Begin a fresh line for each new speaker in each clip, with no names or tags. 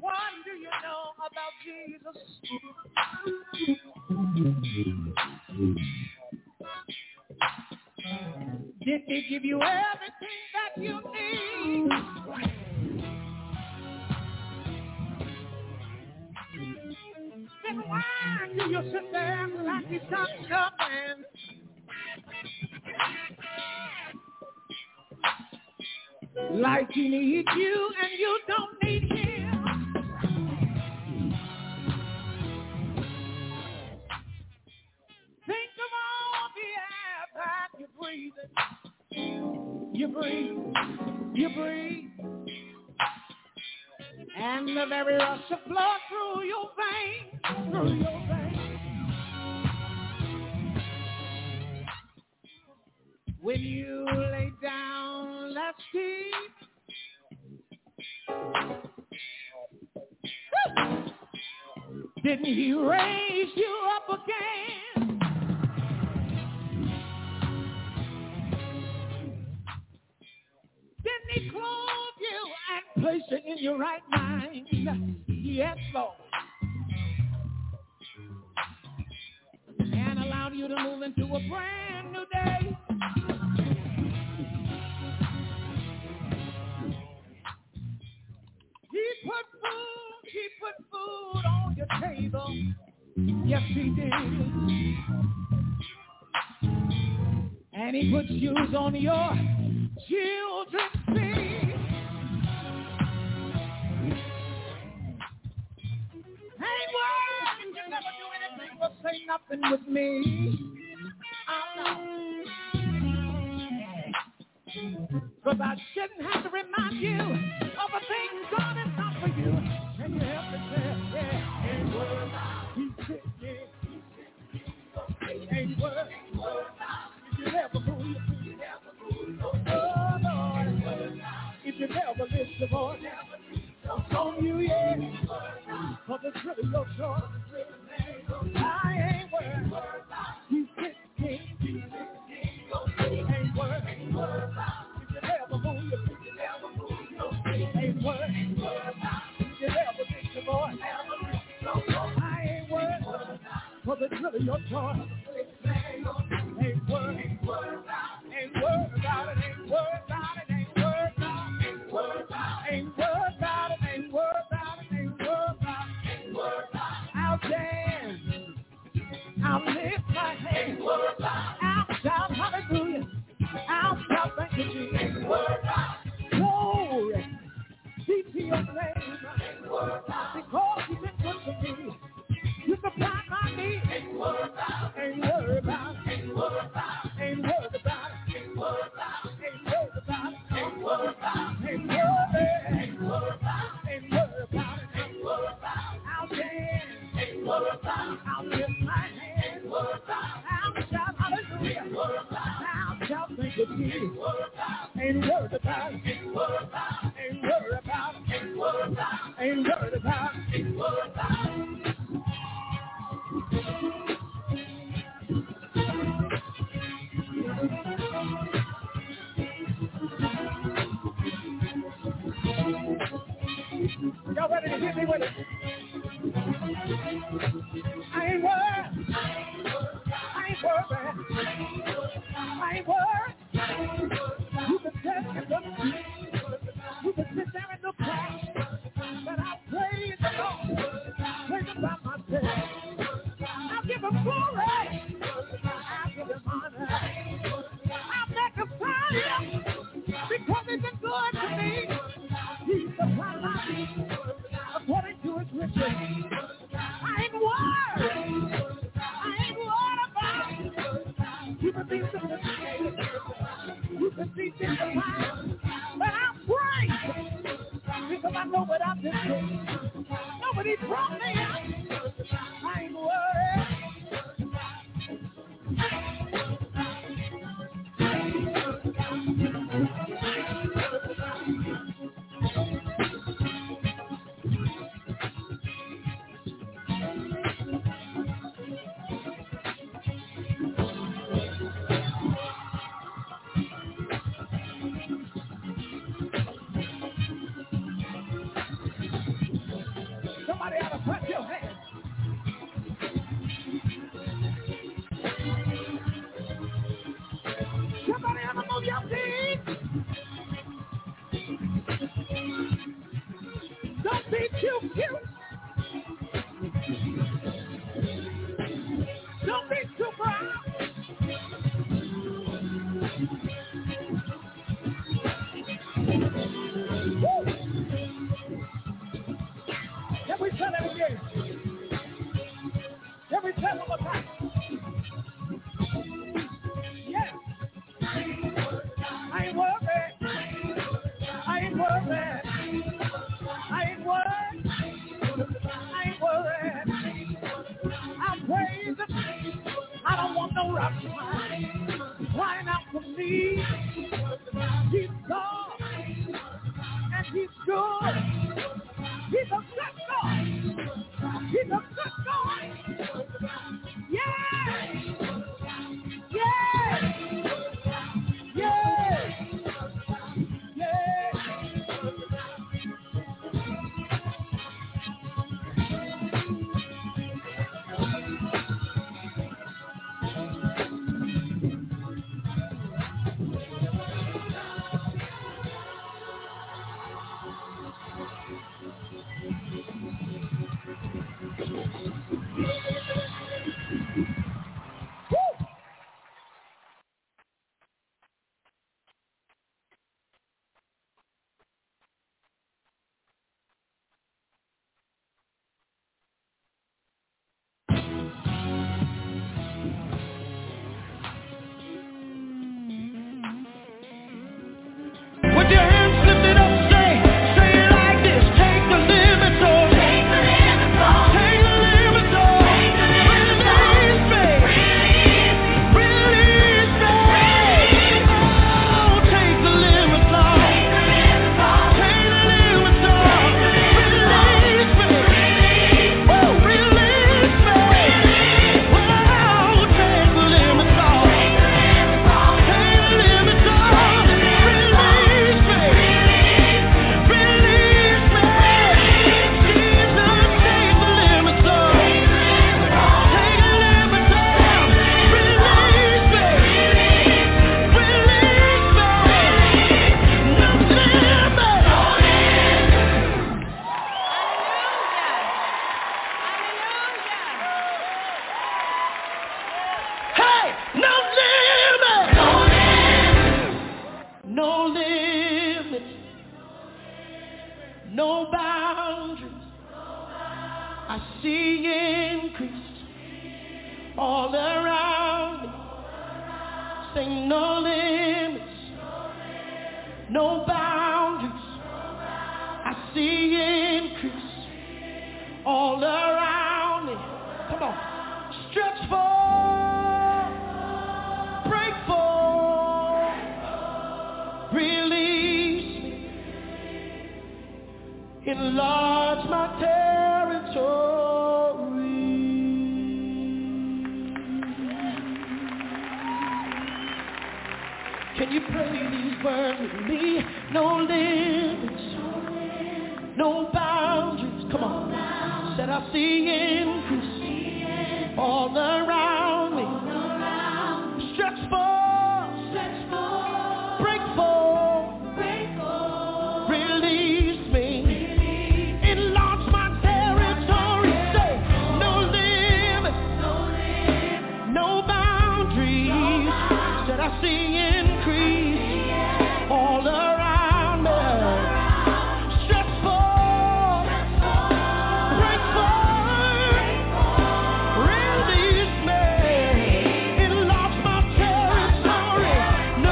What do you know about Jesus? Did he give you everything that you need? Then why do you sit there like you done nothing? Like he needs you and you don't need him. Think of all the air that you're breathing. You breathe, you breathe. And the very rush of blood through your veins, through your veins. When you lay down, let's sleep. Didn't he raise you up again? Didn't he clothe you and place you in your right mind? Yes, Lord. And allowed you to move into a brand new day. He put food, he put food on your table. Yes, he did. And he put shoes on your children's feet. Hey, why did you never do anything or say nothing with me? I know. Cause I shouldn't have to remind you of a thing God has done for you. Can you help me there? Yeah. Ain't worried about it. He said, yeah. Ain't worried about it. If you never move, you Oh, Lord. If you never lift the voice on you, yeah. Cause it's really your choice. I ain't worried about it. He said, yeah. Ain't worried about it. Out there, I'll lift my hand. I'll shout hallelujah. I'll shout thank you, Jesus. Glory. Be to your name. Because you've been good to me. You supply my need. Ain't worried about it. Ain't worried about it. Ain't worried about it. Ain't worried about it. Ain't worried about it. Ain't worried about it. Ain't worried about it. Ain't worried about it. Ain't worried about it. I'll dance. Ain't worried about it. I'll lift my hand. Ain't worried about it. I'll shout hallelujah. Ain't worried about it. I'll shout thank you, Jesus. Ain't worried about it. Ain't worried about it. Ain't worried about it. Ain't worried about it. Ain't worried about it. Ain't worried about it. Ain't worried about it. Y'all ready to hit me with it? I ain't worried. I ain't worried. I ain't worried. You can tell me look. You can sit there and look back. But I praise the Lord. Praise him by myself. I give him glory. I give him honor.
You can see things around, but I'm brave because I know what I've been through. Nobody brought me out. I ain't worried. Somebody ought to clap your hands. Somebody ought to move your feet. Don't be too cute. Don't be too proud. Woo! Can we tell them again? Can we tell them about Yeah. I ain't worried. I ain't worried. I ain't worried. I ain't worried. I'm praising. I don't want no rock crying out for me. He's God and he's good. He's a good God. He's a good God. Yes. Yes. Yes. Yes. Woo!
With your hands lifted up, say, say it like this. Take the limits off. Take the limits off. Take the limits off. Take the limits off. Release me. Release me. Release me. Release me. Oh, take the limits off. Take the limits off. Take the limits off. Release me. Release me. Oh, release me. Release me. Oh, take the limits off. Take the limits off. Take the limits off. Release me. Release me. Jesus, take the limits off. Take the limits off. Release me. Release me. No limit. Hey, no limit. No no limits, no boundaries. I see increase all around me. Say no limits, no boundaries. I see increase all around me. Come on, stretch for, break for. Release me. Enlarge my territory. Can you pray these words with me? No limits, no boundaries. Come on. Said I see increase all around me. Stretch for, break for, release me. Enlarge my territory. Say, no limits, no boundaries. Said I see increase all around me. Stretch for, break for, release me. Enlarge my territory.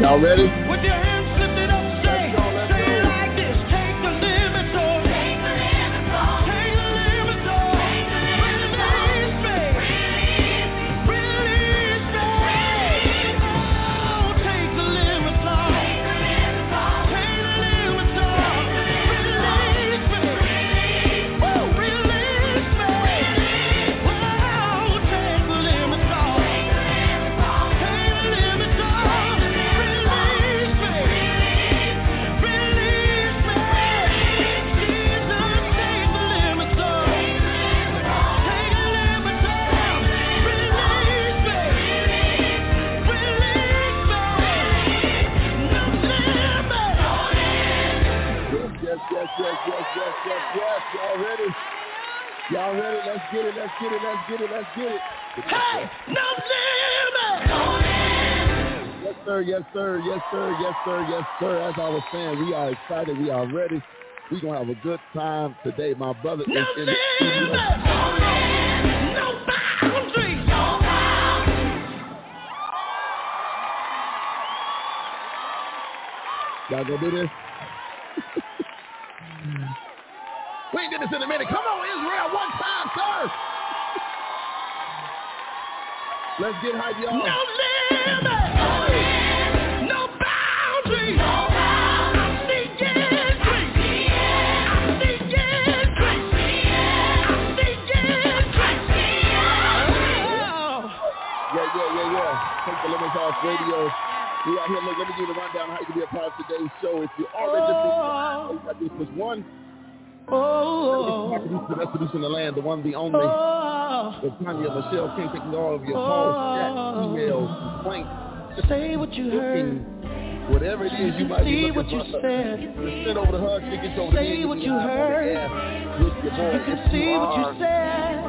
Y'all ready?
With your hands lifted up, say, say it like this. Take the limit off. Take the limit off. Take the limit off. Release me. Release me. Oh, take the limit off. Take the limit off. Release me. Oh, release me. Oh, take the limit off. Take the limit off. Release me. Release me. Jesus, take the limit off. Take the limit off. Release me. Release me. No limit.
Yes, yes, yes, yes, yes, yes, yes, yes. Y'all ready? Y'all ready? Let's get it, let's get it, let's get it, let's get it.
Hey, no limit.
Yes, sir, yes, sir, yes, sir, yes, sir, yes, sir. As I was saying, we are excited, we are ready. We're going to have a good time today. My brother
No
is in the
limit.
studio.
No boundaries.
Y'all going to do this? we ain't did this in a minute. Come on, Israel, one time, sir. Let's get hype, y'all.
No limit. No boundaries. I speak increase. I speak increase. I speak increase.
Yeah, yeah, yeah, yeah. Take the limits off radio. We out here. Look, let me give you the rundown on how you can be a part of today's show. If you're already listening, all you got to do is push one.
Oh, oh,
Introduce the best producer in the land, the one, the only,
oh.
the Tanya Michelle King, taking all of your calls, chats, emails, blanks,
Say what you heard.
cooking, whatever it is you might be
See
looking
what you
for.
said.
Just send over to her, she gets over to
Say
me.
what
can
you
hop on the
heard.
air with your boy.
You can see what you said.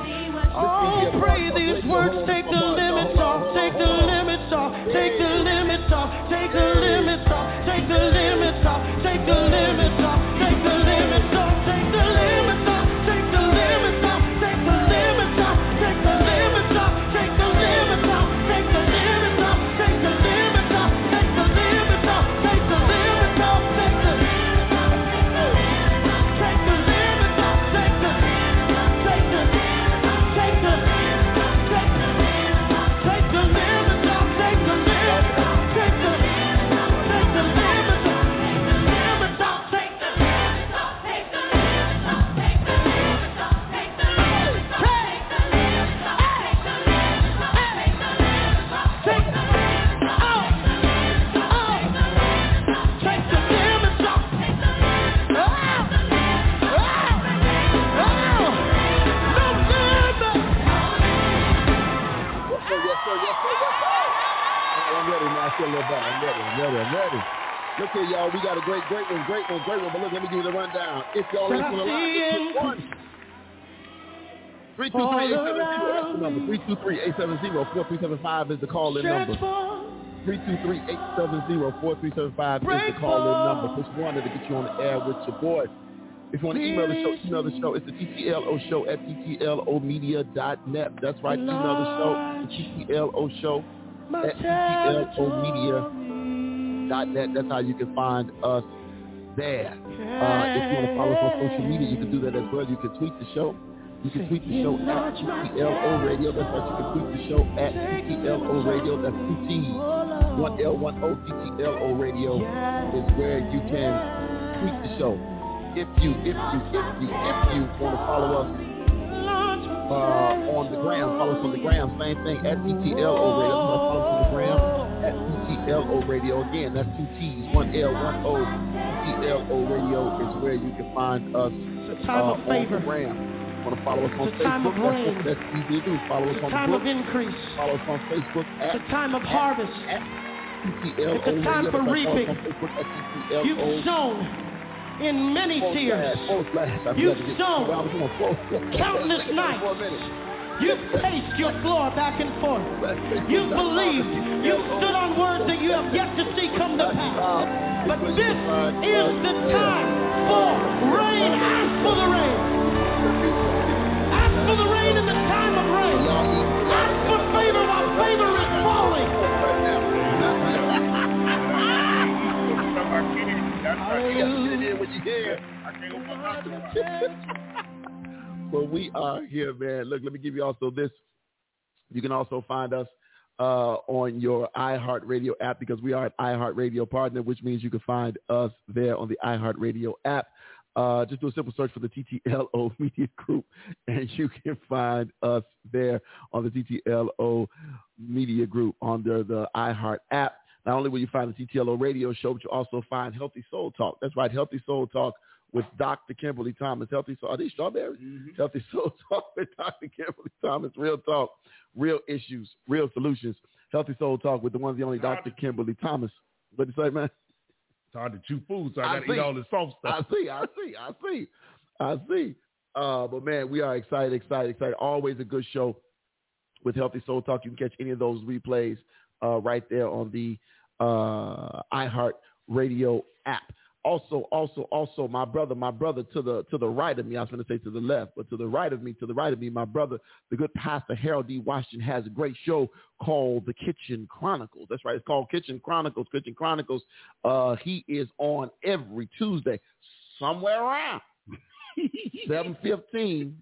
Oh, pray these words. Take the limits off. Take the limits off. Take the limits off. Take the limits off. Take the limits off. Take the limits off. Take the limits off. Take the limits off. Take the limits off. Take the limits off. Take the limits off. Take the limits off. Take the limits off. Take the limits off. Take the limits off. Take the limits off. Take the limits off. Take the limits off. Take the Take the Take the Take the Take the limits off. Take the limits off. Take the Take the limits off. Limits off. Take the limits off. Take the limits off. Take the limits off. Take the limits off. Take the limits off. Take the limits off. Take the limits off. Take the limits off. Take the limits off.
Yes, sir, yes, sir, yes, sir, yes, sir. All right, I'm ready now. I feel a little better. I'm ready. I'm ready. I'm ready. Look here, y'all. We got a great, great one, great one, great one. But look, let me give you the rundown. If y'all
But I
listening
see
live,
it
one. 323-870, that's the number. 323-870-4375 is the call-in number. 323-870-4375 is the call-in number. Just wanted to get you on the air with your boy. If you want to email the show, email the show. It's the TTLO show at TTLOmedia.net. That's right. Email the show, the TTLO show at TTLOmedia.net. That's how you can find us there. Uh, if you want to follow us on social media, you can do that as well. You can tweet the show. You can tweet the show at TTLO Radio. That's right. You can tweet the show at TTLO Radio. That's two T's. One L, one O, TTLO Radio is where you can tweet the show. If you, if you, if you, if you want to follow us uh, on the gram, follow us on the gram. Same thing at TTLO Radio. So follow us on the gram at TTLO Radio. Again, that's two T's, one L, one O. E TTLO Radio is where you can find us
It's a
uh,
time of
on the
favor.
gram. Want to follow us on
It's a time
Facebook?
of
That's
rain.
what- That's easy to do. Follow us
It's a
on
time of
Facebook.
increase.
Follow us on Facebook at E
It's a time of harvest.
TTLO
It's a time
Radio.
for
That's right. Follow us
reaping.
on Facebook at E TTLO
You've sown in many
Full
tears.
blast, full blast. I'm
You've
glad to get-
sown
Well, I'm gonna full-
countless
Wait
nights.
for a minute.
You've paced your floor back and forth. You've believed. You've stood on words that you have yet to see come to pass. Um, But this is the time for rain. Ask for the rain. Ask for the rain in the time of rain. Ask for favor while favor is falling.
But we are here, man. Look, let me give you also this. You can also find us uh, on your iHeartRadio app because we are an iHeartRadio partner, which means you can find us there on the iHeartRadio app. Uh, just do a simple search for the TTLO Media Group, and you can find us there on the TTLO Media Group under the iHeart app. Not only will you find the TTLO radio show, but you also find Healthy Soul Talk. That's right, Healthy Soul Talk with Dr. Kimberly Thomas. Healthy Soul, are these strawberries? Healthy Soul Talk with Dr. Kimberly Thomas. Real talk, real issues, real solutions. Healthy Soul Talk with the one's the only Dr. Kimberly Thomas. What do you say, man?
It's hard to chew food, so I,
I
gotta
see.
eat all this soft
I
stuff.
see, I see, I see, I see. Uh, but man, we are excited, excited, excited. Always a good show with Healthy Soul Talk. You can catch any of those replays uh, right there on the uh, iHeart Radio app. Also, also, also, my brother, my brother to the to the right of me. I was going to say to the left, but to the right of me, to the right of me, my brother, the good pastor Harold D. Washington has a great show called The Kitchen Chronicles. That's right, it's called Kitchen Chronicles. Kitchen Chronicles. Uh, he is on every Tuesday, somewhere around. 715,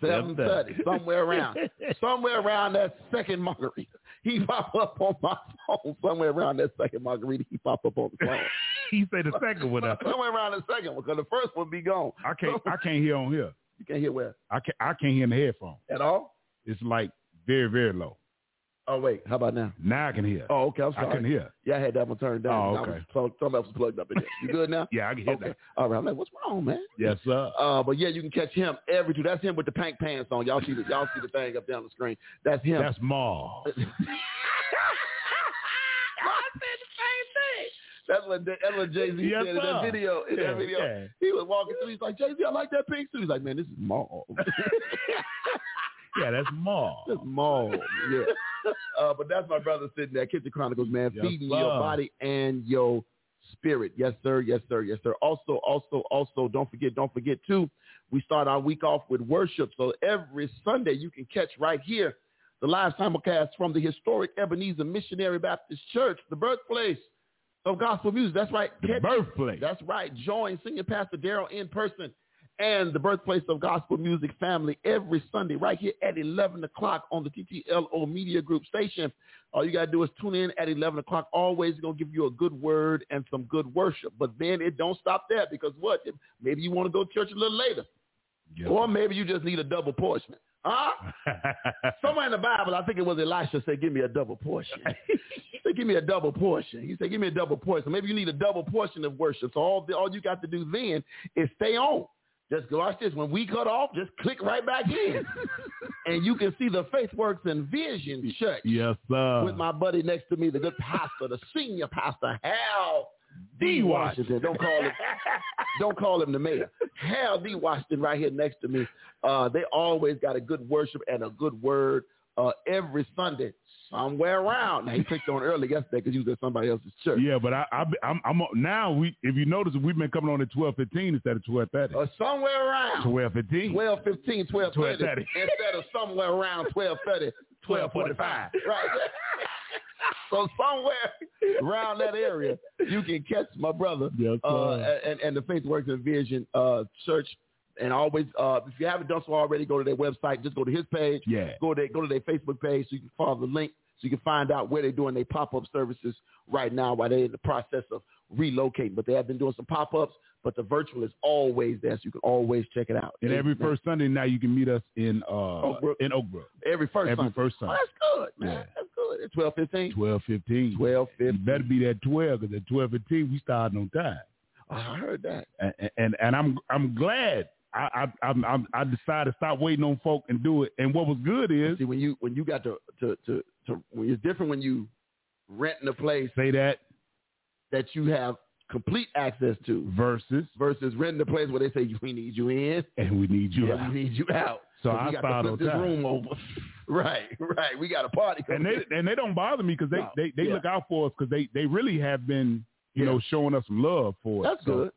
730, somewhere around. Somewhere around that second margarita. He pop up on my phone. Somewhere around that second margarita, he pop up on the phone.
he said the second one up.
somewhere around the second one, because the first one be gone.
I can't. I can't hear on here.
You can't hear where?
I can't. I can't hear in the headphone.
At all?
It's like very, very low.
Oh, wait. How about now?
Now I can hear.
Oh, okay. I'm
I
sorry.
couldn't hear.
Yeah, I had that one turned down.
Oh,
I
okay.
was plugged, something else was plugged up in there. You good now?
Yeah, I can hear
Okay.
that.
All right. I'm like, what's wrong, man?
Yes, sir.
Uh, but yeah, you can catch him every two. That's him with the pink pants on. Y'all see the y'all see the thing up there on the screen. That's him.
That's Maul.
That's what, that's what Jay-Z
Yes,
said in that
sir.
video. In
Yeah,
that video.
yeah.
He was walking through. He's like, Jay-Z, I like that pink suit. He's like, man, this is mall.
Yeah, that's Maul.
this is mall. Yeah. Uh, but that's my brother sitting there. Kitchen Chronicles, man.
Yes,
feeding
sir.
your body and your spirit. Yes, sir. Yes, sir. Yes, sir. Also, also, also, don't forget, don't forget, too, we start our week off with worship. So every Sunday you can catch right here the live simulcast from the historic Ebenezer Missionary Baptist Church, the birthplace of gospel music. That's right.
The
Catch
birthplace.
that's right. Join senior pastor Daryl in person and the birthplace of gospel music family every Sunday right here at 11 o'clock on the TTLO Media Group station. All you got to do is tune in at 11 o'clock. Always going to give you a good word and some good worship. But then it don't stop there because what? Maybe you want to go to church a little later.
Yes,
Or maybe you just need a double portion. Huh? Somewhere in the Bible, I think it was Elisha said, "Give me a double portion." he said, "Give me a double portion." He said, "Give me a double portion." Maybe you need a double portion of worship. So all the, all you got to do then is stay on. Just go watch this. When we cut off, just click right back in, and you can see the Faith Works and Vision Church
Yes, sir.
with my buddy next to me, the good pastor, the senior pastor, Hal D.
D.
Washington. Don't call him. don't call him the mayor. Hal D. Washington, right here next to me. Uh, they always got a good worship and a good word uh, every Sunday, somewhere around. Now he picked on early yesterday because he was at somebody else's church.
Yeah, but I, I, I'm, I'm now. We, if you notice, we've been coming on at twelve fifteen instead of twelve thirty.
Uh, somewhere around.
Twelve fifteen.
1215, 1230,
12:30.
instead of somewhere around 1230, 1245. Right. so somewhere around that area, you can catch my brother
Yes,
uh,
sir.
and, and the Faith Works and Vision uh, Church. And always, uh, if you haven't done so already, go to their website. Just go to his page.
Yeah.
Go to their, go to their Facebook page so you can follow the link so you can find out where they're doing their pop-up services right now while they're in the process of relocating. But they have been doing some pop-ups, but the virtual is always there, so you can always check it out.
And every
Amen.
first Sunday now, you can meet us in uh
Oakbrook.
in Oakbrook.
every first
every
Sunday.
first
Well,
Sunday.
that's good, man.
Yeah.
That's good. It's twelve fifteen.
Twelve fifteen.
Twelve
You
fifteen.
better be there at twelve because at twelve fifteen we starting on time.
Oh, I heard that.
And and, and I'm I'm glad. I I I'm, I'm, I decided to stop waiting on folk and do it. And what was good is
See, when you when you got to to to, to when it's different when you renting a place
say that
that you have complete access to
versus
versus renting a place where they say we need you in
and we need you.
and
out.
we need you out.
So
we
I
got
filed
to
on
flip this
time.
room over. right, right. We got a party.
and
coming.
they and they don't bother me because they
No,
they, they
yeah.
look out for us because they they really have been you
Yeah.
know showing us some love for
That's
us. So,
good.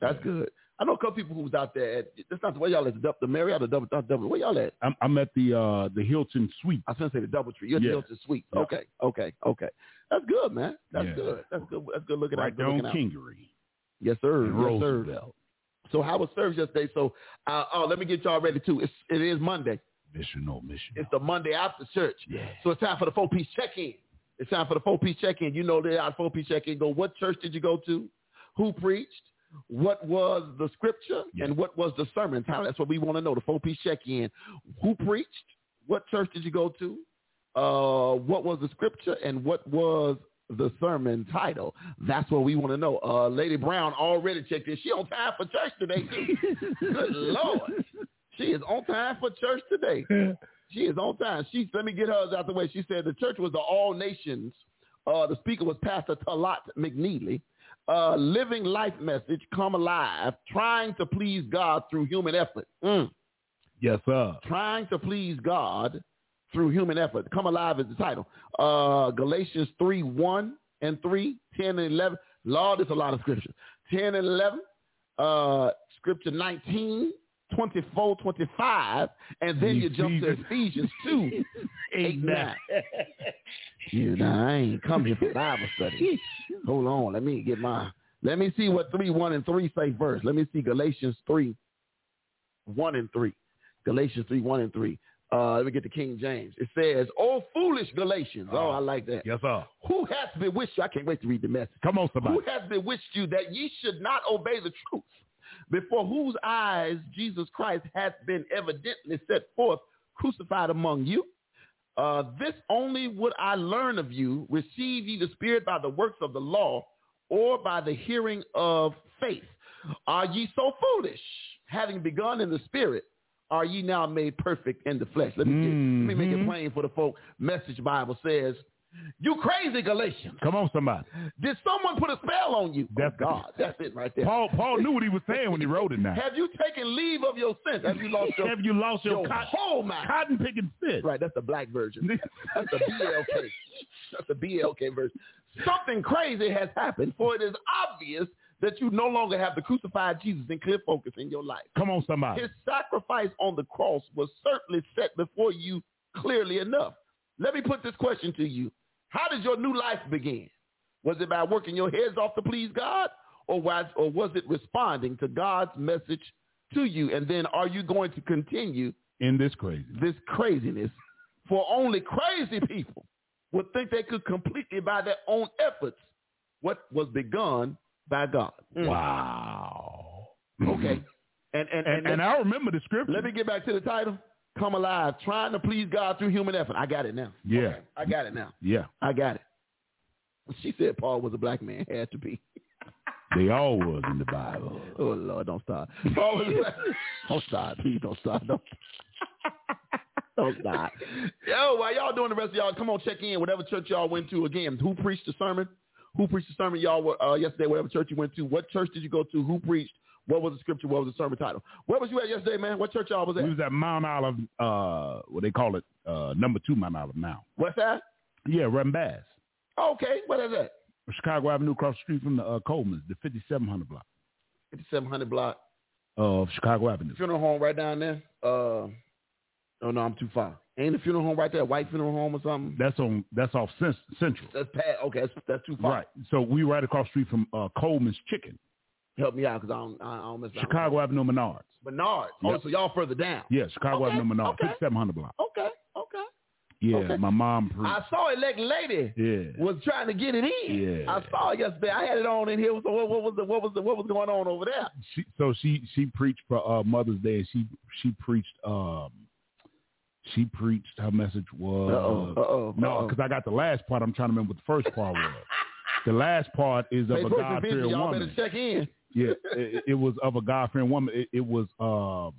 That's
Yeah.
good. I know a couple people who was out there. At, that's not the way y'all at the, Dub- the Marriott or double, double. Where y'all at?
I'm, I'm at the uh the Hilton Suite.
I was gonna say the double tree. You're
Yeah.
Hilton Suite.
Yeah.
Okay, okay, okay. That's good, man. That's
Yeah.
good. That's good. That's good looking out.
Right
Good
down
looking out.
Kingery.
Yes, sir.
and
Yes, sir.
Roosevelt.
So Howard served yesterday. So uh, oh, let me get y'all ready too. It's it is Monday.
Mission, no mission.
It's the Monday after church.
Yeah.
So it's time for the four piece check in. It's time for the four piece check in. You know they our four piece check in. Go. What church did you go to? Who preached? What was the scripture
Yeah.
and what was the sermon time? That's what we want to know. The four piece check in. Who preached? What church did you go to? Uh, what was the scripture and what was the sermon title? That's what we want to know. Uh, Lady Brown already checked in. She on time for church today. Good Lord. She is on time for church today. She is on time. She let me get hers out the way. She said the church was the All Nations. Uh, the speaker was Pastor Talat McNeely. Uh, living life message, come alive, trying to please God through human effort. Mm.
Yes, sir.
Trying to please God through human effort. Come alive is the title. Uh, Galatians 3, 1 and 3, 10 and 11. Lord, there's a lot of scripture. 10 and 11, uh, scripture 19, 24, 25, and then you jump to Ephesians 2, 8, 9. You know, I ain't come here for Bible study. Hold on, let me get my. Let me see what three, one, and three say first. Let me see Galatians three, one and three. Galatians three, one and three. Uh, let me get the King James. It says, "Oh foolish Galatians." Oh, I like that.
Yes, sir.
Who hath bewitched you? I can't wait to read the message.
Come on, somebody.
Who hath bewitched you that ye should not obey the truth, before whose eyes Jesus Christ hath been evidently set forth, crucified among you? Uh, this only would I learn of you. Receive ye the Spirit by the works of the law or by the hearing of faith. Are ye so foolish? Having begun in the Spirit, are ye now made perfect in the flesh? Let me, get- let me make it plain for the folk. Message Bible says, you crazy Galatians.
Come on, somebody.
Did someone put a spell on you?
That's-
oh, God. That's it right there.
Paul Paul knew what he was saying when he wrote it. Now,
Have you taken leave of your sins? Have you lost your,
have you lost your,
your
cotton,
whole mind?
cotton picking fit?
Right, that's the black version. That's the BLK. That's the BLK version. Something crazy has happened, for it is obvious that you no longer have the crucified Jesus in clear focus in your life.
Come on, somebody.
His sacrifice on the cross was certainly set before you clearly enough. Let me put this question to you. How did your new life begin? Was it by working your heads off to please God? Or was, or was it responding to God's message to you? And then are you going to continue
In this crazy.
this craziness? For only crazy people would think they could complete it by their own efforts what was begun by God.
Hmm.
Mm.
Wow. Mm-hmm.
Okay. And, and,
And, and I remember the scripture.
Let me get back to the title. Come alive, trying to please God through human effort. I got it now.
Yeah.
Okay, I got it now.
yeah.
I got it. She said Paul was a black man. Had to be.
They all was in the Bible.
Oh Lord, don't start. Paul was a black. don't start, please. Don't start. Don't. Don't start. Yo, while y'all doing the rest of y'all, come on, check in. Whatever church y'all went to, again, who preached the sermon? Who preached the sermon y'all were uh, yesterday? Whatever church you went to, what church did you go to? Who preached? What was the scripture? What was the sermon title? Where was you at yesterday, man? What church y'all was
We
at?
was at Mount Olive, uh, what they call it, uh, number two Mount Olive now.
What's that?
Yeah, Run Bass.
Okay, what is that?
Chicago Avenue across the street from the uh, Coleman's, the 5700 block
5700 block
of Chicago Avenue.
funeral home right down there. Uh, oh no, I'm too far. Ain't the funeral home right there? White funeral home or something?
That's on. That's off Cen- Central.
That's Pat. Okay, that's, that's too far.
Right. So we right across the street from uh, Coleman's Chicken,
Help me out because I don't, I I don't miss out.
Chicago Avenue Menards.
Menards. Oh,
Yep.
so y'all further down.
Yeah, Chicago
Okay,
Avenue Menards,
okay.
5700 block.
Okay, okay.
Yeah,
Okay.
my mom. Pre-
I saw elect lady
yeah.
was trying to get it in.
Yeah.
I saw it yesterday. I had it on in here. So what, what was the what was the what was going on over there?
She, so she she preached for uh, Mother's Day. and She she preached um she preached her message was
Uh-oh, uh-oh,
no
uh-oh.
because I got the last part. I'm trying to remember what the first part was. The last part is of
Hey,
a
Puerto
God
Rico,
fearing
y'all
woman.
better check in.
Yeah, it, it was of a God fearing woman. It, it was um,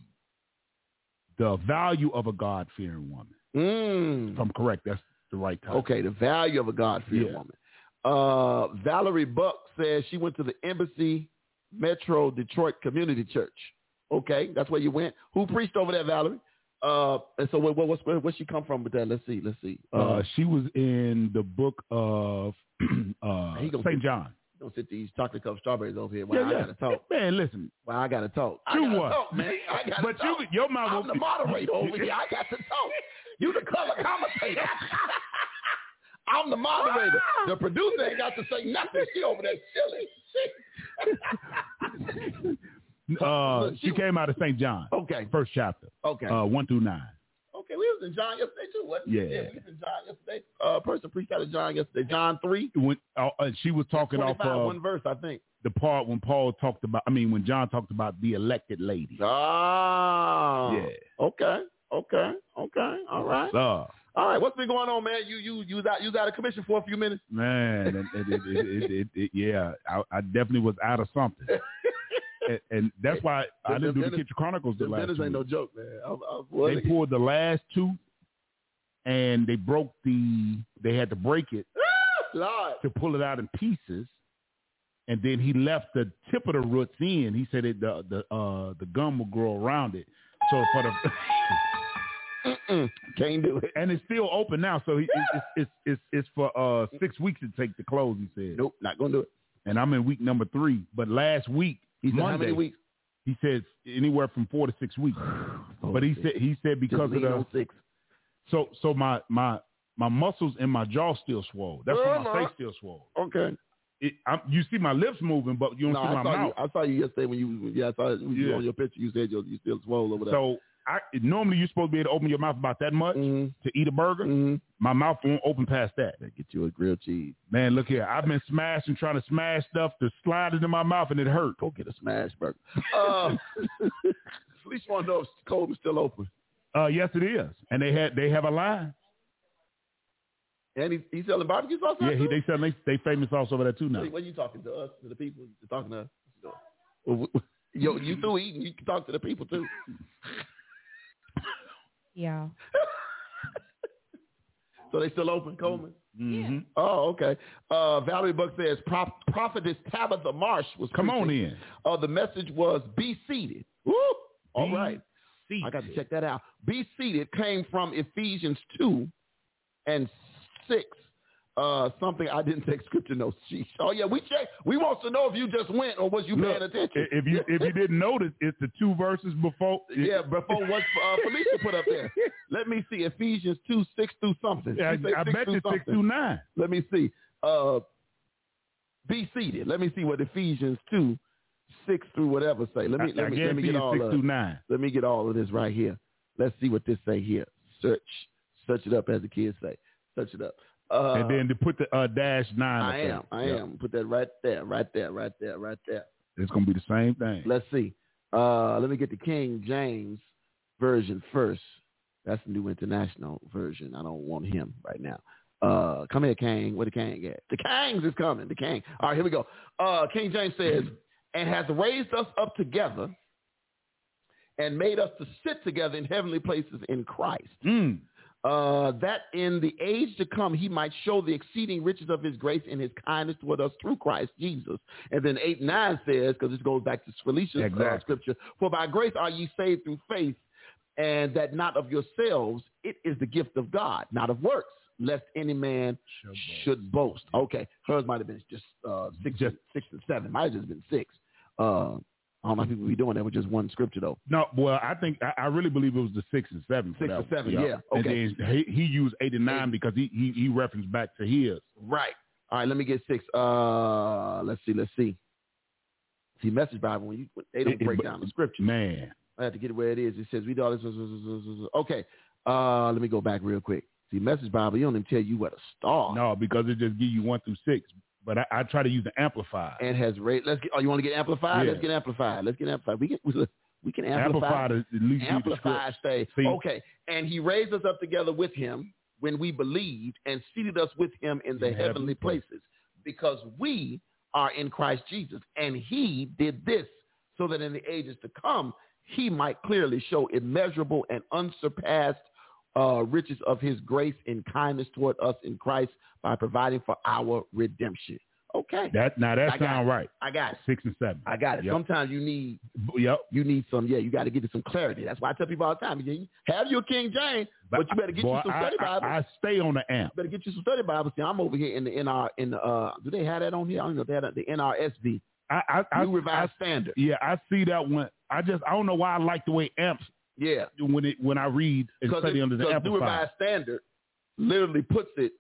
the value of a God fearing woman. If
Mm.
I'm correct, that's the right title.
Okay, the value of a God fearing
Yeah.
woman. Uh, Valerie Buck says she went to the Embassy Metro Detroit Community Church. Okay, that's where you went. Who preached over there, Valerie? Uh, and so what? What? What's, where, where she come from with that? Let's see. Let's see. Uh,
Uh, she was in the book of uh,
He gonna
St.
get-
John.
don't sit these chocolate cup strawberries over here. While I gotta talk.
Man, listen.
While I gotta talk. I
You
gotta
what?
talk, man. I gotta
But you,
talk.
your mouth
I'm
will
the moderator over here. I got to talk. You the color commentator. I'm the moderator.
Ah.
The producer ain't got to say nothing. She over there chilling. She-
Uh,
Look,
she
she-
came out of St. John.
Okay.
First chapter.
Okay.
Uh, one through nine.
Okay, we was in John yesterday too, wasn't we?
Yeah.
we was in John yesterday. Uh, person preached out of John yesterday. John three.
When uh, uh, she was talking off
25,
of
one verse, I think.
the part when Paul talked about. I mean, when John talked about the elected lady.
Ah.
Yeah.
Okay. Okay. Okay. All right.
Love.
All right. What's been going on, man? You you you out you got a commission for a few minutes.
Man, it, it, it, it, it, it, it, yeah, I, I definitely was out of something, and, and that's why I didn't do the Kitchen Chronicles the
The
last.
minutes
two
ain't no
weeks.
joke, man. I, I,
They pulled the last two, and they broke the. They had to break it
Lord.
to pull it out in pieces, and then he left the tip of the roots in. He said it, the the uh, the gum will grow around it. So for the
Can't do it.
and it's still open now. So he, it's, it's it's it's it's for uh six weeks to take to close. He said.
Nope, not gonna do it.
and I'm in week number three. But last week,
He said,
Monday,
how many weeks?
he says anywhere from four to six weeks. but he said he said
Just
because of
lean
the
on six.
so so my my my muscles and my jaw still swole. That's why my
Uh-huh.
face still swole.
Okay.
It, I'm, you see my lips moving, but you don't
No,
see my
I saw
mouth.
you. I saw you yesterday when you. Yeah, I saw it when you
Yeah.
on your picture. You said you you still swole over there.
so I normally you're supposed to be able to open your mouth about that much
Mhm.
to eat a burger.
Mhm.
My mouth won't open past that.
Get you a grilled cheese.
Man, look here. I've been smashing, trying to smash stuff to slide into my mouth, and it hurt.
Go get a smash burger.
Oh.
Uh, at least want to know if Coleman's still open.
Uh, yes, it is. And they had they have a line.
And he, he's selling barbecue sauce.
Yeah, he,
too?
they selling they, they famous sauce over there too now.
Wait, What are you talking to us, to the people? You're talking to us. Well, we- we- Yo, you through eating, you can talk to the people too.
Yeah.
So they still open, Coleman?
Mm-hmm.
Oh, okay. Uh, Valerie Buck says, Pro- Prophetess Tabitha Marsh was
Come on
preaching.
in.
Uh, the message was, be seated. Woo! All right. I got to check that out. Be seated came from Ephesians 2 and 6. Uh, something I didn't take scripture notes. Sheesh. Oh, yeah, we check. We wants to know if you just went or was you
Look,
paying attention.
If you if you didn't notice, it's the two verses before.
Yeah, before what uh, Felicia put up there. Let me see Ephesians two six through something.
I,
She say
I
six
bet
through
it's six
something.
through nine.
Let me see. Uh, be seated. Let me see what Ephesians two six through whatever say. Let me
I, I
let me let
guarantee
me get
it's
all
six
of
through nine.
let me get all of this right here. Let's see what this say here. Search search it up as the kids say. Search it up. Uh,
and then to put the uh, dash nine. up
I
there.
am. I
Yeah.
am. Put that right there. Right there. Right there. Right there.
It's gonna be the same thing.
Let's see. Uh, let me get the King James version first. That's the new international version. I don't want him right now. Uh, come here, King. Where the King at? The Kings is coming. The King. All right, here we go. Uh, King James says, and has raised us up together and made us to sit together in heavenly places in Christ.
Mm.
Uh, that in the age to come he might show the exceeding riches of his grace and his kindness toward us through Christ Jesus. And then 8 and 9 says, because this goes back to Felicia's uh,
Exactly.
scripture, for by grace are ye saved through faith, and that not of yourselves, it is the gift of God, not of works, lest any man should boast. Okay, hers might have been just uh, six,
Just-
six and seven. Might have just been six. Uh, I don't know if people be doing that with just one scripture though.
No, well, I think I, I really believe it was the six and seven. for
Six
that one.
and seven, yeah, okay.
And then he, he used eight and nine because he, he he referenced back to his.
Right. All right, let me get six. Uh, let's see, let's see. See, message Bible when you when they don't
It- it-
break down the scripture.
Man,
I have to get it where it is. It says read all this. Okay. Uh, let me go back real quick. See, message Bible, you don't even tell you what a star.
no, because it just give you one through six. But I, I try to use the amplifier.
And has rate. Let's get. Oh, you want to get amplified?
Yeah.
Let's get amplified. Let's get amplified. We can. We, we can
amplify
amplify.
to at least read the script.
amplify. Say
See.
okay. And he raised us up together with him when we believed, and seated us with him in the
In heavenly
heavenly
places.
places, because we are in Christ Jesus, and he did this so that in the ages to come he might clearly show immeasurable and unsurpassed uh, riches of his grace and kindness toward us in Christ by providing for our redemption. Okay,
That now
I
that
got
sound
it.
right.
I got it.
Six and seven.
I got it.
Yep.
Sometimes you need
B- yep.
you need some, yeah, you got to get you some clarity. That's why I tell people all the time, you have your King James, but you better get
Boy,
you some
I-
study
I,
Bible.
I, stay on the amp.
better get you some study Bible. See, I'm over here in the NR, in the, uh, do they have that on here? I don't know if they have that, the NRSV,
I, I, I,
New Revised
I-
Standard.
yeah, I see that one. I just I don't know why I like the way amps
Yeah,
when it when I read and
because
study under the
New
amplifier.
Revised Standard literally puts it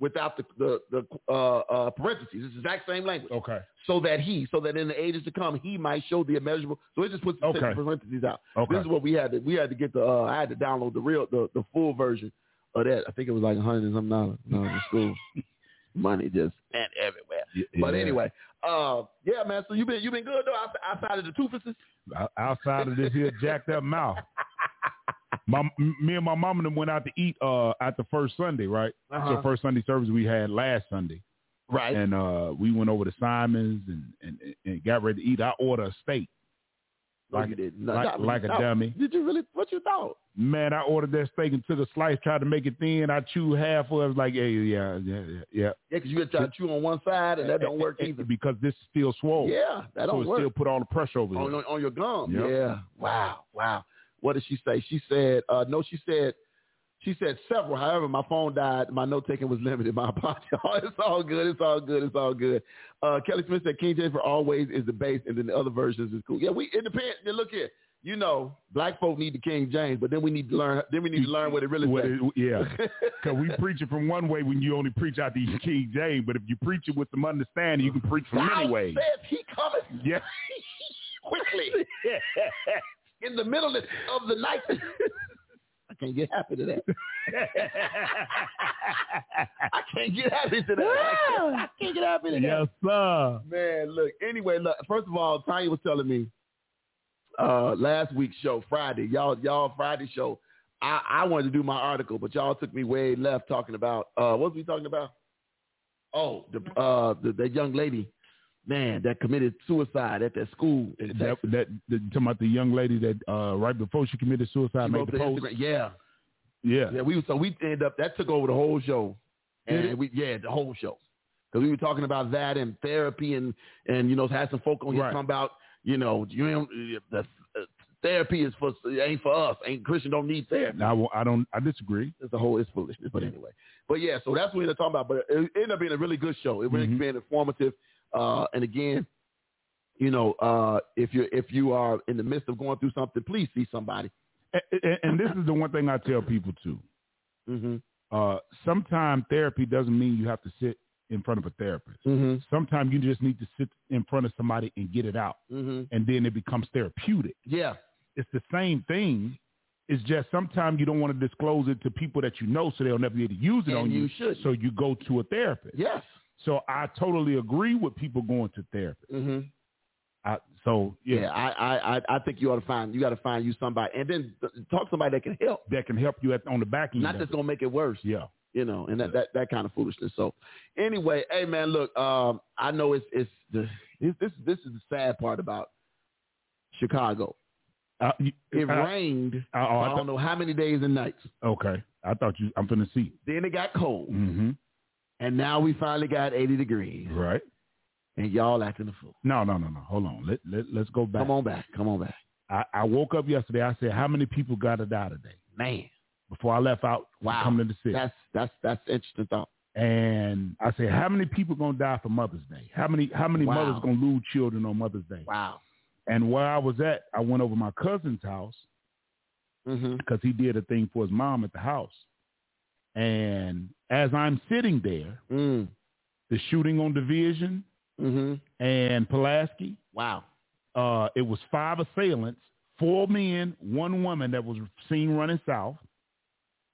without the the, the uh, uh, parentheses. It's the exact same language.
Okay.
So that he, so that in the ages to come, he might show the immeasurable. So it just puts the
Okay.
sentence parentheses out.
Okay.
This is what we had to we had to get the uh, I had to download the real the, the full version of that. I think it was like a hundred and something dollars. No, it was cool. Money just went everywhere. But
Yeah.
anyway, uh, yeah, man. So you been you been good though outs- outside of the toofuses.
O- outside of this here jacked up mouth. My m- me and my mom and them went out to eat uh at the first Sunday, right?
Uh-huh.
So first Sunday service we had last Sunday,
Right.
and uh we went over to Simon's and and, and got ready to eat. I ordered a steak,
No,
like-
you didn't. No,
like-
Dominic,
like a
no.
dummy.
Did you really? What you thought?
man. I ordered that steak and took a slice, tried to make it thin. I chewed half of it. I was like, yeah, yeah, yeah, yeah, yeah.
Yeah, because you had to chew on one side and that don't work either.
because this is still swole.
Yeah, that
so
don't
it
work. Oh,
still put all the pressure over
on,
here.
on, on your gum.
Yep.
Yeah. Wow. Wow. What did she say? She said, uh, no, she said, she said several. However, my phone died. My note taking was limited. My apologies. it's all good. It's all good. It's all good. Uh, Kelly Smith said King James for always is the base, and then the other versions is cool. Yeah, we it depends. Now, Look here. You know, black folk need the King James, but then we need to learn. Then we need to learn what it really
What
says.
it- yeah, because we preach it from one way when you only preach out these King James, but if you preach it with some understanding, you can preach from
Thou
many ways.
says he cometh
Yeah,
quickly in the middle of the night. I can't get happy to that. I can't get happy to that. I can't, I can't get happy to that.
yes, sir.
Man, look. Anyway, look. First of all, Tanya was telling me uh, last week's show, Friday, y'all, y'all Friday show. I, I wanted to do my article, but y'all took me way left talking about uh, what was we talking about? Oh, the uh, the, the young lady, man, that committed suicide at that school in Texas.
That, that, that talking about the young lady that uh, right before she committed suicide
She
made
wrote
the
the
post.
Instagram- Yeah,
Yeah,
yeah. We so we ended up that took over the whole show,
Did
and we yeah the whole show because we were talking about that and therapy and and you know had some folk on here
Right.
talking about you know you ain't, the uh, therapy is for ain't for us ain't Christian don't need therapy.
I, won't- I don't. I disagree.
It's the whole it's foolishness, but anyway, but yeah. So that's what we ended up talking about. But it ended up being a really good show. It really
Mhm.
been informative, uh, and again. You know, uh, if you if you are in the midst of going through something, please see somebody.
A- a- a- and this is the one thing I tell people too.
Mm-hmm.
Uh, sometimes therapy doesn't mean you have to sit in front of a therapist.
Mm-hmm.
Sometimes you just need to sit in front of somebody and get it out,
Mm-hmm.
and then it becomes therapeutic.
Yeah.
It's the same thing. It's just sometimes you don't want to disclose it to people that you know, so they'll never be able to use it
And
on
you
you.
shouldn't.
So you go to a therapist.
Yes.
So I totally agree with people going to therapy.
Mm-hmm.
I, so
Yeah,
yeah,
I, I, I, I think you ought to find you got to find you somebody, and then talk to somebody that can help,
that can help you at, on the back end.
not
of
just
it.
gonna make it worse.
yeah.
You know, and that, that that kind of foolishness. So, anyway, hey man, look, um, I know it's it's the this this, this is the sad part about Chicago.
Uh, you-
It
I-
rained.
I- oh, I
I
thought-
don't know how many days and nights.
okay. I thought you. I'm gonna see.
Then it got cold,
hmm
and now we finally got 80 degrees,
Right.
and y'all acting a fool.
No, no, no, no. Hold on. Let, let, let's go back.
Come on back, come on back,
I, I woke up yesterday. I said, how many people got to die today?
man.
Before I left out,
Wow.
coming to the city.
That's that's that's interesting thought.
and I said, how many people going to die for Mother's Day? How many how many
Wow.
mothers going to lose children on Mother's Day?
Wow.
And where I was at, I went over my cousin's house
Mm-hmm.
because he did a thing for his mom at the house. And as I'm sitting there,
Mm.
the shooting on Division
Mm-hmm.
and Pulaski,
Wow.
uh, it was five assailants, four men, one woman that was seen running south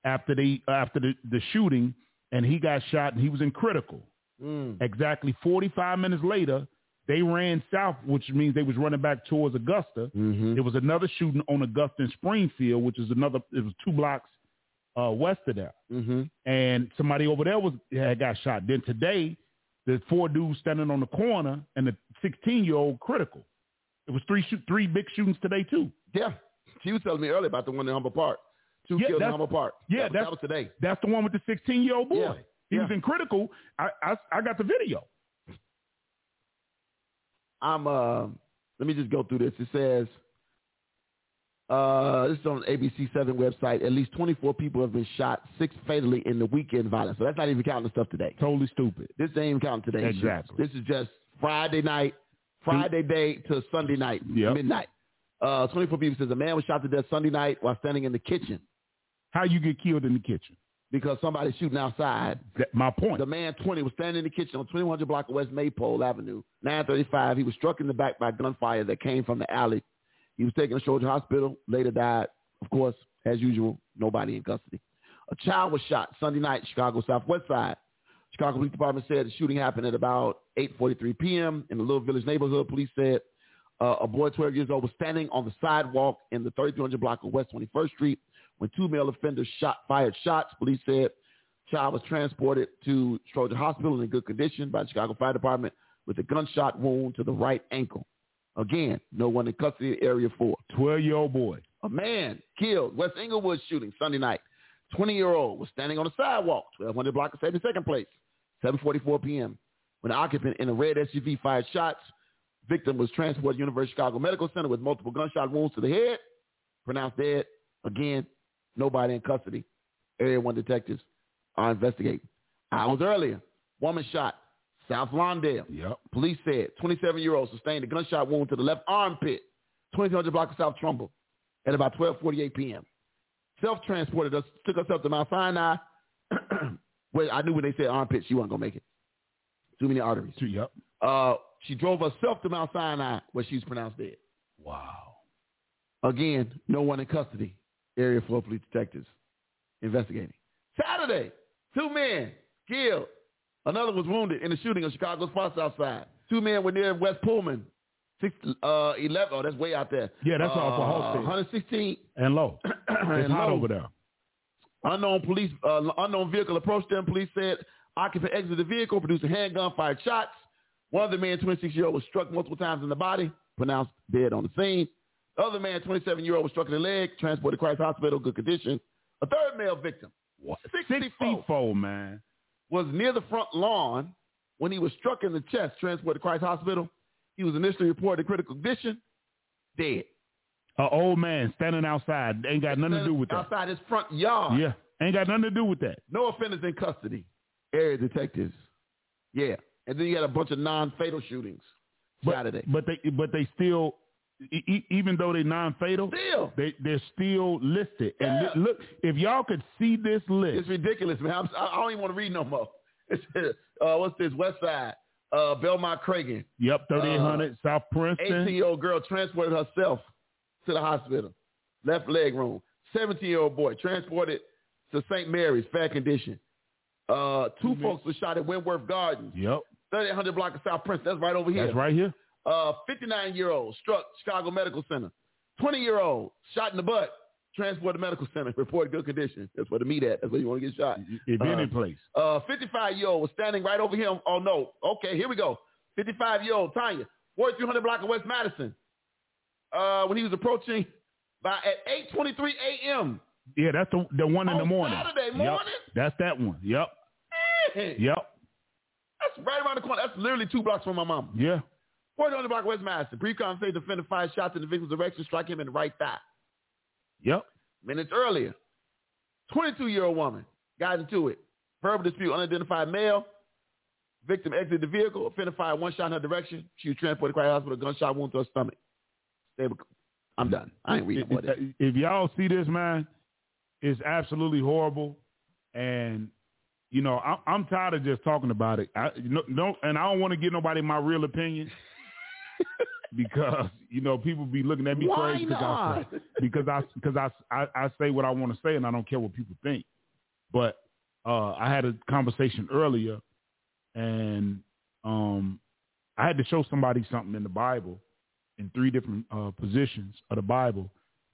after the after the, the shooting, and he got shot and he was in critical.
Mm.
Exactly 45 minutes later, they ran south, which means they was running back towards Augusta.
Mm-hmm.
There was another shooting on Augusta and Springfield, which is another it was two blocks uh, west of there,
Mm-hmm.
and somebody over there was had got shot. Then today, the four dudes standing on the corner and the 16 year old critical. It was three shoot, three big shootings today too.
Yeah. She was telling me earlier about the one in Humble Park. Two
Yeah,
killed in
that's-
Humble Park.
yeah,
that, was-
that's-
that was today.
That's the one with the 16 year old boy.
Yeah.
He
Yeah.
was in critical. I, I I got the video.
I'm uh let me just go through this. It says uh this is on ABC seven website. At least twenty four people have been shot, six fatally in the weekend violence. So that's not even counting the stuff today.
Totally stupid.
This ain't even counting today.
Exactly.
This is just Friday night, Friday day to Sunday night,
Yep.
midnight. Uh, 24 people says a man was shot to death Sunday night while standing in the kitchen.
How you get killed in the kitchen?
because somebody's shooting outside.
That- my point.
The man 20 was standing in the kitchen on 2100 block of West Maypole Avenue, 935. He was struck in the back by gunfire that came from the alley. He was taken to Soldier Hospital, later died. Of course, as usual, nobody in custody. A child was shot Sunday night, Chicago Southwest Side. Chicago Police Department said the shooting happened at about 8.43 p.m. in the Little Village neighborhood. Police said uh, a boy 12 years old was standing on the sidewalk in the 3300 block of West 21st Street when two male offenders shot fired shots. Police said child was transported to Stroger Hospital in good condition by the Chicago Fire Department with a gunshot wound to the right ankle. Again, no one in custody in Area 4.
12-year-old boy.
A man killed. West Inglewood shooting Sunday night. 20-year-old was standing on the sidewalk, 1200 block of 72nd Place, 7.44 p.m. when an occupant in a red SUV fired shots. Victim was transported to University of Chicago Medical Center with multiple gunshot wounds to the head. Pronounced dead. Again, nobody in custody. Area 1 detectives are investigating. Hours earlier, woman shot, South Lawndale.
Yep.
Police said 27-year-old sustained a gunshot wound to the left armpit, 2200 block of South Trumbull, at about 12:48 p.m. Self-transported us, took herself to Mount Sinai. Where I knew when they said armpit, she wasn't gonna make it. Too many arteries.
Two- Yep.
Uh, she drove herself to Mount Sinai, where she's pronounced dead.
Wow.
Again, no one in custody. Area 4 police detectives investigating. Saturday, two men killed. Another was wounded in the shooting of Chicago's far south side. Two men were near West Pullman. Six, uh, 11, oh, that's way out there.
Yeah, that's
uh,
off of Halstead.
116.
And low. it's
and
hot
low.
over there.
Unknown police, uh, unknown vehicle approached them. Police said occupant exited the vehicle, produced a handgun, fired shots. One of the men, 26-year-old, was struck multiple times in the body, pronounced dead on the scene. The other man, 27-year-old, was struck in the leg, transported to Christ Hospital, good condition. A third male victim,
What?
64.
Sixty-four, man.
was near the front lawn when he was struck in the chest, transported to Christ Hospital. He was initially reported in critical condition, dead.
An old man standing outside. Ain't got nothing to do with that.
Outside his front yard.
Yeah. Ain't got nothing to do with that.
No offenders in custody. Area detectives. Yeah. And then you got a bunch of non-fatal shootings
But,
Saturday.
But they but they still e- e- even though they non-fatal,
Still,
they they're still listed. And
Yeah.
thi- look, if y'all could see this
it's
list,
ridiculous, man. I'm, I don't even want to read no more. It's, uh, what's this? West Side. Uh, Belmont Cragen.
yep, thirty-eight hundred South Princeton.
18-year-old girl transported herself to the hospital. Left leg room. 17-year-old boy transported to St. Mary's. Fair condition. Uh,
Mm-hmm.
two folks were shot at Wentworth Gardens.
Yep,
3800 block of South Princeton. That's right over here.
that's right here.
Uh, 59-year-old struck Chicago Medical Center. 20-year-old shot in the butt. Transported to medical center. Reported good condition. That's where to meet at. That's where you want to get shot.
If
Uh,
any place,
Uh, 55-year-old was standing right over him. Oh, no. Okay, here we go. 55-year-old Tanya, 4300 block of West Madison. Uh, when he was approaching by at 8.23 a.m.
yeah, that's the the one in
on
the morning.
Oh, Saturday
Yep,
morning?
that's that one. Yep,
Man,
yep,
That's right around the corner. That's literally two blocks from my mama.
yeah.
400 block of West Madison. Pre-conversation defender fired shots in the victim's direction, strike him in the right thigh.
Yep.
minutes earlier. 22-year-old woman got into it. Verbal dispute, unidentified male. Victim exited the vehicle, offender fired one shot in her direction. She was transported to Cry Hospital, gunshot wound to her stomach. Stable. I'm done. I ain't reading
If-
more of that.
if, if y'all see this, man, it's absolutely horrible. And you know, I'm, I'm tired of just talking about it. I no, no and I don't want to give nobody my real opinion because you know people be looking at me
Why
crazy I,
not?
say- because I because I, I I say what I want to say and I don't care what people think. But uh, I had a conversation earlier, and um, I had to show somebody something in the Bible in three different uh, positions of the Bible.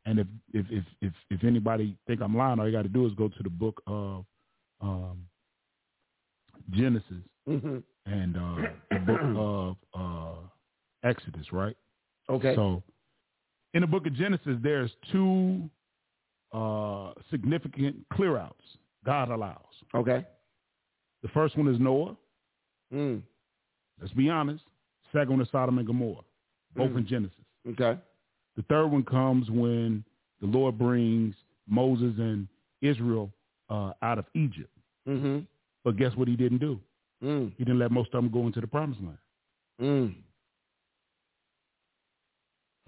And if if if if, if anybody think I'm lying, all you got to do is go to the book of um, Genesis
Mhm.
and uh, the book of uh, Exodus, right?
Okay.
So in the book of Genesis, there's two uh, significant clearouts God allows.
okay.
The first one is Noah.
Mm.
Let's be honest. Second one is Sodom and Gomorrah, both in Genesis.
Okay.
The third one comes when the Lord brings Moses and Israel uh, out of Egypt.
Mm-hmm.
But guess what he didn't do?
Mm.
He didn't let most of them go into the promised land,
Mm.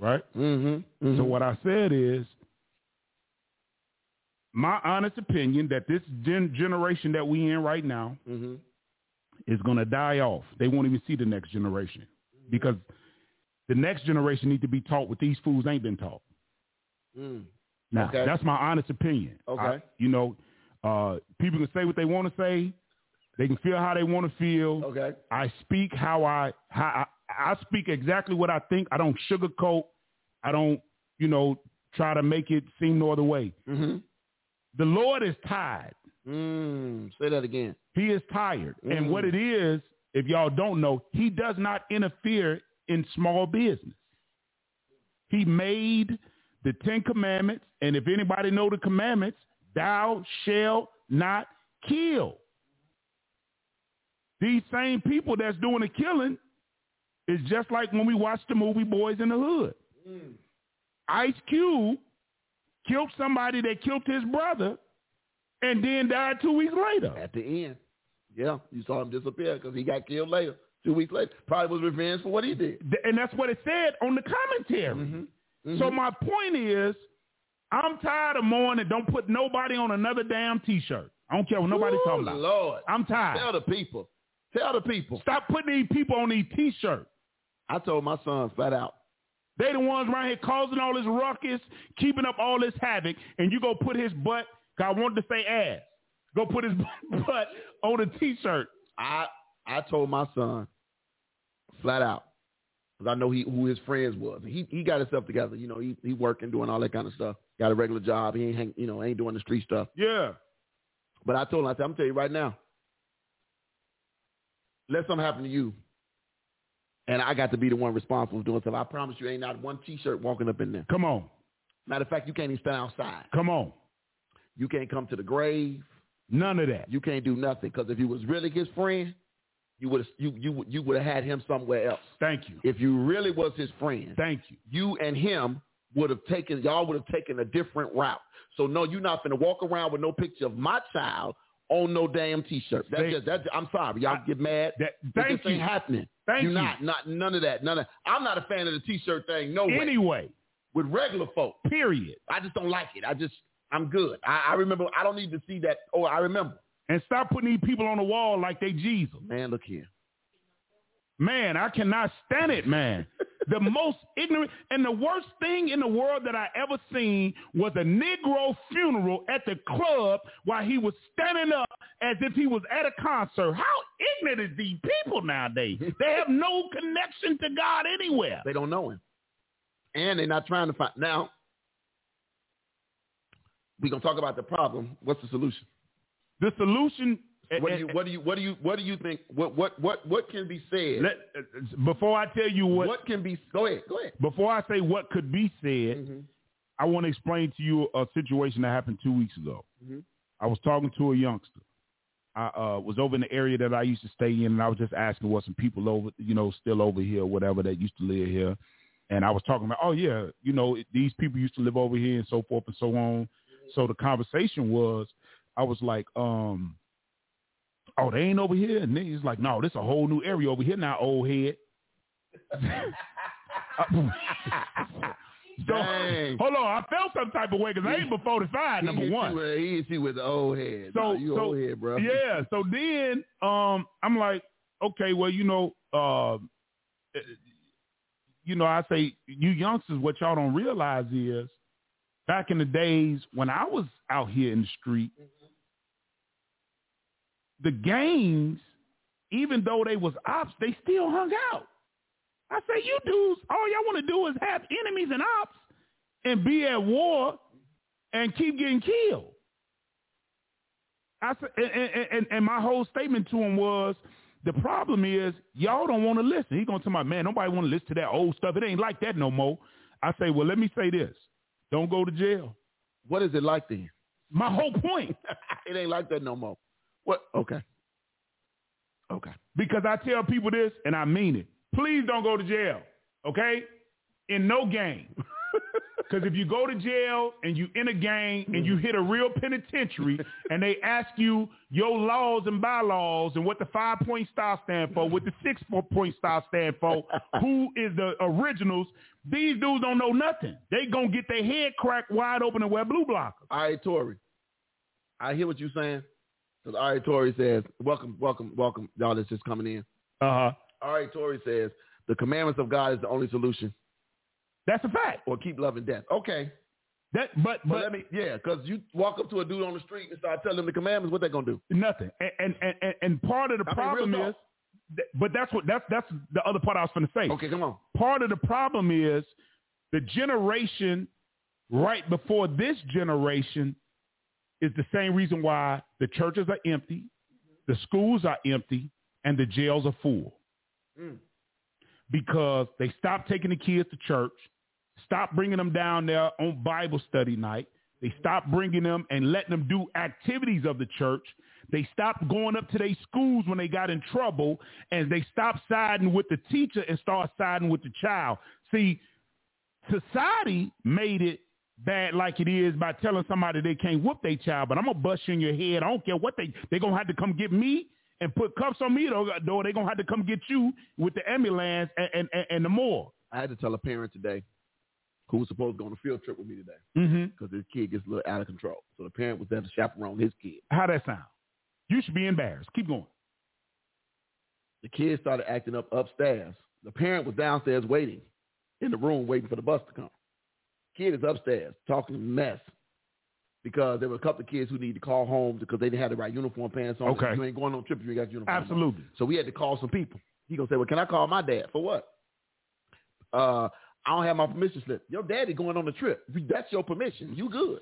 right?
Mm-hmm.
So what I said is my honest opinion that this gen- generation that we in right now
Mm-hmm.
is going to die off. They won't even see the next generation because the next generation need to be taught what these fools ain't been taught.
Mm.
Now,
Okay.
that's my honest opinion.
Okay.
I- you know, uh, people can say what they want to say. They can feel how they want to feel.
Okay.
I speak how I how I, I speak exactly what I think. I don't sugarcoat. I don't, you know, try to make it seem no other way.
Mm-hmm.
The Lord is tired.
Mm, say that again.
He is tired.
Mm.
And what it is, if y'all don't know, he does not interfere in small business. He made the Ten Commandments, and if anybody know the commandments, thou shalt not kill. These same people that's doing the killing is just like when we watched the movie Boys in the Hood. Ice Cube killed somebody that killed his brother and then died two weeks later.
At the end. Yeah, you saw him disappear because he got killed later. Two weeks later. Probably was revenge for what he did.
Th- and that's what it said on the commentary.
Mm-hmm.
So my point is, I'm tired of mourning. Don't put nobody on another damn t-shirt. I don't care what nobody's
Ooh,
talking about.
Lord.
I'm
Tell
tired.
the people. Tell the people.
Stop putting these people on these t-shirts.
I told my son flat out.
They the ones around here causing all this ruckus, keeping up all this havoc, and you go put his butt. God wanted to say ass. Go put his butt on a t-shirt.
I I told my son flat out because I know he who his friends was. He he got himself together. You know, he he working, doing all that kind of stuff. Got a regular job. He ain't hang, you know ain't doing the street stuff.
Yeah.
But I told him I said I'm tell you right now. Let something happen to you, and I got to be the one responsible for doing something. I promise you, ain't not one T-shirt walking up in there.
Come on.
Matter of fact, you can't even stand outside.
Come on.
You can't come to the grave.
None of that.
You can't do nothing because if you was really his friend, you would you you you would have had him somewhere else.
Thank you.
if you really was his friend,
Thank you.
you and him would have taken y'all would have taken a different route. So no, you're not gonna walk around with no picture of my child on no damn t-shirt. That's
They-
just that's I'm sorry, y'all get mad.
That-
It
thank
just ain't
you.
happening.
Thank
you're
you.
not not none of that. None of I'm not a fan of the t-shirt thing. No way.
Anyway,
With regular folk,
period.
I just don't like it. I just I'm good. I, I remember. I don't need to see that. Oh, I remember.
And stop putting these people on the wall like they Jesus.
Man, look here.
Man, I cannot stand it, man. the most ignorant and the worst thing in the world that I ever seen was a Negro funeral at the club while he was standing up as if he was at a concert. How ignorant is these people nowadays? They have no connection to God anywhere.
They don't know him. And they're not trying to find. Now, we're going to talk about the problem. What's the solution?
The solution. eh,
What do you, what do you, what do you, what do you think, what, what, what, what can be said?
Let- eh, before I tell you
what,
what,
can be, go ahead, go ahead.
before I say what could be said, I want to explain to you a situation that happened two weeks ago.
Mhm.
I was talking to a youngster. I uh, was over in the area that I used to stay in, and I was just asking what some people over, you know, still over here, whatever that used to live here. And I was talking about, oh yeah, you know, it- these people used to live over here, and so forth and so on. So the conversation was, I was like, um, oh, they ain't over here, and then he's like, no, this a whole new area over here now, old head. so,
Dang.
Hold on, I felt some type of way because I ain't before the five, number
He hit
one.
You with, he hit you with the old head.
So-
Nah, you
so-
old head, bro.
Yeah. So then um I'm like, okay, well, you know, um uh, you know, I say you youngsters, what y'all don't realize is back in the days when I was out here in the street, the gangs, even though they was ops, they still hung out. I say, you dudes, all y'all want to do is have enemies and ops and be at war and keep getting killed. I said, and, and, and, and my whole statement to him was, the problem is y'all don't want to listen. He gonna tell my man, nobody want to listen to that old stuff. It ain't like that no more. I say, well, let me say this: don't go to jail.
What is it like then?
My whole point,
it ain't like that no more. What? Okay. Okay.
because I tell people this and I mean it. Please don't go to jail, okay? In no gang, because if you go to jail and you in a gang and you hit a real penitentiary and they ask you your laws and bylaws and what the five point star stand for, what the six point star stand for, who is the originals, these dudes don't know nothing. They gonna get their head cracked wide open and wear blue blockers.
All right, Tori. I hear what you're saying. Because all right, Tori says, welcome, welcome, welcome, y'all that's just coming in.
Uh huh.
All right, Tori says, the commandments of God is the only solution.
That's a fact.
Or keep loving death. Okay.
That, but,
But
but
let me, yeah, because you walk up to a dude on the street and start telling him the commandments, what they going to do?
nothing. And- And and and, and part of the
I mean, real
problem
talk.
is, that, but that's what that's that's the other part I was going to say.
Okay, come on.
part of the problem is the generation right before this generation is the same reason why the churches are empty, the schools are empty, and the jails are full.
Mm.
Because they stopped taking the kids to church, stopped bringing them down there on Bible study night. They stopped bringing them and letting them do activities of the church. They stopped going up to their schools when they got in trouble, and they stopped siding with the teacher and start siding with the child. See, society made it bad like it is by telling somebody they can't whoop their child, but I'm gonna bust you in your head. I don't care what they they gonna have to come get me and put cuffs on me, or or they gonna have to come get you with the ambulance and and, and, and the more.
I had to tell a parent today who was supposed to go on a field trip with me today
Mm-hmm.
because his kid gets a little out of control. So the parent was there to chaperone his kid.
How that sound? You should be embarrassed. Keep going.
Mm-hmm. The kid started acting up upstairs. The parent was downstairs waiting in the room waiting for the bus to come. Kid is upstairs talking mess because there were a couple of kids who needed to call home because they didn't have the right uniform pants on.
Okay.
You ain't going on trip if you ain't got your uniform on.
Absolutely.
So we had to call some people. He gonna say, "Well, can I call my dad for what?" Uh, I don't have my permission slip. Your daddy going on the trip. That's your permission. You good.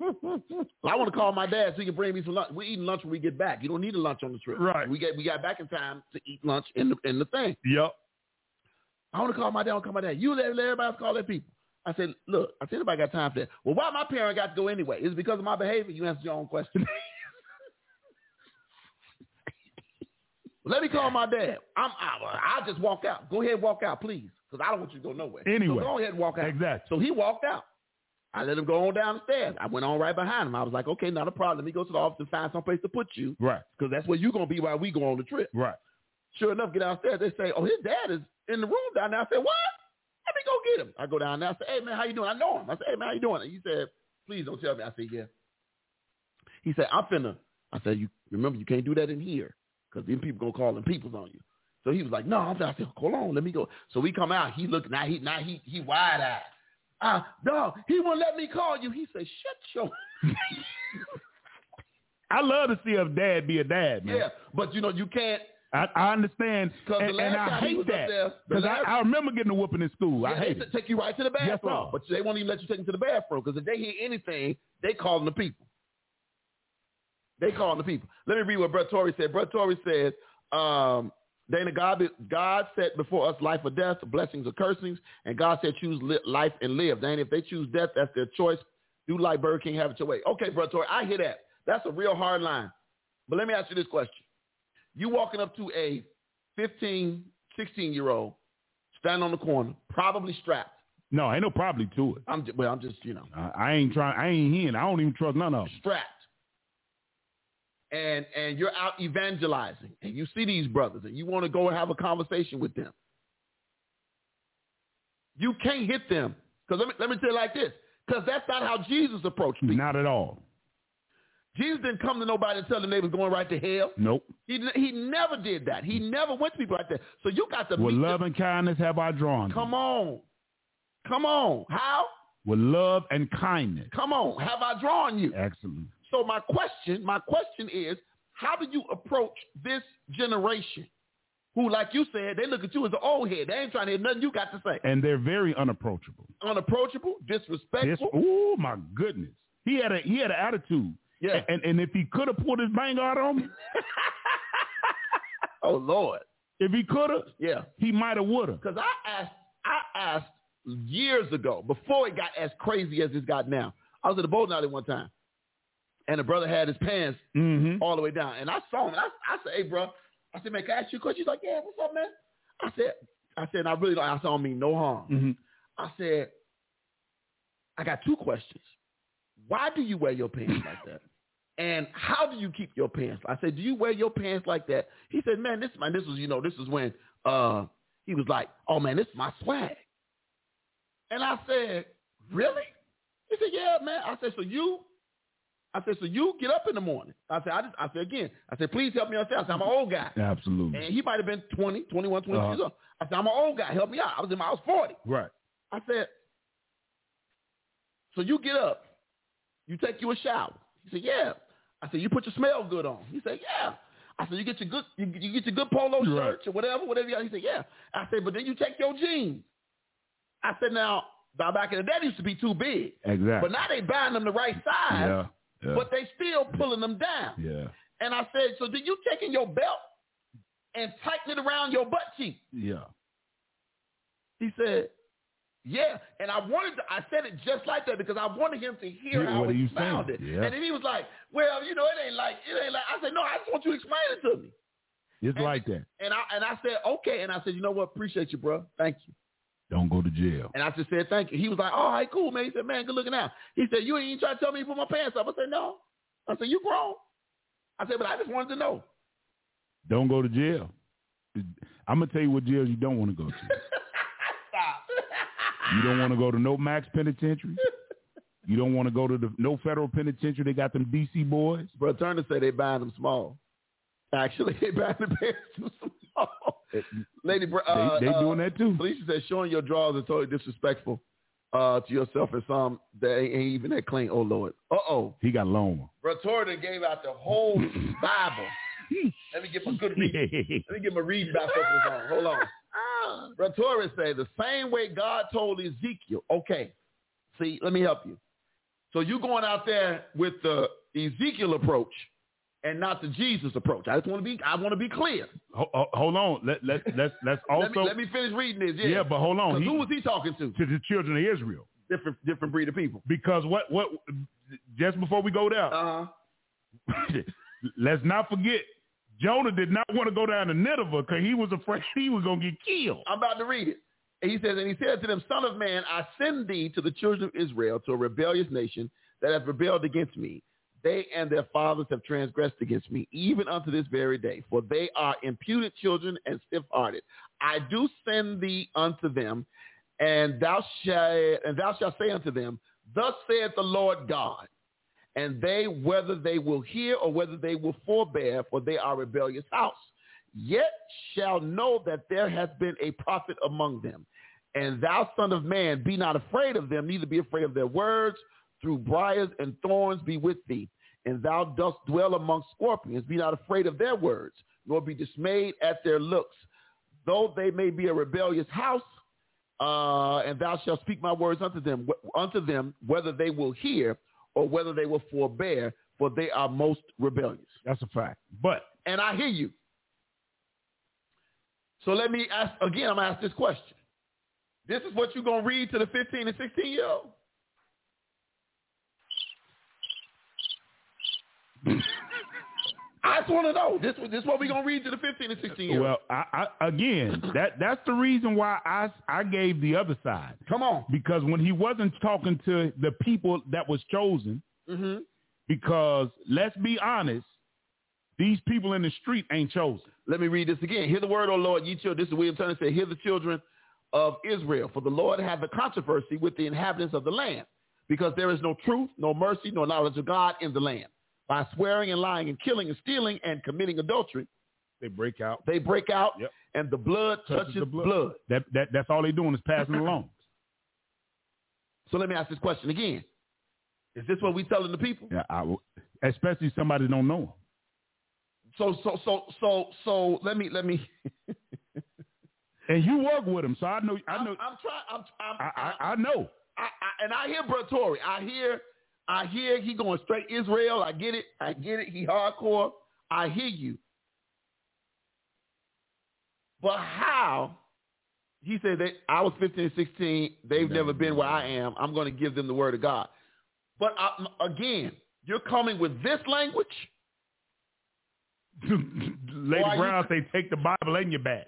I want to call my dad so he can bring me some lunch. We're eating lunch when we get back. You don't need a lunch on the trip.
Right.
We got we got back in time to eat lunch in the in the thing.
Yep.
I want to call my dad. I want to call my dad. You let everybody else call their people. I said, look, I said everybody got time for that. Well, why my parent got to go anyway? It's because of my behavior. You answered your own question. let me call my dad. I'm out. I'll just walk out. Go ahead, walk out, please, because I don't want you to go nowhere.
Anyway.
so go ahead and walk out.
Exactly.
So he walked out. I let him go on down the stairs. I went on right behind him. I was like, okay, not a problem. Let me go to the office and find someplace to put you,
Right.
because that's where you're gonna be while we go on the trip
Right.
sure enough, get downstairs. They say, "Oh, his dad is in the room down there." I said, "What? Let me go get him." I go down there. I say, "Hey man, how you doing?" I know him. I said, "Hey man, how you doing?" And he said, "Please don't tell me." I said, "Yeah." He said, "I'm finna." I said, "You remember you can't do that in here because then people gonna call them peoples on you." So he was like, "No," I'm not. I said, "Hold on, let me go." So we come out. He look now. He now he he wide eyed. Ah, dog, he won't let me call you. He said, "Shut your."
I love to see a dad be a dad, man.
yeah, but you know you can't.
I, I understand,
'Cause the
and,
last
and I
time he was
hate
up
that
there, the
because I,
last-
I remember getting a whooping in school. I
Yeah,
hate
they
it.
take you right to the
Yes,
bathroom,
sir.
but they won't even let you take them to the bathroom because if they hear anything, they calling the people. They calling the people. Let me read what Brett Torrey said. Brett Torrey says, um, Dana, God, be- God set before us life or death, blessings or cursings, and God said choose li- life and live. Dana, if they choose death, that's their choice. Do like Burger King, have it your way. Okay, Brett Torrey, I hear that. That's a real hard line. But let me ask you this question. You walking up to a 15, 16-year-old standing on the corner, probably strapped.
No, ain't no probably to it.
I'm just, well, I'm just, you know,
I, I ain't trying. I ain't in. I don't even trust none of them.
strapped. And and you're out evangelizing, and you see these brothers, and you want to go and have a conversation with them. You can't hit them because let me let me tell you like this, because that's not how Jesus approached people.
Not at all.
Jesus didn't come to nobody and tell them they was going right to hell.
Nope.
He he never did that. He never went to people like that. So you got to
With
meet
love and kindness have I drawn.
them.
thee.
Come on, come on. How?
With love and kindness.
Come on. Have I drawn you?
Excellent.
So my question, my question is, how do you approach this generation who, like you said, they look at you as an old head. They ain't trying to hear nothing you got to say.
And they're very unapproachable.
Unapproachable,
This,
disrespectful.
oh my goodness. He had a he had an attitude.
Yeah.
And and if he could have pulled his bang out on me,
Oh Lord.
if he could have,
Yeah.
he might have would have.
Because I asked, I asked years ago, before it got as crazy as it's got now. I was at a bowling alley one time, and a brother had his pants
Mm-hmm.
all the way down, and I saw him. And I, I said, "Hey, bro," I said, "Man, can I ask you a question?" He's like, "Yeah, what's up, man?" I said, "I said, I really don't. I said, I don't mean no harm."
Mm-hmm.
I said, I got two questions. Why do you wear your pants like that? And how do you keep your pants? I said, do you wear your pants like that? He said, man, this man, this was, you know, this is when uh, he was like, oh man, this is my swag. And I said, really? He said, yeah, man. I said, so you, I I said, so you get up in the morning. I said, I just, I said again, I said, please help me understand. I said, I'm an old guy.
Absolutely.
And he might have been 20, 21, 22
Uh-huh.
years old. I said, I'm an old guy. Help me out. I was in my, I was 40.
Right.
I said, so you get up, you take you a shower. He said, yeah. I said, you put your smell good on. He said, yeah. I said, you get your good, you, you get your good polo
Right.
shirt or whatever, whatever. you got." He said, yeah. I said, but then you take your jeans. I said, now, now back in the day, they used to be too big.
Exactly.
But now they buying them the right size,
yeah. Yeah.
but they still pulling them down.
yeah.
And I said, so do you taking your belt and tighten it around your butt cheek?
Yeah.
He said, yeah. And I wanted to, I said it just like that because I wanted him to hear
Yeah,
how
what are
he
you
found
saying?
it.
Yeah.
And then he was like, well, you know, it ain't like, it ain't like, I said, no, I just want you to explain it to me.
It's
And-
like that.
And I, and I said, okay. And I said, you know what? Appreciate you, bro. Thank you.
Don't go to jail.
And I just said, thank you. He was like, all right, cool, man. He said, man, good looking out. He said, you ain't even trying to tell me to put my pants up. I said, no. I said, you grown. I said, but I just wanted to know.
Don't go to jail. I'm gonna tell you what jail you don't want to go to.
Stop.
You don't want to go to no max penitentiary. You don't want to go to the no federal penitentiary. They got them DC boys.
Bro, Turner said they buying them small. Actually, they buying the pants too small.
They,
Lady, Bra- uh,
they
uh,
doing that too.
Felicia said showing your drawers is totally disrespectful uh, to yourself and some that ain't, ain't even that clean. Oh Lord. Uh oh.
He got loan.
Bro, Turner gave out the whole Bible. Let me get my good read. Let me get my reading back up this on. Hold on. Bro, Torres say the same way God told Ezekiel. Okay. See, let me help you. So you going out there with the Ezekiel approach and not the Jesus approach. I just want to be I want to be clear.
Ho- ho- hold on. Let let let's let's also.
let, me, let me finish reading this. Yeah,
yeah, but hold on.
'Cause
He-
who was he talking to?
to the children of Israel
Different different breed of people.
because what what just before we go there,
Uh-huh.
let's not forget Jonah did not want to go down to Nineveh because he was afraid he was gonna get killed.
I'm about to read it. And he says, and he said to them, Son of man, I send thee to the children of Israel, to a rebellious nation that hath rebelled against me. They and their fathers have transgressed against me, even unto this very day. For they are imputed children and stiff-hearted. I do send thee unto them, and thou shalt and thou shalt say unto them, Thus saith the Lord God. And they, whether they will hear or whether they will forbear, for they are a rebellious house yet shall know that there hath been a prophet among them. And thou, son of man, be not afraid of them, neither be afraid of their words. Through briars and thorns be with thee, and thou dost dwell among scorpions. Be not afraid of their words, nor be dismayed at their looks. Though they may be a rebellious house, uh, and thou shalt speak my words unto them, wh- unto them, whether they will hear or whether they will forbear, for they are most rebellious
That's a fact. But
and I hear you. So let me ask again, I'm gonna ask this question. This is what you're gonna read to the 15 and 16 year old. I just want to know. This this what we gonna read to the 15 and 16 year old.
well, I, I, again, that that's the reason why I I gave the other side
Come on.
because when he wasn't talking to the people that was chosen,
Mm-hmm.
because let's be honest, these people in the street ain't chosen.
Let me read this again. Hear the word, O Lord, ye children. This is William Turner said, Hear the children of Israel, for the Lord hath a controversy with the inhabitants of the land, because there is no truth, no mercy, nor knowledge of God in the land. By swearing and lying and killing and stealing and committing adultery,
They break out.
they break out,
Yep.
and the blood touches,
Touches the
blood.
blood. That that that's all they doing is passing along.
So let me ask this question again. Is this what we telling the people?
Yeah, I, will- especially somebody don't know him.
So so so so so let me let me
And you work with him, so I know. I know.
I'm, I'm trying I'm, I'm
I, I, I know.
I, I, and I hear Bro Torrey. I hear, I hear he going straight Israel. I get it. I get it. He hardcore. I hear you. But how? He said that I was 15, 16. They've never been where I am. I'm going to give them the word of God. But I, again, you're coming with this language.
Lady
Why you-
Brown say, "Take the Bible in your back."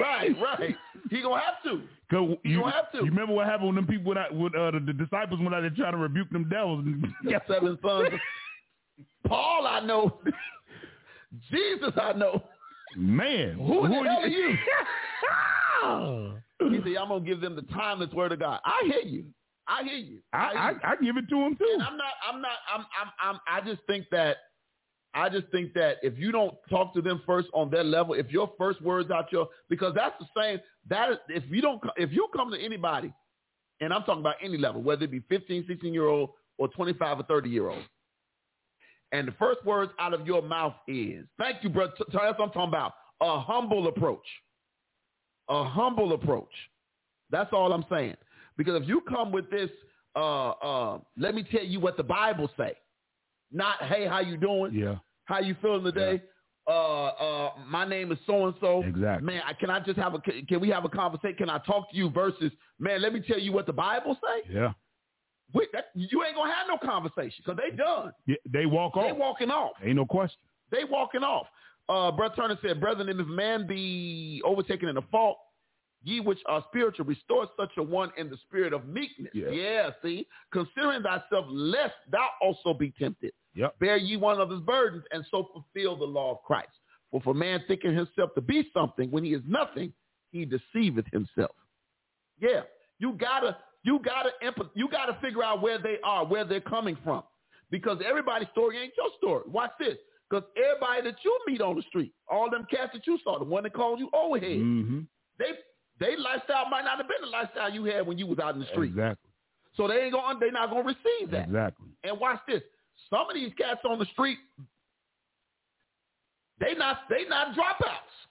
right, right. He gonna have to.
'Cause
You don't have to.
You remember what happened when them people went out, when uh, the, the disciples went out there trying to rebuke them devils?
Got seven sons. Paul, I know. Jesus, I know.
Man,
Who, the hell are you? he said, I'm going to give them the timeless word of God. I hear you. I hear you.
I,
hear
I, I give it to him too.
And I'm not. I'm not. I'm. I'm. I'm. I just think that. I just think that if you don't talk to them first on their level, if your first words out your because that's the same. That is, if you don't if you come to anybody, and I'm talking about any level, whether it be 15, 16 year old or 25 or 30 year old, and the first words out of your mouth is "Thank you, brother." That's what I'm talking about. A humble approach. A humble approach. That's all I'm saying. Because if you come with this, uh, uh, let me tell you what the Bible say, not hey, how you doing?
Yeah.
How you feeling today? Uh, uh, my name is so and so.
Exactly.
Man, I, can I just have a? Can we have a conversation? Can I talk to you? Versus, man, let me tell you what the Bible say.
Yeah.
Wait, that, you ain't gonna have no conversation because they done.
yeah. They walk
They
off.
walking off.
Ain't no question.
They walking off. Uh, Brett Turner said, Brethren, if man be overtaken in a fault, ye which are spiritual, restore such a one in the spirit of meekness.
Yeah.
see? Considering thyself, lest thou also be tempted.
Yep.
Bear ye one another's burdens, and so fulfill the law of Christ. For if a man thinking himself to be something when he is nothing, he deceiveth himself. Yeah, you gotta, you gotta, empath- you gotta figure out where they are, where they're coming from, because everybody's story ain't your story. Watch this, because everybody that you meet on the street, all them cats that you saw, the one that called you old head,
Mm-hmm.
they, they lifestyle might not have been the lifestyle you had when you was out in the street.
Exactly.
So they ain't gonna, they not gonna receive that.
Exactly.
And watch this. Some of these cats on the street, they not they not dropouts.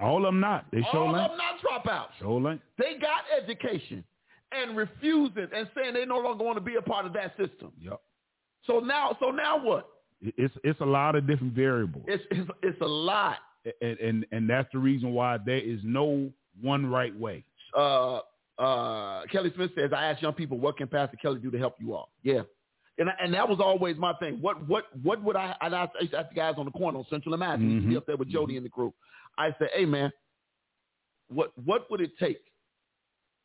All I'm not. They show
All
length.
of them not dropouts.
Show length.
They got education and refusing and saying they no longer want to be a part of that system.
Yep.
So now so now what?
It- It's it's a lot of different variables.
It's it's, it's a lot.
and, and and that's the reason why there is no one right way.
Uh, uh, Kelly Smith says, I ask young people, what can Pastor Kelly do to help you all? Yeah. And, I- and that was always my thing. What what what would I? And I used to ask the guys on the corner on Central and Madison, used to be
Mhm.
up there with Jody and the crew. I said, hey man, what what would it take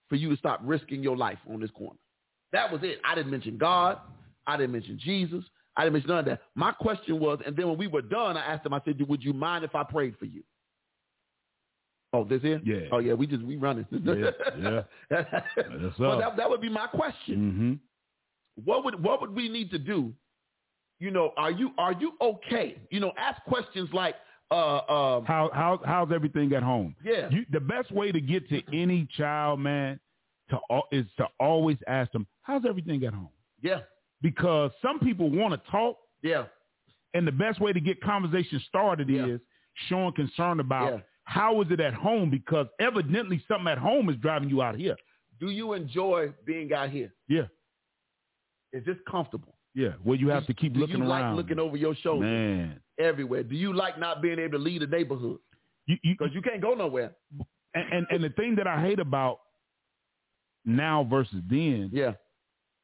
for you to stop risking your life on this corner? That was it. I didn't mention God. I didn't mention Jesus. I didn't mention none of that. My question was, and then when we were done, I asked them. I said, would you mind if I prayed for you? Oh, this here?
Yeah.
Oh yeah, we just we running.
Yeah, yeah. That's
well,
up.
that, that would be my question.
Mm-hmm.
What would what would we need to do? You know, are you are you okay? You know, ask questions like, uh, um,
How how how's everything at home?
Yeah.
You, the best way to get to any child, man, to al- is to always ask them, "How's everything at home?"
yeah,
Because some people want to talk,
yeah,
and the best way to get conversation started
Yeah.
is showing concern about
Yeah.
how is it at home because evidently something at home is driving you out here.
do you enjoy being out here?
Yeah.
Is this comfortable?
Yeah, well, you have to
Do-
keep
do
looking
you
around.
Like looking over your shoulder
man.
everywhere. Do you like not being able to leave the neighborhood
You, you,
because you can't go nowhere?
and, and and the thing that I hate about now versus then
Yeah,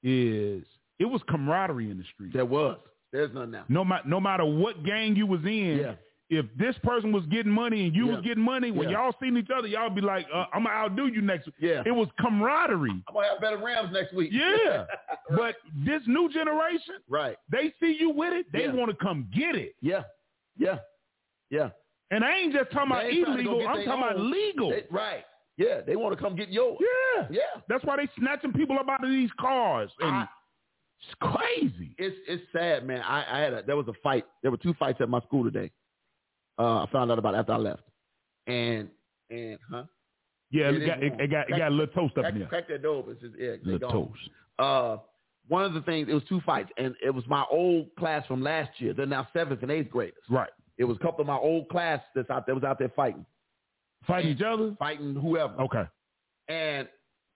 is it was camaraderie in the street.
there was. There's none now.
no, ma- no matter what gang you was in,
Yeah.
if this person was getting money and you
Yeah.
was getting money, when
Yeah.
y'all seen each other, y'all be like, uh, "I'm gonna outdo you next." week."
Yeah.
It was camaraderie.
I'm gonna have better Rams next week.
Yeah, but this new generation,
Right.
they see you with it, they
Yeah.
want to come get it.
Yeah. Yeah. Yeah.
And I ain't just talking
They
about
ain't trying to go
illegal;
get
I'm
they
talking about
own.
legal.
They- right. Yeah. They want to come get yours.
yeah,
Yeah.
That's why they snatching people up out of these cars, and
I-
it's crazy.
It's it's sad, man. I, I had a there was a fight. There were two fights at my school today. Uh, I found out about after I left. And and huh?
Yeah,
It
it,
is
got it,
warm.
it got it got a little toast up
Crack,
in there.
crack that door open. It's just, yeah, they
Little
gone.
toast.
uh, one of the things, it was two fights, and it was my old class from last year. They're now seventh and eighth graders.
Right.
It was a couple of my old class that's out that was out there fighting,
Fighting each other.
fighting whoever.
Okay.
And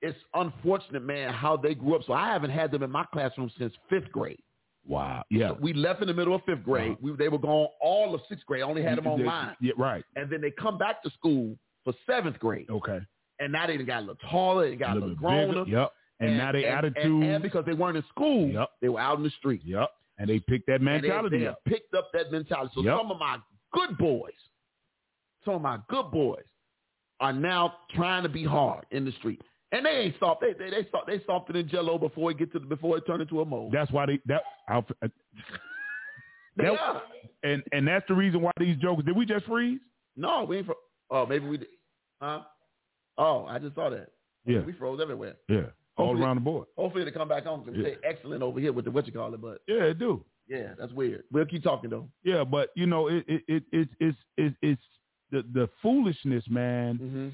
it's unfortunate, man, how they grew up. So I haven't had them in my classroom since fifth grade.
Wow. Yeah.
We left in the middle of fifth grade.
Uh-huh.
We, they were gone all of sixth grade. I only had them
Yeah,
online.
Yeah. Right.
And then they come back to school for seventh grade.
Okay.
And now they done got a little taller. They got a little,
bit
grown
bigger.
up.
Yep. And, now they
and-
attitude.
And, and because they weren't in school,
Yep.
they were out in the street.
yep. And they pick that
And they-
mentality
they, have
up.
picked up that mentality. So
Yep.
some of my good boys, some of my good boys, are now trying to be hard in the street, and they ain't soft. They they they soft. They softer than Jello before it get to the, before it turned into a mold.
That's why they that. I'll,
They
that-
are.
and and that's the reason why these jokers. Did we just freeze?
No, we ain't. Fro- oh, maybe we. Did. Huh? Oh, I just saw that.
Yeah.
We froze everywhere.
Yeah. all
Hopefully-
around the board.
Hopefully to come back on and
Yeah.
say excellent over here with the what you call it, but
Yeah, it do.
yeah, that's weird. We'll keep talking though.
Yeah, but you know, it it it, it it's it, it's the the foolishness, man.
Mm-hmm.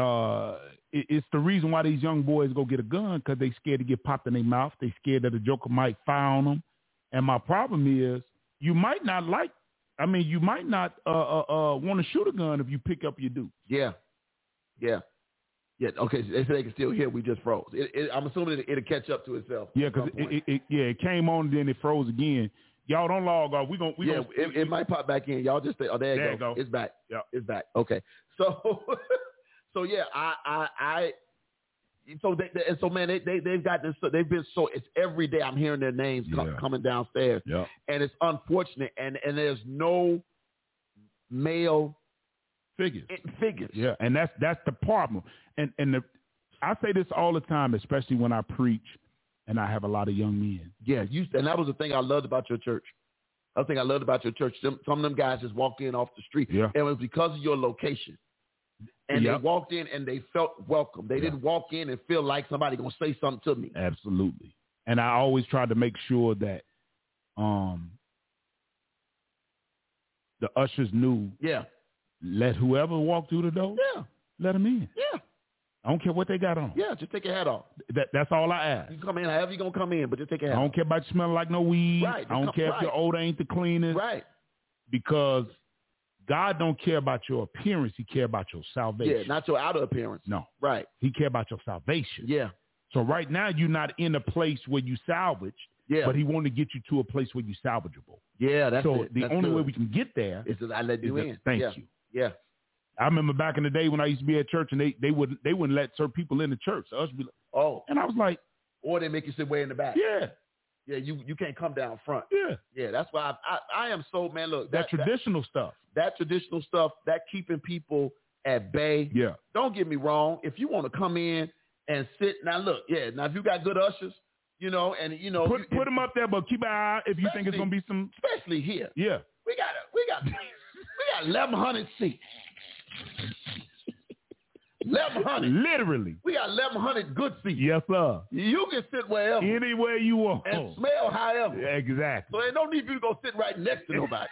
Uh, it, it's the reason why these young boys go get a gun because they scared to get popped in their mouth. They scared that a joker might fire on them. And my problem is, you might not like. I mean, you might not uh, uh, uh, want to shoot a gun if you pick up your dude.
Yeah, yeah, yeah. Okay, so they, so they can still hear. We just froze. It, it, I'm assuming it, it'll catch up to itself.
Yeah,
at
because
some
it,
point.
it, it, yeah, it came on and then it froze again. Y'all don't log off. We gonna we
yeah,
gonna
it, it might pop back in. Y'all just stay. Oh, there,
There
you
it
go.
go.
It's back.
Yeah.
it's back. Okay. So, so yeah, I, I, I. So they, they, and so man, they, they they've got this. so They've been so. It's every day. I'm hearing their names co-
Yeah.
coming downstairs,
yeah.
and it's unfortunate. And and there's no male
figures.
i- figures.
Yeah, and that's that's the problem. And and the, I say this all the time, especially when I preach, and I have a lot of young men.
Yeah, you and that was the thing I loved about your church. Other thing I loved about your church, them, some of them guys just walked in off the street,
Yeah.
and it was because of your location. And
Yep.
they walked in and they felt welcome. They
Yeah.
didn't walk in and feel like somebody gonna say something to me.
Absolutely. And I always try to make sure that um the ushers knew
Yeah,
let whoever walk through the door,
yeah,
let them in.
yeah,
I don't care what they got on.
yeah. Just take your hat off.
That that's all I ask.
You come in, however you gonna come in, but just take your
I
hat. off.
don't care about you smelling like no weed.
Right,
I don't
come-
care if your
right.
odor ain't the cleanest.
Right?
Because God don't care about your appearance. He care about your salvation.
Yeah, not your outer appearance.
no.
Right?
He care about your salvation.
Yeah,
So right now you're not in a place where you salvaged,
yeah,
but he want to get you to a place where you salvageable.
yeah. That's
so
it.
the
That's
only
good.
way we can get there is
is that I let you
to
in.
thank
yeah.
you.
Yeah,
I remember back in the day when I used to be at church and they, they would they wouldn't let certain people in the church. So us be like,
Oh,
and I was like,
or they make you sit way in the back.
yeah,
Yeah, you you can't come down front.
yeah,
Yeah, that's why I, I I am so man. Look,
that,
that that,
traditional stuff.
that traditional stuff, that keeping people at bay.
Yeah,
Don't get me wrong. If you want to come in and sit, now look, yeah, now if you got good ushers, you know, and you know,
put
you,
put them up there, but keep an eye if you think it's
Especially-
gonna be some.
especially here,
Yeah,
we got a, we got we got eleven hundred seats. Eleven hundred.
literally.
We got eleven hundred good seats.
Yes, sir.
You can sit wherever
Anywhere you want.
and smell however.
Exactly.
So they don't need you to go sit right next to nobody.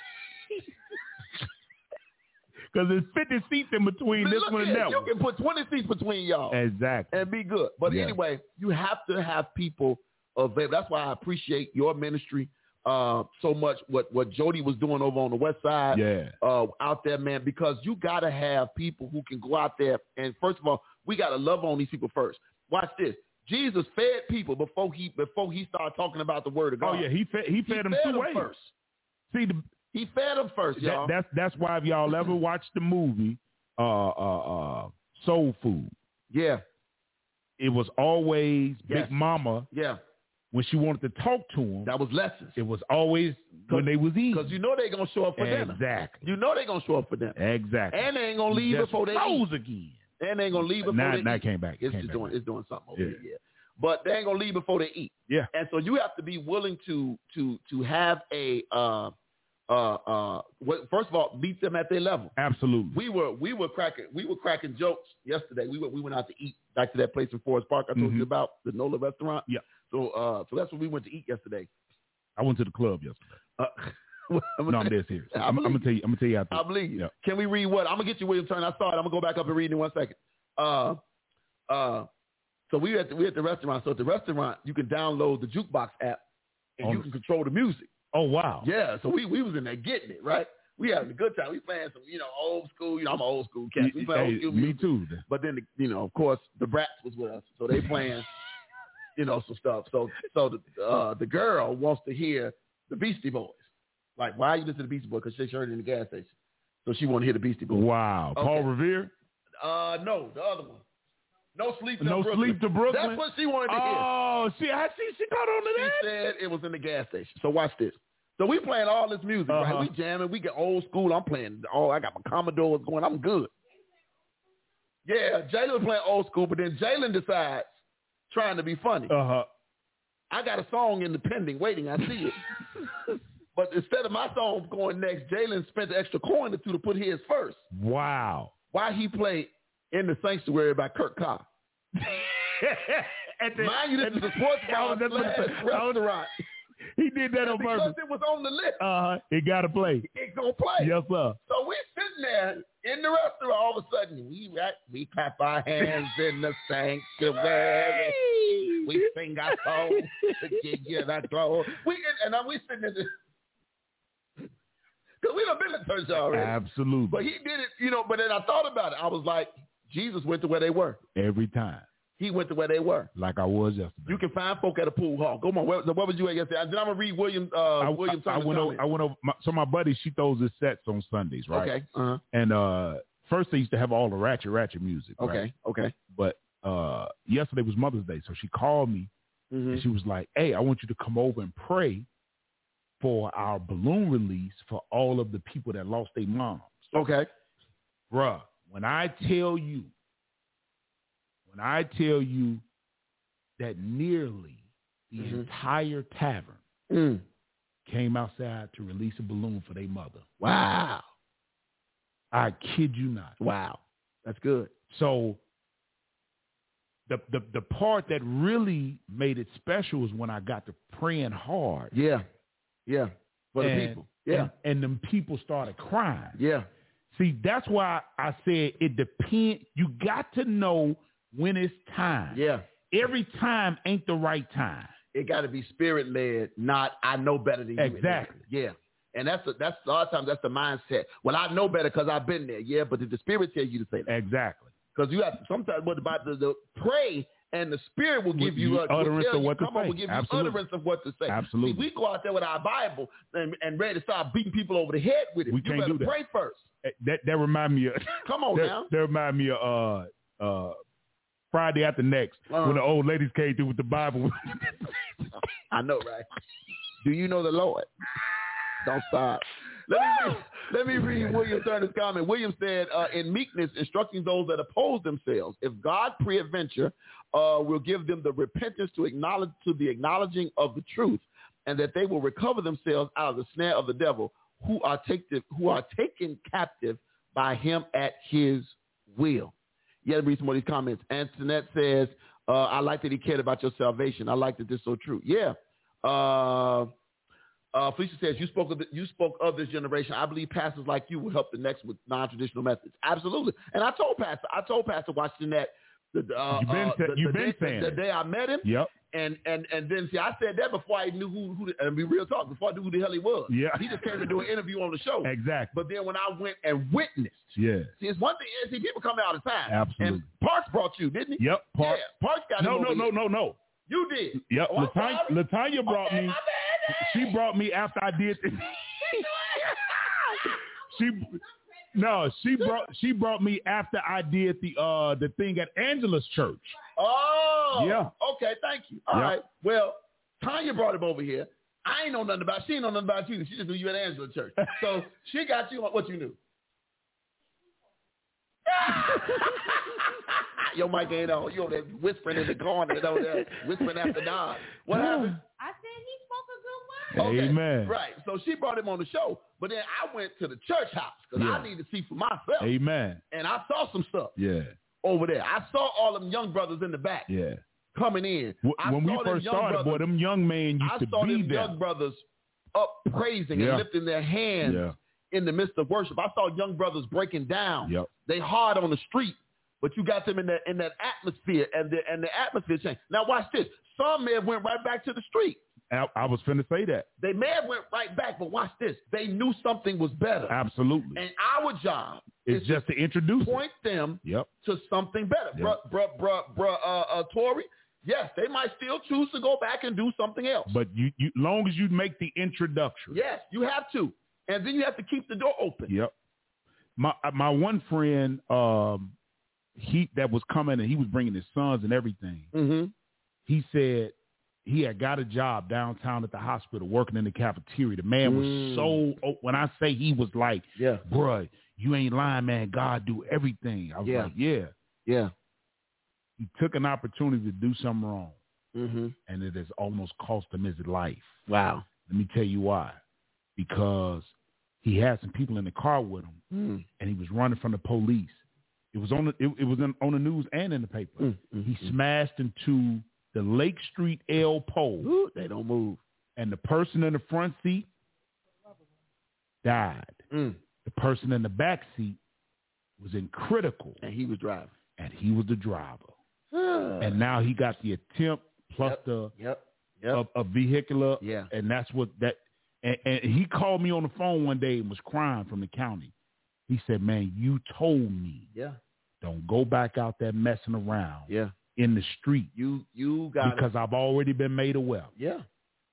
Because there's 50 seats in between this
Look
one
here,
and that
you
one.
can put twenty seats between y'all.
Exactly.
and be good. But
Yeah.
anyway, you have to have people available. That's why I appreciate your ministry uh, so much. What what Jody was doing over on the west side
Yeah.
uh, out there, man, because you gotta have people who can go out there and first of all, we gotta love on these people first. Watch this. Jesus fed people before he before he started talking about the word of
Oh
God.
yeah, he fed he
he
fed him
fed
two
them
ways.
first.
See, the,
He fed them first,
that,
y'all.
that's that's why if y'all ever watched the movie uh, uh, uh, Soul Food,
yeah,
it was always
Yes.
Big Mama
yeah.
when she wanted to talk to him.
That was lessons.
It was always when they was eating.
Because you know they're gonna show up for dinner.
exactly,
You know they're gonna show up for dinner.
exactly.
And they ain't gonna leave
Just
before they eat.
froze again.
And they ain't gonna leave before
Now,
they
now it
eat.
came back. It
It's
came
just
back.
doing it's doing something over
Yeah.
here, yeah. But they ain't gonna leave before they eat.
Yeah.
And so you have to be willing to to to have a uh uh uh what- first of all, meet them at their level.
Absolutely.
We were we were cracking we were cracking jokes yesterday. We went we went out to eat back to that place in Forest Park I told
Mhm.
you about, the Nola restaurant.
Yeah.
So uh so that's what we went to eat yesterday.
I went to the club yesterday.
Uh,
No, I'm dead serious.
I
I'm, I'm
believe
gonna tell you. I'm gonna tell you. How I
I
think.
believe you.
Yeah.
Can we read what? I'm gonna get you William Turner. I saw it. I'm gonna go back up and read it in one second. Uh, uh, so we were at the, we were at the restaurant. So at the restaurant, you can download the jukebox app and
On-
you can control the music.
Oh wow.
Yeah. So we we was in there getting it right. We having a good time. We playing some you know old school. You know I'm an old school cat. We playing
Hey,
old school
me
music.
too.
But then the, you know of course the brats was with us, so they playing you know some stuff. So so the uh, the girl wants to hear the Beastie Boys. Like why you listen to the Beastie Boys? Because she heard it in the gas station. So she want to hear the Beastie Boys.
Wow. Paul
Okay.
Revere.
Uh, no, the other one. No sleep. to
No
Brooklyn.
sleep to Brooklyn.
That's what she wanted to hear.
Oh, see, I see. She caught on to
She
that.
said it was in the gas station. So watch this. So we playing all this music,
Uh-huh.
right? We jamming. We get old school. I'm playing. Oh, I got my Commodores going. I'm good. Yeah, Jalen was playing old school, but then Jalen decides, trying to be funny.
Uh huh.
I got a song in the pending, waiting. I see it. but instead of my song going next, Jalen spent the extra coin or two to put his first.
Wow.
Why he played in the sanctuary by Kirk Cobb.
at the
Mind you, this
at
is
the-
a sports
I was
bar
at the-
slash
I was-
restaurant.
He did that on
Because
purpose.
it was on the list,
Uh, it got to play.
it gonna play.
Yes, sir.
So we sitting there in the restaurant. All of a sudden, we ra- we clap our hands in the sanctuary. We sing our song to get get our glow. We and, and we sitting in the because we done been to church already.
Absolutely.
But he did it, you know. But then I thought about it. I was like, Jesus went to where they were.
Every time,
He went to where they were.
like I was yesterday.
You can find folk at a pool hall. Come on, where, where was you at yesterday? Then I'm gonna read William uh,
I,
William
I, I
Thomas.
went over.
comment.
I went over. My, so my buddy, she throws his sets on Sundays, right?
Okay. Uh-huh.
And uh, first they used to have all the ratchet ratchet music. right?
Okay. Okay.
But uh, yesterday was Mother's Day, so she called me
hmm
and she was like, "Hey, I want you to come over and pray for our balloon release for all of the people that lost their moms."
Okay.
bruh, when I tell you, when I tell you that nearly the
Mhm.
entire tavern
Mm.
came outside to release a balloon for their mother.
Wow.
I kid you not.
Wow. That's good.
So the, the the part that really made it special was when I got to praying hard.
Yeah. Yeah. For the
And-
people. Yeah.
And, and them people started crying.
yeah.
See, that's why I said it depends. You got to know when it's time.
Yeah.
every time ain't the right time.
It got to be spirit led, not I know better than you.
Exactly.
Yeah. And that's a, that's a lot of times that's the mindset. Well, I know better because I've been there. Yeah, but did the spirit tell you to say that?
Exactly.
Because you have sometimes what about the, the pray and the spirit will
Will
give you,
you
a, will
utterance
tell
of
you-
what to
come on,
say.
Will give
Absolutely.
you utterance of what to say.
Absolutely.
See, we go out there with our Bible and, and ready to start beating people over the head with it.
We
you
can't
better
do that.
pray first.
Eh, That that remind me of
Come on
that,
now.
that remind me of uh uh Friday after next
Uh-huh.
when the old ladies came through with the Bible.
I know, right? Do you know the Lord? Don't stop. Let me, let me read William Turner's comment. William said, uh, in meekness, instructing those that oppose themselves, if God preadventure uh, will give them the repentance to acknowledge to the acknowledging of the truth, and that they will recover themselves out of the snare of the devil, who are taken who are taken captive by him at his will. You got to read some more of these comments. Antoinette says, uh, I like that he cared about your salvation. I like that this is so true. Yeah. Uh, uh, Felicia says, you spoke, of the, you spoke of this generation. I believe pastors like you will help the next with non-traditional methods. Absolutely. And I told Pastor, I told Pastor Washington that the, the, uh,
You been
uh,
sa-
the,
you
the
been
day,
saying
the
it.
day I met him.
yep.
And, and, and then, see, I said that before I even knew who, who the, and be real talk, before I knew who the hell he was.
Yeah.
He just came to do an interview on the show.
Exactly.
But then when I went and witnessed,
Yeah.
see, it's one thing, see, people come out of time.
Absolutely.
And Parks brought you, didn't he?
Yep. Part.
Yeah, Parks got
No,
him
no,
over
no,
here.
no, no.
You did.
Yep.
Oh, I'm
Latanya,
sorry.
Latanya brought
Okay,
me.
my bad.
She brought me after I did. she no, she brought she brought me after I did the uh the thing at Angela's church.
Oh.
Yeah.
Okay, thank you. All
Yeah.
right. Well, Tanya brought him over here. I ain't know nothing about she ain't know nothing about you. She just knew you at Angela Church. So she got you on what you knew. Your mic ain't on. You over there whispering in the corner, you know, there, whispering after dark. What happened?
I said he spoke a good word.
Okay,
Amen.
Right. So she brought him on the show, but then I went to the church house because
Yeah.
I need to see for myself.
Amen.
And I saw some stuff
Yeah.
over there. I saw all them young brothers in the back
Yeah.
coming in.
Wh-
I
when we
saw them
first
young
started, boy,
brothers,
them young men used
I
to
saw
be
them
there.
young brothers up praising
Yeah.
and lifting their hands
Yeah.
in the midst of worship. I saw young brothers breaking down.
Yep.
They hard on the street, but you got them in that in that atmosphere, and the and the atmosphere changed. Now watch this. Some may have went right back to the street.
I, I was finna say that.
They may have went right back, but watch this. They knew something was better.
Absolutely.
And our job
it's
is
just to introduce.
to
it.
point them
Yep.
to something better.
Yeah.
Bruh, bruh, bruh, bruh, uh, uh, Tory, yes, they might still choose to go back and do something else.
But you, you long as you make the introduction.
yes, you have to. And then you have to keep the door open.
Yep. My my one friend, um, he that was coming and he was bringing his sons and everything.
Mm-hmm.
He said he had got a job downtown at the hospital working in the cafeteria. The man
Mm.
was so oh, when I say he was like,
Yeah,
bruh, you ain't lying, man. God do everything. I was
Yeah.
like, yeah.
yeah.
He took an opportunity to do something wrong,
Mm-hmm.
and it has almost cost him his life.
Wow.
Let me tell you why. Because he had some people in the car with him,
Mm.
and he was running from the police. It was on the it, it was in, on the news and in the paper.
Mm, mm,
He smashed into the Lake Street L pole,
Ooh, they don't move.
and the person in the front seat died.
Mm.
The person in the back seat was in critical,
And he was driving.
and he was the driver.
and
And now he got the attempt plus
Yep.
the
yep, yep,
a, a vehicular,
yeah.
and that's what that. And, and he called me on the phone one day and was crying from the county. He said, "Man, you told me
Yeah,
don't go back out there messing around
yeah.
in the street
You you got it.
because I've already been made aware."
Yeah.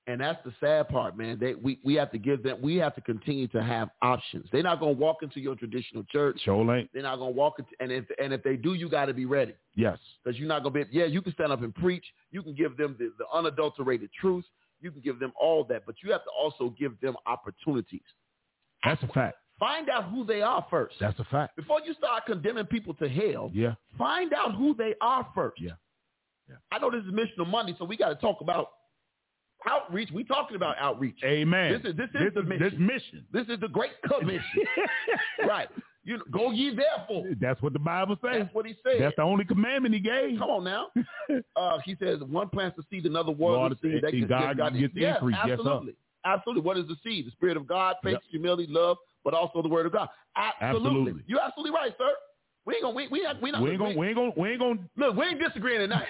And that's the sad part, man. They we, we have to give them we have to continue to have options. They're not gonna walk into your traditional church.
Sure ain't.
They're not gonna walk into and if and if they do, you gotta be ready.
Yes.
Because you're not gonna be yeah, you can stand up and preach, you can give them the, the unadulterated truth, you can give them all that, but you have to also give them opportunities.
That's a fact.
Find out who they are first.
That's a fact.
Before you start condemning people to hell,
Yeah.
find out who they are first.
Yeah. Yeah.
I know this is Missional Monday, so we got to talk about outreach. we talking about outreach.
Amen.
This is- this is the
This mission.
This is the Great Commission, right? You know, go ye therefore.
That's what the Bible says.
That's what he said.
That's the only commandment he gave.
Come on now. Uh, he says one plants the seed, another waters the
Water-
seed. That
and
can
God
give
gets the
Yes,
increase. Yes, sir.
absolutely. absolutely. What is the seed? The Spirit of God, faith,
Yep.
humility, love, but also the Word of God. Absolutely.
Absolutely.
You're absolutely right, sir. We ain't gonna. We, we not. We not.
we ain't gonna. We ain't gonna. We ain't gonna.
Look, we ain't disagreeing tonight.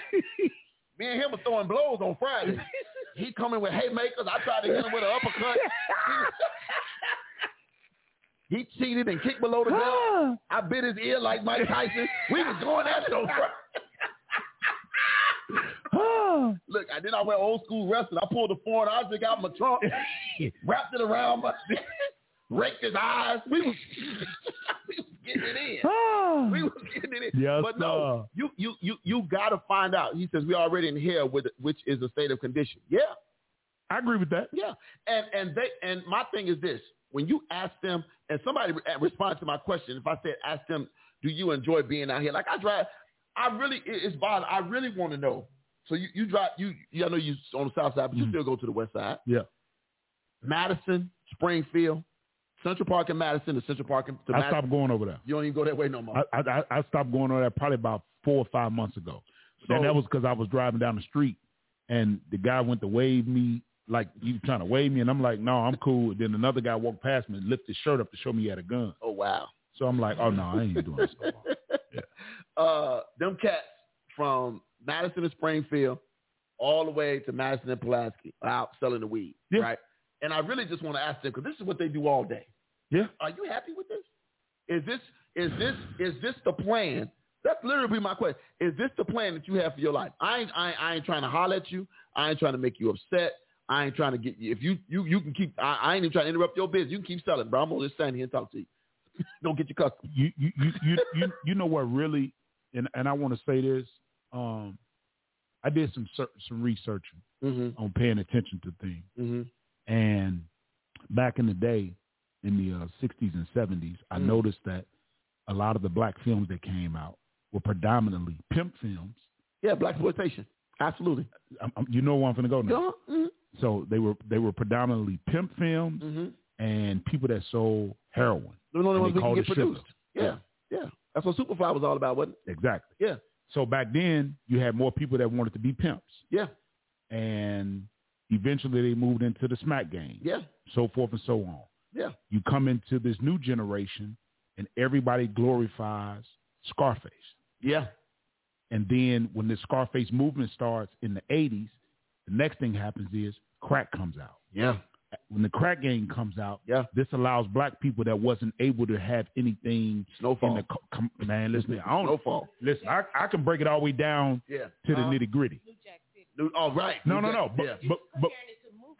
Me and him were throwing blows on Friday. He coming with haymakers. I tried to hit him with an uppercut. he cheated and kicked below the belt. I bit his ear like Mike Tyson. We was going at it on Friday. Look, I then I went old school wrestling. I pulled a foreign object out of my trunk, wrapped it around my, raked his eyes. We was, we was getting it in we was getting it. in.
Yes, uh,
but no, you you you you gotta find out. He says we already in hell with which is a state of condition. Yeah,
I agree with that.
yeah. And and they and my thing is this: when you ask them, and somebody re- responds to my question, if I said ask them, do you enjoy being out here? Like I drive, I really it- it's bother. I really want to know. So you you drive you, you I know you on the south side, but you
Mhm.
still go to the west side.
Yeah.
Madison, Springfield, Central Park in Madison, to Central Park in to
I
Madison.
stopped going over there.
You don't even go that way no more.
I, I I stopped going over there probably about four or five months ago,
So-
and that was because I was driving down the street, and the guy went to wave me like he was trying to wave me, and I'm like, no, I'm cool. Then another guy walked past me and lifted his shirt up to show me he had a gun.
oh wow.
So I'm like, oh no, I ain't doing this. No more.
uh, them cats from Madison and Springfield all the way to Madison and Pulaski are out selling the weed,
Yeah.
right? And I really just want to ask them because this is what they do all day.
Yeah.
Are you happy with this? Is this is this is this the plan? That's literally my question. Is this the plan that you have for your life? I ain't I, I ain't trying to holler at you. I ain't trying to make you upset. I ain't trying to get you. If you you you can keep. I, I ain't even trying to interrupt your business. You can keep selling, bro. I'm gonna just stand here and talk to you. Don't get your customer.
you you you you you, you know what really and and I want to say this um I did some ser- some researching
Mm-hmm.
on paying attention to things
Mm-hmm.
and back in the day in the uh, 60s and 70s I
Mm.
noticed that a lot of the black films that came out were predominantly pimp films
Yeah, black exploitation. Absolutely. Mm-hmm.
I'm, I'm- you know where I'm going to go now
Go on.
so they were they were predominantly pimp films
Mm-hmm.
and people that sold heroin
They're the
And
only ones
they
we can
called
get
it
produced. Yeah,
Yeah.
yeah. That's what Superfly was all about, wasn't it?
exactly
Yeah.
so back then you had more people that wanted to be pimps
Yeah,
and eventually they moved into the smack game,
yeah,
so forth and so on.
yeah.
You come into this new generation, and everybody glorifies Scarface.
Yeah.
And then when the Scarface movement starts in the '80s, the next thing happens is crack comes out.
Yeah.
When the crack game comes out,
Yeah.
this allows black people that wasn't able to have anything in
Snowfall.
the co- com- man. Listen, I don't
Snowfall.
listen. I, I can break it all the way down
Yeah.
to the nitty gritty.
Dude, all right.
No, no, no. But,
Uh-huh. Yeah.
but, but,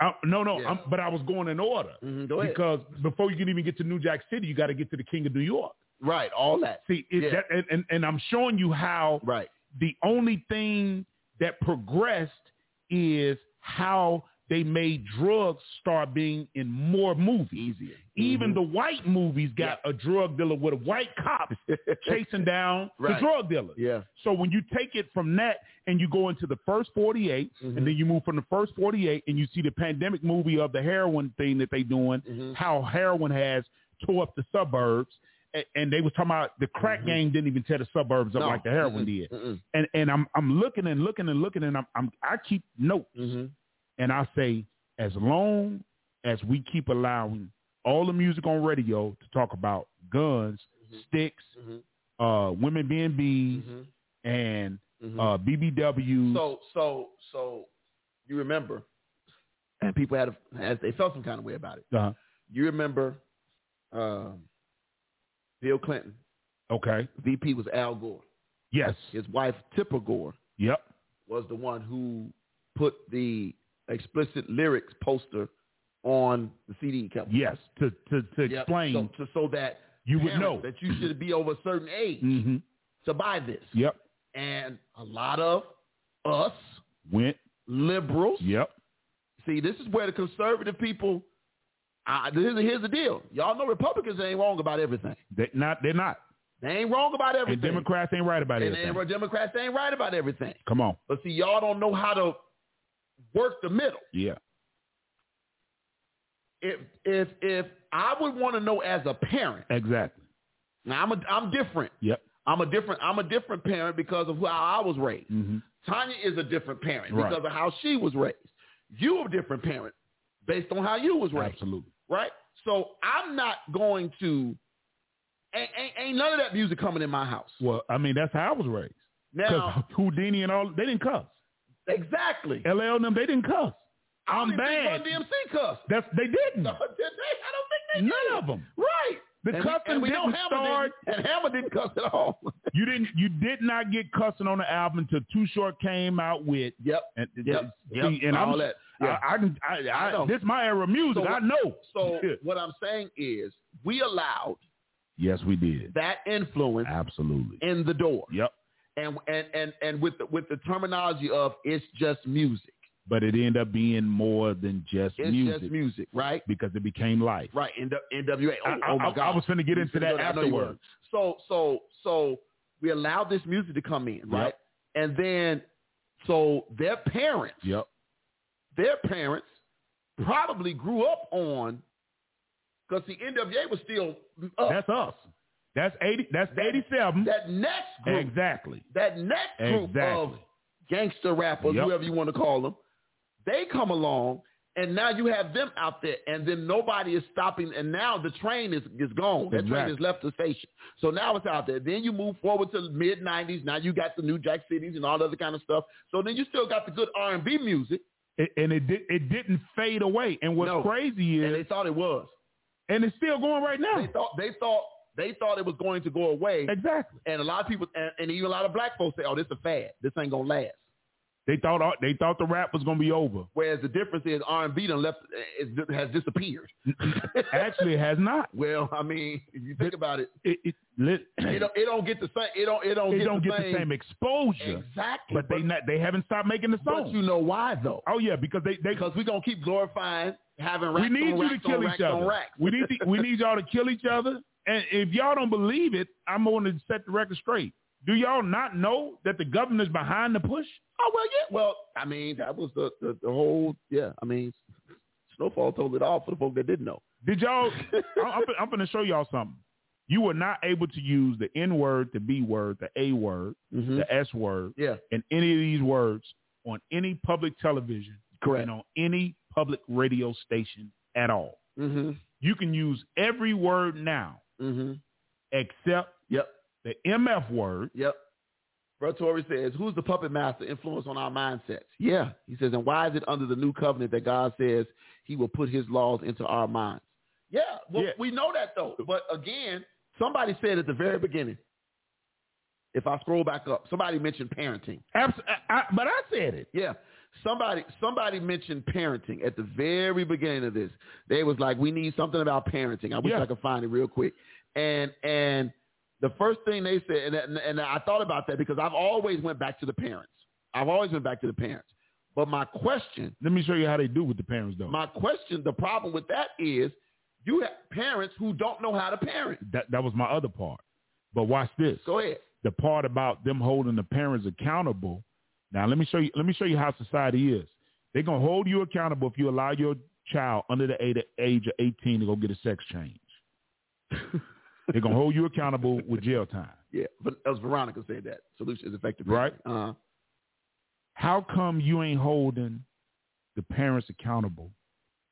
I, no, no.
Yeah.
I'm, but I was going in order
Mhm, go ahead.
because before you can even get to New Jack City, you got to get to the King of New York.
Right. All that.
See, it,
Yeah.
that, and, and and I'm showing you how
Right.
the only thing that progressed is how they made drugs start being in more movies.
Easier.
Even
Mhm.
the white movies got a drug dealer with a white cop chasing down
Right.
the drug dealer.
Yeah.
So when you take it from that and you go into the first 48,
Mhm.
and then you move from the first 48 and you see the pandemic movie of the heroin thing that they doing,
Mhm.
how heroin has tore up the suburbs, a- and they was talking about the crack game didn't even tear the suburbs up
Mm-hmm. No.
like the heroin
Mm-mm.
did. And and I'm I'm looking and looking and looking and I'm, I'm I keep note
Mm-hmm.
and I say as long as we keep allowing all the music on radio to talk about guns, sticks,
Mhm.
uh, women being bees, and uh, BBW.
Mm-hmm. So so so you remember, and people had a, had they felt some kind of way about it.
uh,
You remember, um, Bill Clinton,
okay.
VP was Al Gore.
Yes.
His wife Tipper Gore
Yep.
was the one who put the explicit lyrics poster on the CD cover.
Yes. To to to
Yep.
explain.
so, so, so that
You would
parents,
know.
that you should be over a certain age
hmm
to buy this.
Yep.
And a lot of us
Went.
liberals
Yep.
See, this is where the conservative people. I, here's, the- here's the deal. Y'all know Republicans ain't wrong about everything.
They not. They're not.
They ain't wrong about everything.
And Democrats ain't right about
And
everything.
they- Democrats ain't right about everything.
Come on.
But see, y'all don't know how to work the middle.
Yeah.
If if if I would want to know as a parent,
Exactly.
now I'm a, I'm different.
Yep.
I'm a different I'm a different parent because of how I was raised.
hmm
Tanya is a different parent
Right.
because of how she was raised. You a different parent based on how you was raised.
Absolutely.
right? So I'm not going to. Ain't, ain't, ain't none of that music coming in my house.
Well, I mean, that's how I was raised. Because
Now,
Houdini and all, they didn't cuss.
exactly.
LL and them, they didn't cuss.
I don't
I'm
even think
bad.
Run DMC cuss.
That's they didn't.
I don't think they
None
did.
of them.
Right.
The
and,
cussing
and we know
didn't
Hammer
start.
Didn't, and Hammer didn't cuss at all.
You didn't. You did not get cussing on the album until Too Short came out with.
yep.
And,
Yep.
see,
Yep.
and
all
I'm,
that. Yeah.
I, I can. I, I,
I know.
this my era of music.
So
I
what-
know.
so
Yeah.
what I'm saying is, we allowed
yes, we did.
that influence
Ah. Absolutely.
in the door,
Yep.
and and and and with the, with the terminology of it's just music.
But it ended up being more than just
It's
music
just music, right?
because it became life.
Right, N- NWA. Oh,
I, I-
oh my
I-
God.
I was finna get
You
into
finna
that
go there. I know you
afterwards.
were. So, so, so we allowed this music to come in, right? And then, so their parents,
Yep.
their parents probably grew up on, because the NWA was still up.
That's us. That's eighty. That's
Oh. That-
eighty-seven.
that next group,
exactly.
that next group of
Exactly.
gangster rappers,
Yep.
whoever you want to call them, they come along. And now you have them out there, and then nobody is stopping. And now the train is, is gone. That train
Exactly.
has left the station. So now it's out there. Then you move forward to mid '90s. Now you got the new Jack Cities and all the other kind of stuff. So then you still got the good R&B music,
It- and it did, it didn't fade away. And what's
No.
crazy is,
and they thought it was.
and it's still going right now.
They thought they thought they thought it was going to go away.
Exactly.
And a lot of people, and, and even a lot of black folks say, "Oh, this a fad. This ain't gonna last."
They thought all- they thought the rap was gonna be over.
Whereas the difference is R&B done left is, has disappeared.
Actually, it has not.
well, I mean, if you think about it,
It it, lit,
it
it
don't, it don't get the same. It don't. It don't get,
don't
the,
get
same,
the same exposure.
Exactly.
But they not they haven't stopped making the
But
song.
you know why though?
oh yeah, because they they
Because we gonna keep glorifying having
we
racks
need
on
you
racks
to kill
on
each
racks on
other.
racks.
We need to, we need y'all to kill each other. And if y'all don't believe it, I'm going to set the record straight. Do y'all not know that the government is behind the push?
oh well, yeah. Well, I mean, that was the, the the whole. Yeah, I mean, Snowfall told it all for the folk that didn't know.
Did y'all? I- I'm, fin- I'm going to show y'all something. You were not able to use the N word, the B word, the A word,
Mhm.
the S word,
Yeah,
and any of these words on any public television
correct.
and on any public radio station at all.
Mhm.
You can use every word now
Mhm.
except
Yep.
the MF word.
Yep. Brother Torrey says, who's the puppet master influence on our mindsets? Yeah. He says, and why is it under the new covenant that God says he will put his laws into our minds? Yeah. Well,
Yeah.
we know that though. But again, somebody said at the very beginning, if I scroll back up, somebody mentioned parenting.
Abs- I, I, but I said it.
Yeah. Somebody somebody mentioned parenting at the very beginning of this. They was like, We need something about parenting. I wish
Yeah.
I could find it real quick. And and the first thing they said and, and, and I thought about that because I've always went back to the parents. I've always went back to the parents. But my question
Let me show you how they do with the parents though.
my question, the problem with that is you have parents who don't know how to parent.
that that was my other part. But watch this.
Go ahead.
The part about them holding the parents accountable. Now let me show you let me show you how society is. They're gonna hold you accountable if you allow your child under the age of, age of eighteen to go get a sex change. They're gonna hold you accountable with jail time.
Yeah, but that was Veronica said that solution is effective.
Right.
Uh,
How come you ain't holding the parents accountable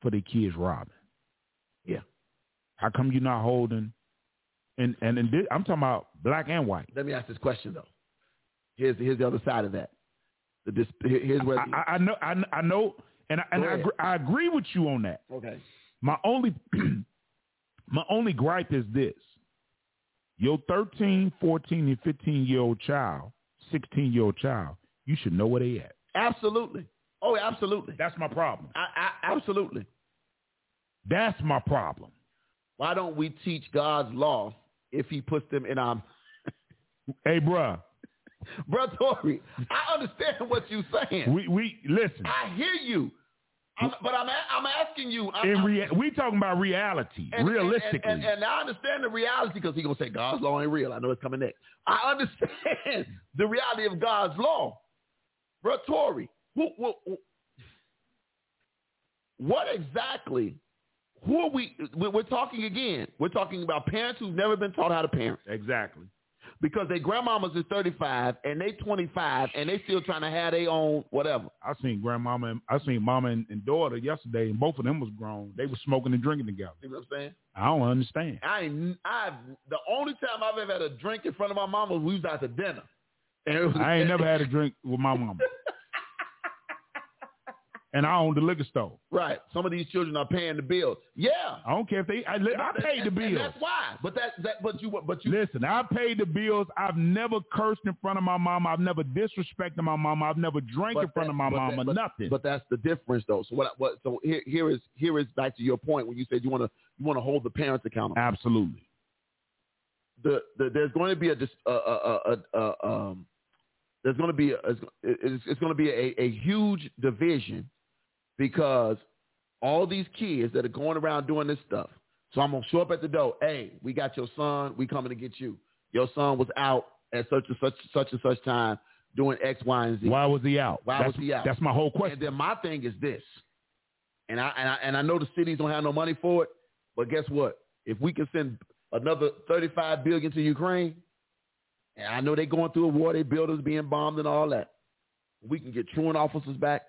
for their kids robbing?
Yeah.
How come you not holding? And and, and thi- I'm talking about black and white.
let me ask this question though. Here's here's the other side of that. The dis- here- here's where.
I, I- I know, I, I know, and I, and
Go
I,
ahead.
agree, I agree with you on that.
okay.
My only my only gripe is this. Your 13, 14, and 15 year old child, 16 year old child, you should know where they at.
Absolutely. Oh, absolutely.
That's my problem.
I, I, absolutely.
That's my problem.
Why don't we teach God's law if He puts them in our
Hey, bruh,
Bro, Tori, I understand what you're saying.
we, we listen.
I hear you, I'm, but I'm a- I'm asking you. I'm,
In
I'm-
rea- we talking about reality,
and-
realistically.
and, and, and I understand the reality because he's gonna say God's law ain't real. I know it's coming next. I understand the reality of God's law, bro. Tori, who, who, who- what exactly? Who are we? we- We're talking again. We're talking about parents who've never been taught how to parent.
exactly.
because their grandmamas is 35 and they 25 and they still trying to have their own whatever.
I seen grandmama and I seen mama and, and daughter yesterday, and both of them was grown. They was smoking and drinking together.
You know what I'm saying?
I don't understand.
I I've the only time I've ever had a drink in front of my mama was we was out to dinner. And it was,
I ain't never had a drink with my mama. and I own the liquor store.
right. Some of these children are paying the bills. Yeah.
I don't care if they. I, li- I paid the
And
bills.
That's why. But that that but you but you
Listen, I paid the bills. I've never cursed in front of my mama. I've never disrespected my mama. I've never drank
but
in front
that-
of my
but that-
mama.
but-
nothing.
But that's the difference though. So what I- what so here here is here is back to your point when you said you want to you want to hold the parents accountable.
Absolutely.
the, the there's going to be a dis, uh, uh, uh, uh, um, there's going to be a, it's, it's- it's going to be a, a huge division because all these kids that are going around doing this stuff. So I'm gonna show up at the door. Hey, we got your son. We coming to get you. Your son was out at such and such such and such time doing X, Y, and Z.
Why was he out?
Why
that's,
was he out?
That's my whole
And
question.
then my thing is this, and I, and I and I know the cities don't have no money for it, but guess what? If we can send another 35 billion to Ukraine, and I know they're going through a war, their buildings being bombed and all that, we can get truant officers back.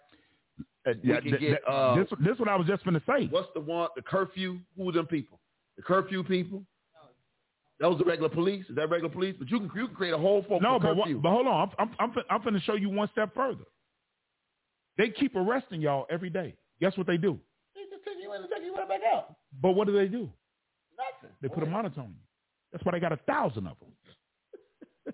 we
Yeah,
can
th-
get,
th-
uh,
this, this what I was just going to say.
What's the one? The curfew? Who are them people? The curfew people? That was the regular police. Is that regular police? But you can you can create a whole folk
No,
for
but, what,
curfew.
but hold on. I'm, I'm, I'm, fin- I'm finna show you one step further. They keep arresting y'all every day. Guess what they do?
They just took you in and took you right back out.
But what do they do?
Nothing.
They put a monitor on you. That's why they got a thousand of them.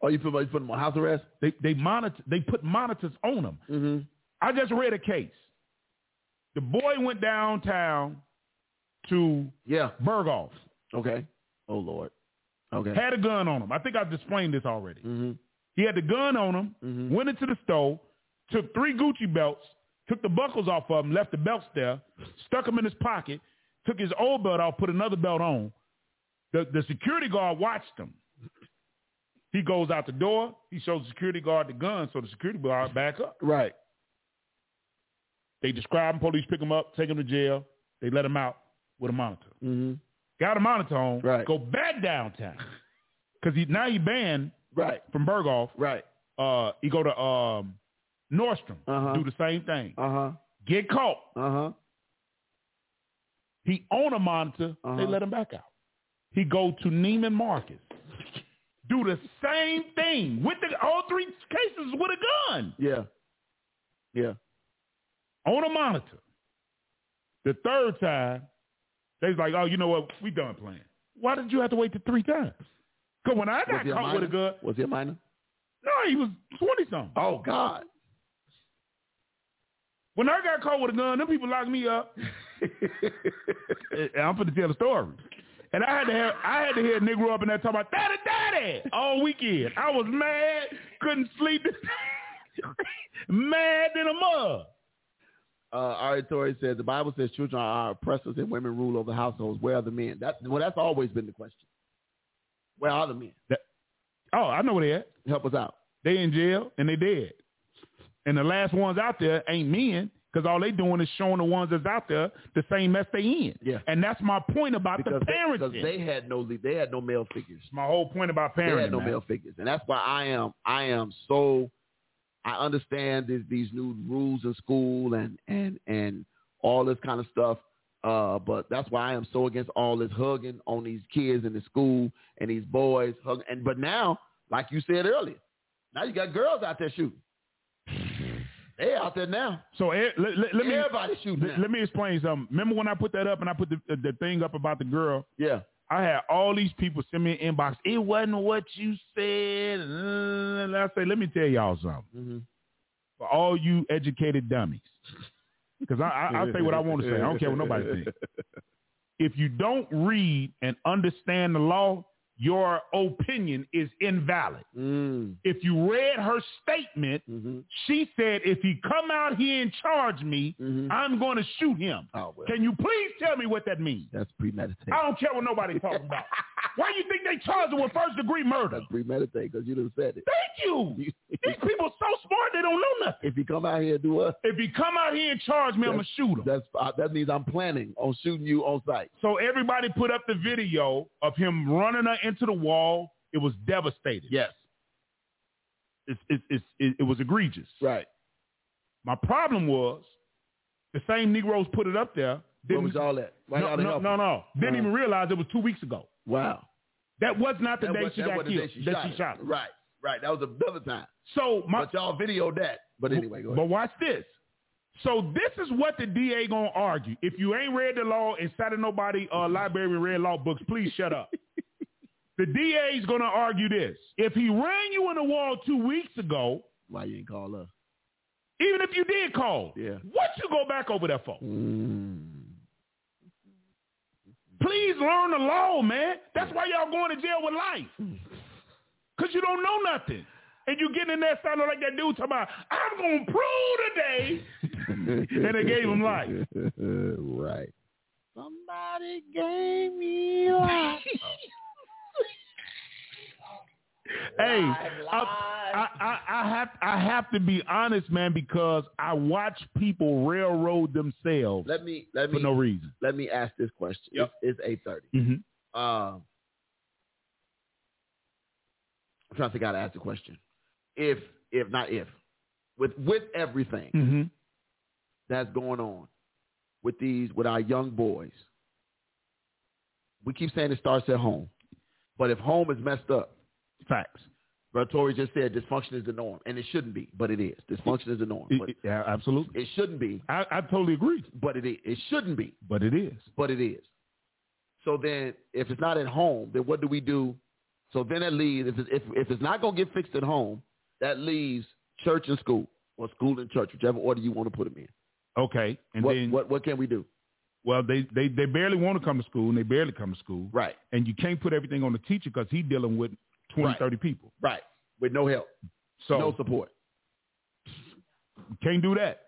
Oh, you put you put them on house arrest?
They they monitor. They put monitors on them.
Mm-hmm.
I just read a case. The boy went downtown to
Yeah.
Berghoff.
Okay. Oh Lord. Okay.
Had a gun on him. I think I've explained this already.
hmm
He had the gun on him.
Mhm.
Went into the store, took three Gucci belts, took the buckles off of him, left the belts there, stuck them in his pocket, took his old belt off, put another belt on. The the security guard watched him. He goes out the door. He shows the security guard the gun, so the security guard back up.
Right.
They describe him. Police pick him up, take him to jail. They let him out with a monitor.
hmm
Got a monitor on.
Right.
Go back downtown because he, now he banned
Right.
from Berghoff.
Right.
uh, you go to um, Nordstrom,
Uh-huh.
do the same thing.
Uh huh.
Get caught.
Uh huh.
He own a monitor.
Uh-huh.
They let him back out. He go to Neiman Marcus, do the same thing with the all three cases with a gun
Yeah. Yeah.
on a monitor. The third time, they's like, oh, you know what? We done playing. Why did you have to wait the three times? Cause when I
Was
got
he a
caught with a
minor?
gun,
Was he a minor?
no, he was twenty something.
Oh God.
When I got caught with a gun, them people locked me up. And I'm finna tell the story. And I had to have I had to hear a nigga up in there talking about daddy daddy all weekend. I was mad, couldn't sleep, mad than a mug.
uh, Ari Torrey says the Bible says children are our oppressors and women rule over households. Where are the men? That well, that's always been the question. Where are the men?
Oh, I know where they at.
Help us out.
They in jail and they dead. And the last ones out there ain't men. Because all they doing is showing the ones that's out there the same mess they in.
Yeah.
And that's my point about
because
the
they,
parenting.
because they had no they had no male figures.
my whole point about
They
parenting.
had no
man.
male figures, and that's why I am I am so I understand these these new rules in school and and and all this kind of stuff. Uh, but that's why I am so against all this hugging on these kids in the school and these boys hugging. And but now, like you said earlier, now you got girls out there shooting. They out there now.
So eh, let, let, let me
Everybody shooting.
let,
now.
let me explain something. Remember when I put that up and I put the, uh, the thing up about the girl?
yeah.
I had all these people send me an inbox. It wasn't what you said. And I say, let me tell y'all something.
Mhm.
For all you educated dummies, because I, I, I say what I want to say. I don't care what nobody thinks. If you don't read and understand the law, your opinion is invalid.
Mm.
If you read her statement,
Mhm.
she said, if he come out here and charge me,
Mhm.
I'm going to shoot him.
Oh, well.
Can you please tell me what that means?
That's premeditated.
I don't care what nobody talking about. Why you think they charged him with first degree murder?
That's premeditated because you done said it.
Thank you. These people so smart they don't know nothing.
if you come out here and do us,
If he come out here and charge me, I'm gonna shoot him.
that's uh, that means I'm planning on shooting you on sight.
So everybody put up the video of him running her into the wall. It was devastating.
Yes,
It's, it's, it's, it, it was egregious.
right.
My problem was the same Negroes put it up there.
What
Didn't,
was all that? Why
no,
y'all didn't
no,
help
no,
her?
no. Didn't
Uh-huh.
even realize it was two weeks ago.
Wow.
That was not the
That
day
was-
she
that
got
wasn't
killed.
the day she
that
shot
she
him.
shot. him.
Right, right. That was another time.
So my
but y'all videoed that. But anyway, go
But
ahead.
watch this. So this is what the DA gonna argue. If you ain't read the law and sat in nobody uh, library and read law books, please shut up. the DA's gonna argue this. If he ran you in the wall two weeks ago,
Why you didn't call her?
even if you did call,
Yeah.
what you go back over there for?
Mm.
Please learn the law, man. That's why y'all going to jail with life. Cause you don't know nothing. And you getting in there sounding like that dude talking about, I'm gonna prove today. and they gave him life.
right. Somebody gave me life.
hey, I, I, I, I have I have to be honest, man, because I watch people railroad themselves
let me let
for
me
no reason.
let me ask this question.
Yep.
It's, it's eight thirty.
Mhm.
Um, I'm trying to figure out how to ask the question. If, if not if, with with everything
Mm-hmm.
that's going on with these with our young boys, we keep saying it starts at home, but if home is messed up,
Facts.
Brother Tory just said dysfunction is the norm, and it shouldn't be, but it is. Dysfunction is the norm, but
It- it- yeah, absolutely.
it shouldn't be,
I, I totally agree,
but it is. It shouldn't be,
but it is.
but it is. So then, if it's not at home, then what do we do? So then that leaves, if it's, if, if it's not going to get fixed at home, that leaves church and school or school and church, whichever order you want to put them in.
Okay, and
what,
then
what, what can we do?
well, they, they they barely want to come to school, and they barely come to school,
Right,
and you can't put everything on the teacher because he's dealing with 20,
Right.
30 people.
right. With no help,
So
no support.
you can't do that.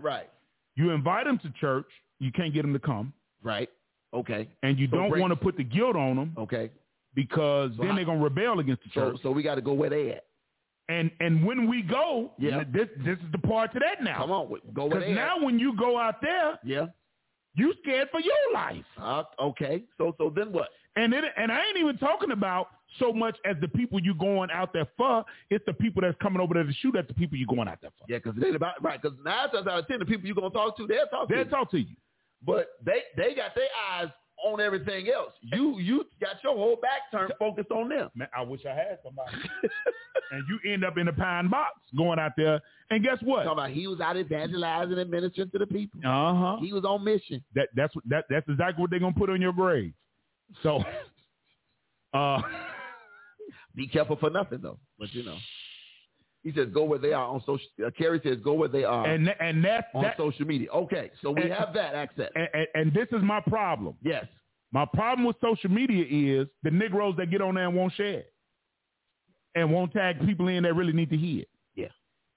Right,
You invite them to church, you can't get them to come,
right. Okay,
and you
So
don't
break-
want to put the guilt on them
okay.
because
So
then
how-
they're gonna rebel against the church.
So, so we got to go where they at.
and and when we go,
Yeah.
this this is the part to that
Come
now.
on, go where they
now
at.
when you go out there,
Yeah.
you scared for your life.
Uh, okay. So, so then what?
And it, and I ain't even talking about so much as the people you going out there for. It's the people that's coming over there to shoot at the people you going out there for.
Yeah, because it ain't about right. Because nine times out of ten, the people you gonna talk to, they'll talk to
They'll
you.
talk to you.
But they they got their eyes on everything else. You you got your whole back turned focused on them.
Man, I wish I had somebody. and you end up in a pine box going out there, and guess what?
Talking about he was out evangelizing and ministering to the people.
Uh huh.
He was on Uh-huh. mission.
That that's what that that's exactly what they're gonna put on your grave. So, uh,
Be careful for nothing though. But you know, he says go where they are on social. Uh, Kerry says go where they are
and and that
Uh-huh. on
that
social media. Okay, so we
And-
have that access.
and, and, and this is my problem.
yes,
My problem with social media is the Negroes that get on there and won't share it and won't tag people in that really need to hear it.
Yeah.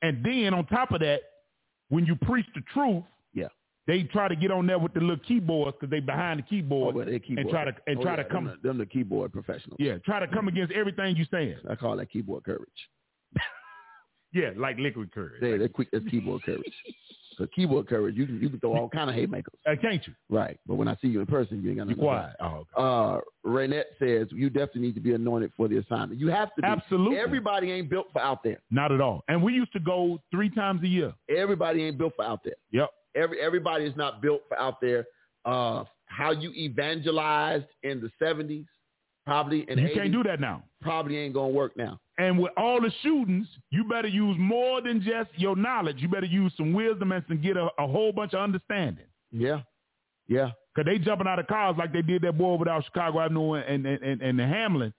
And then on top of that, when you preach the truth,
Yeah.
they try to get on there with the little keyboards because they behind the keyboard,
Oh, well, they keyboard.
and try to and
Oh,
try
yeah,
to come
them, the- them the keyboard professionals.
yeah try to come against everything you saying.
I call that keyboard courage.
Yeah, like liquid courage.
They they're quick as keyboard courage. So keyboard courage, you can you can throw all kind of haymakers.
Uh, can't you?
Right. But when I see you in person, you ain't gonna
Be quiet. Oh, okay.
Uh Renette says you definitely need to be anointed for the assignment. You have to be.
Absolutely.
Everybody ain't built for out there.
Not at all. And we used to go three times a year.
Everybody ain't built for out there.
Yep.
Every everybody is not built for out there. Uh how you evangelized in the seventies, probably and
you
80s,
can't do that now.
probably ain't gonna work now.
And with all the shootings, you better use more than just your knowledge. You better use some wisdom and some get a, a whole bunch of understanding.
Yeah. Yeah.
Cause they jumping out of cars like they did that boy over there off Chicago Avenue and and and, and Hamlin.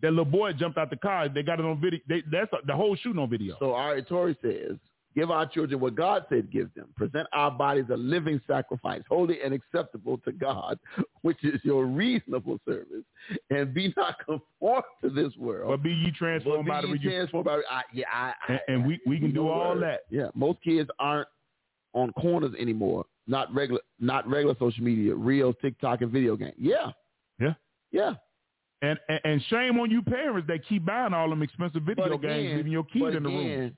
That little boy jumped out the car. They got it on video. They, that's the, the whole shooting on video.
So our Tori says, give our children what God said give them. Present our bodies a living sacrifice, holy and acceptable to God, which is your reasonable service. And be not conformed to this world.
but be ye transformed by
but
the
be ye
renewal.
transformed by I, yeah, I, I,
And, and we, we can do
No
all
word.
that.
Yeah, most kids aren't on corners anymore. Not regular, not regular social media, real TikTok and video game. Yeah,
Yeah.
yeah.
And, and and shame on you parents that keep buying all them expensive video
But again-
games, leaving your
but
kid in the room.
again,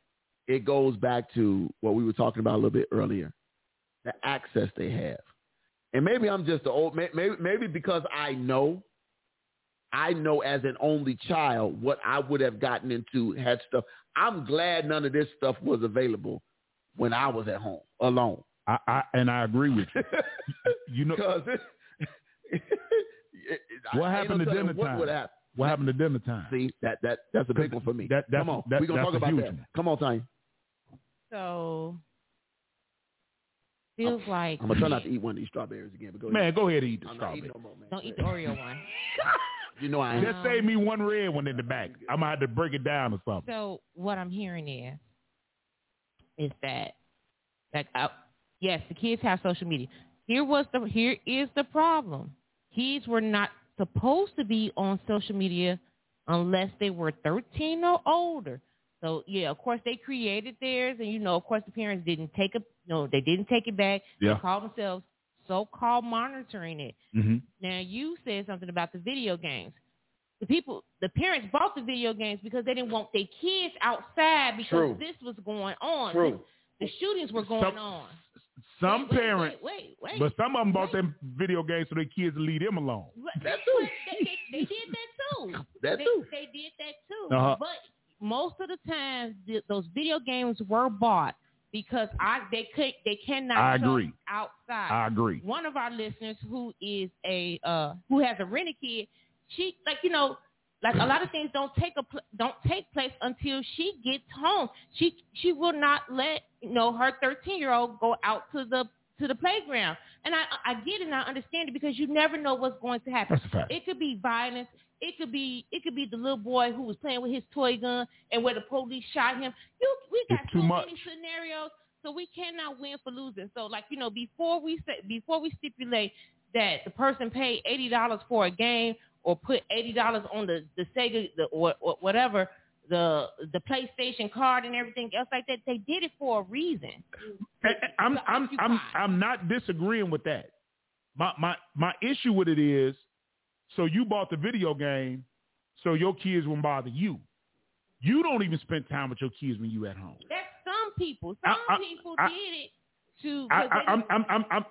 It goes back to what we were talking about a little bit earlier, the access they have, and maybe I'm just the old. may- Maybe maybe because I know, I know as an only child what I would have gotten into had stuff. I'm glad none of this stuff was available when I was at home alone.
I, I and I agree with you. You know
Because
what happened to dinner
What
time?
would happen?
What happened to dinner time?
See that that that's a big one for me.
That- that's-
Come on,
that-
we're gonna
that's
talk
a
about
huge
that.
one.
Come on, Tanya.
So feels like
I'm gonna try not to eat one of these strawberries again. But go ahead.
man, go ahead and eat the
I'm not
strawberry.
eating no more, man.
don't eat the Oreo one.
You know I am.
Just save me one red one in the back. I'm gonna have to break it down or something.
So what I'm hearing is, is that like I, yes, the kids have social media. Here was the here is the problem. Kids were not supposed to be on social media unless they were 13 or older. So yeah, of course they created theirs, and you know, of course the parents didn't take a no, they didn't take it back.
Yeah.
They called themselves so-called monitoring it.
Mm-hmm.
Now you said something about the video games. The people, the parents bought the video games because they didn't want their kids outside because
True.
this was going on.
True.
The shootings were going
Some-
on.
Some
Wait, wait,
parents,
Wait, wait, wait.
but some of them bought them video games so their kids would leave them alone.
But-
That
but
too.
They, they, they did that too.
That
they,
too.
They did that too.
Uh-huh.
But most of the time, th- those video games were bought because I they could they cannot
I
show
agree.
outside.
I agree.
one of our listeners who is a uh who has a rented kid she like you know like a lot of things don't take a pl- don't take place until she gets home she she will not let you know her 13 year old go out to the to the playground and i i get it and i understand it because you never know what's going to happen
That's a fact.
it could be violence it could be it could be the little boy who was playing with his toy gun and where the police shot him you we got
It's too
so
much.
many scenarios so we cannot win for losing. So like you know, before we say, before we stipulate that the person paid eighty dollars for a game or put eighty dollars on the the Sega the, or, or whatever the the PlayStation card and everything else like that, they did it for a reason.
And- and I'm I'm
to
I'm
occupy.
I'm not disagreeing with that. My my my issue with it is, so you bought the video game, so your kids won't bother you. You don't even spend time with your kids when you at home.
That's some people.
I-
Some
I-
people
I-
did it to.
I,
'cause they
I, I'm, I'm, I'm, I'm,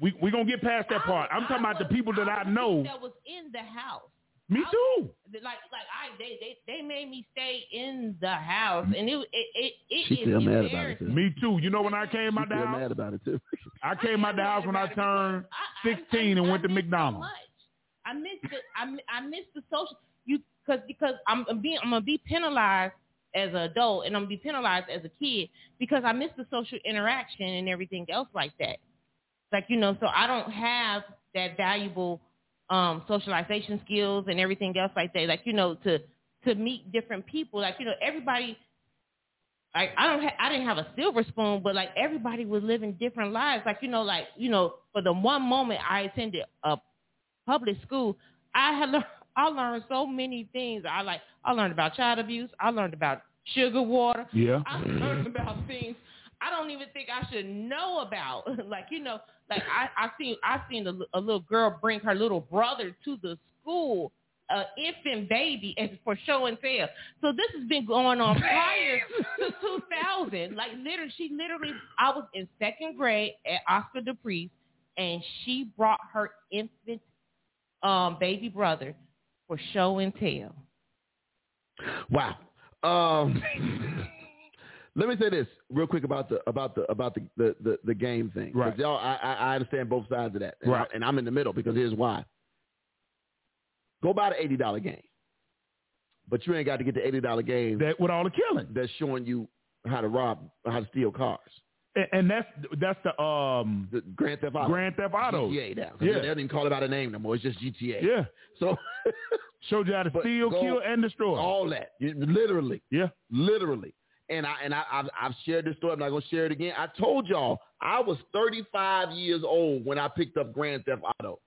we we gonna get past that
I
part.
was-
I'm talking about the
was-
people that I
was
know.
that was in the house.
Me
I-
too.
like like I they they, they made me stay in the house and it it it, it
She
is
still mad about it,
embarrassing.
too.
Me too. You know when I came out the
Feel
house,
mad about it too.
I came out the house when I turned 16 and went to McDonald's.
I missed the I, mi- I missed the social you because because I'm I'm being I'm gonna be penalized as an adult and I'm gonna be penalized as a kid because I missed the social interaction and everything else like that. Like you know, so I don't have that valuable um socialization skills and everything else like that. Like you know, to to meet different people. Like you know, everybody like I don't ha- I didn't have a silver spoon, but like everybody was living different lives. Like you know, like you know, for the one moment I attended a public school, I had learned I learned so many things. I like I learned about child abuse. I learned about sugar water.
Yeah.
I learned about things I don't even think I should know about. like you know, like I I seen I seen a, li- a little girl bring her little brother to the school a infant baby as for show and tell. So this has been going on prior to 2000. Like literally, she literally, I was in second grade at Oscar de Priest, and she brought her infant um, baby brother for show and tell.
Wow. Um, let me say this real quick about the about the about the the, the, the game thing. 'Cause
Right.
Y'all, I, I I understand both sides of that. And
Right.
I, and I'm in the middle because here's why. Go buy the eighty dollar game, but you ain't got to get the eighty dollar game
That with all the killing,
that's showing you how to rob, how to steal cars.
and, and that's that's the um
The Grand Theft Auto.
Grand Theft Auto.
GTA now.
Yeah.
They don't even call it by the name no more. It's just GTA.
Yeah,
So
showed you how to
But
steal,
go-
kill, and destroy.
all that, You- literally.
yeah,
literally. And I and I I've, I've shared this story. I'm not gonna share it again. I told y'all I was 35 years old when I picked up Grand Theft Auto.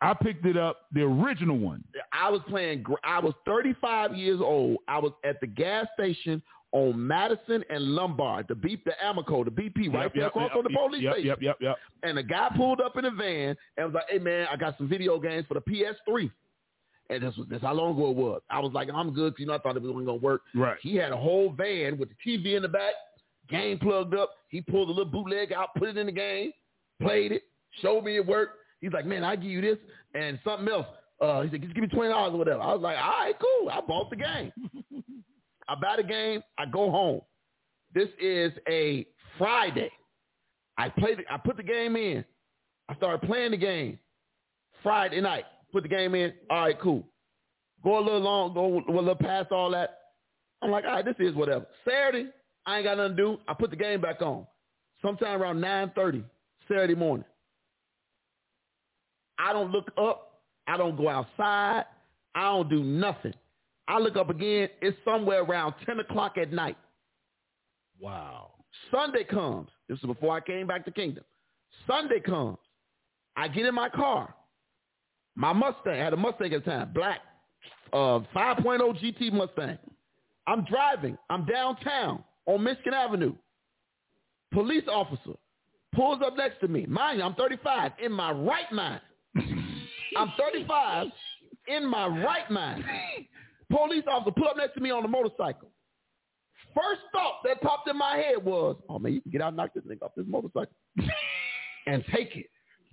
I picked it up, the original one.
I was playing. gr- I was 35 years old. I was at the gas station on Madison and Lombard, the beep, the Amoco, the BP, right
Yep,
there
yep,
across
yep,
from the police
yep,
station.
Yep, yep, yep.
And a guy pulled up in a van and was like, "Hey man, I got some video games for the PS3." And this was this how long ago it was. I was like, "I'm good," 'cause, you know. I thought it was only gonna work.
Right.
He had a whole van with the TV in the back, game plugged up. He pulled a little bootleg out, put it in the game, played it, showed me it worked. He's like, man, I give you this and something else. Uh, he said, just give me twenty dollars or whatever. I was like, all right, cool. I bought the game. I buy the game. I go home. This is a Friday. I played. it. I put the game in. I started playing the game. Friday night, put the game in. All right, cool. Go a little long. Go a little past all that. I'm like, all right, this is whatever. Saturday, I ain't got nothing to do. I put the game back on. Sometime around 9.30, Saturday morning. I don't look up. I don't go outside. I don't do nothing. I look up again. It's somewhere around 10 o'clock at night.
Wow.
Sunday comes. This is before I came back to Kingdom. Sunday comes. I get in my car. My Mustang, I had a Mustang at the time, black, uh, 5.0 GT Mustang. I'm driving. I'm downtown on Michigan Avenue. Police officer pulls up next to me. Mind you, I'm 35 in my right mind. I'm 35 in my right mind. Police officer pull up next to me on the motorcycle. First thought that popped in my head was, oh man, you can get out and knock this nigga off this motorcycle and take it.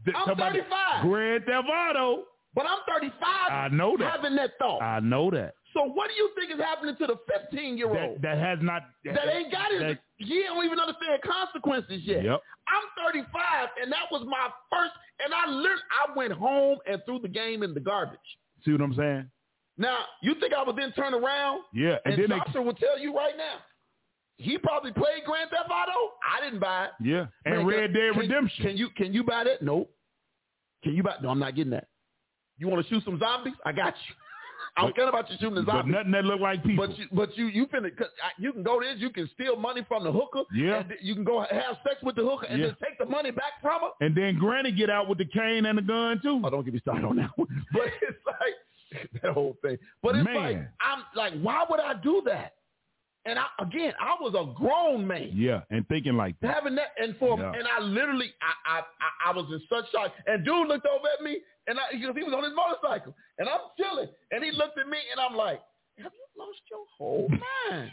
Th-
I'm
somebody-
35.
Grand Theft Auto.
But I'm 35
I know that.
having that thought.
I know that.
so what do you think is happening to the 15 year
That,
old
that has not.
that, ain't got it?
that-
He don't even understand consequences yet.
Yep.
I'm 35, and that was my first. And I literally, I went home and threw the game in the garbage.
See what I'm saying?
Now, you think I would then turn around?
Yeah.
And,
And, then
Joshua will tell you right now, he probably played Grand Theft Auto. I didn't buy it.
they. Yeah. And
Man,
Red
can-
Dead
can-
Redemption.
Can you can you buy that? No. Can you buy? No, I'm not getting that. You want to shoot some zombies? I got you. I don't
But-
care about you shooting the
but
zombies.
nothing that look like people.
But you, but you, you finna, cause I, you can go this. You can steal money from the hooker.
Yeah.
And th- you can go have sex with the hooker and
Yeah.
then take the money back from her.
and then Granny get out with the cane and the gun too.
Oh, don't get me started on that one. But it's like that whole thing. But it's
Man.
like I'm like, why would I do that? And I, again, I was a grown man.
Yeah. And thinking like that.
having that and for
Yeah.
and I literally I, I I I was in such shock and dude looked over at me and I because he was on his motorcycle and I'm chilling and he looked at me and I'm like have you lost your whole mind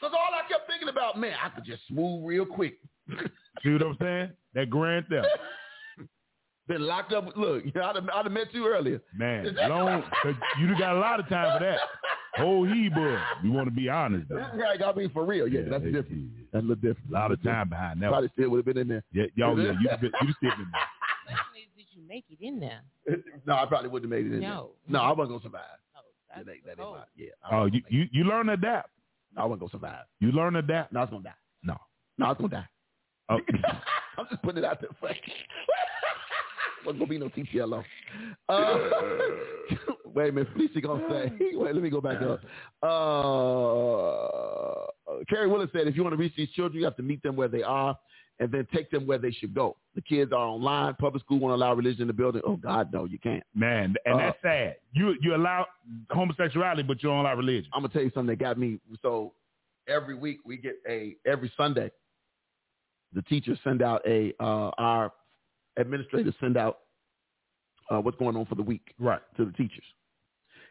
because all I kept thinking about man I could just smooth real quick
See what I'm saying? That Grand Theft.
been locked up look you know, I'd have, I'd have met you earlier
Man, long. 'cause You got a lot of time for that. Whole Hebrew. We want to be honest though.
right I mean for real Oh, yeah, that's
it-
different
it-
that's a little different
A lot of time behind that. one.
probably still would have been in there
Yeah, y'all, yeah, you been- you still been there.
The question is, did you make it in there?
no I probably wouldn't have made it in
No.
there no I wasn't gonna survive
No,
that
that's
ain't, that
the goal.
ain't my, yeah I
Oh,
wasn't
you,
gonna make
you you learn to adapt.
it. I wasn't gonna survive
You learn to adapt.
no I was gonna die
No.
no I was gonna die
Oh,
I'm just putting it out there. Frank. Wasn't gonna be no TPLO. Uh, wait a minute, Felicia gonna say. Wait, let me go back up. Uh, Carrie Willis said, if you want to reach these children, you have to meet them where they are, and then take them where they should go. The kids are online. Public school won't allow religion in the building. Oh God, no, you can't.
man, and
Uh,
that's sad. You you allow homosexuality, but you don't allow religion.
I'm gonna tell you something that got me. So every week we get a every Sunday, the teachers send out a uh, our administrators send out uh, what's going on for the week
Right.
to the teachers.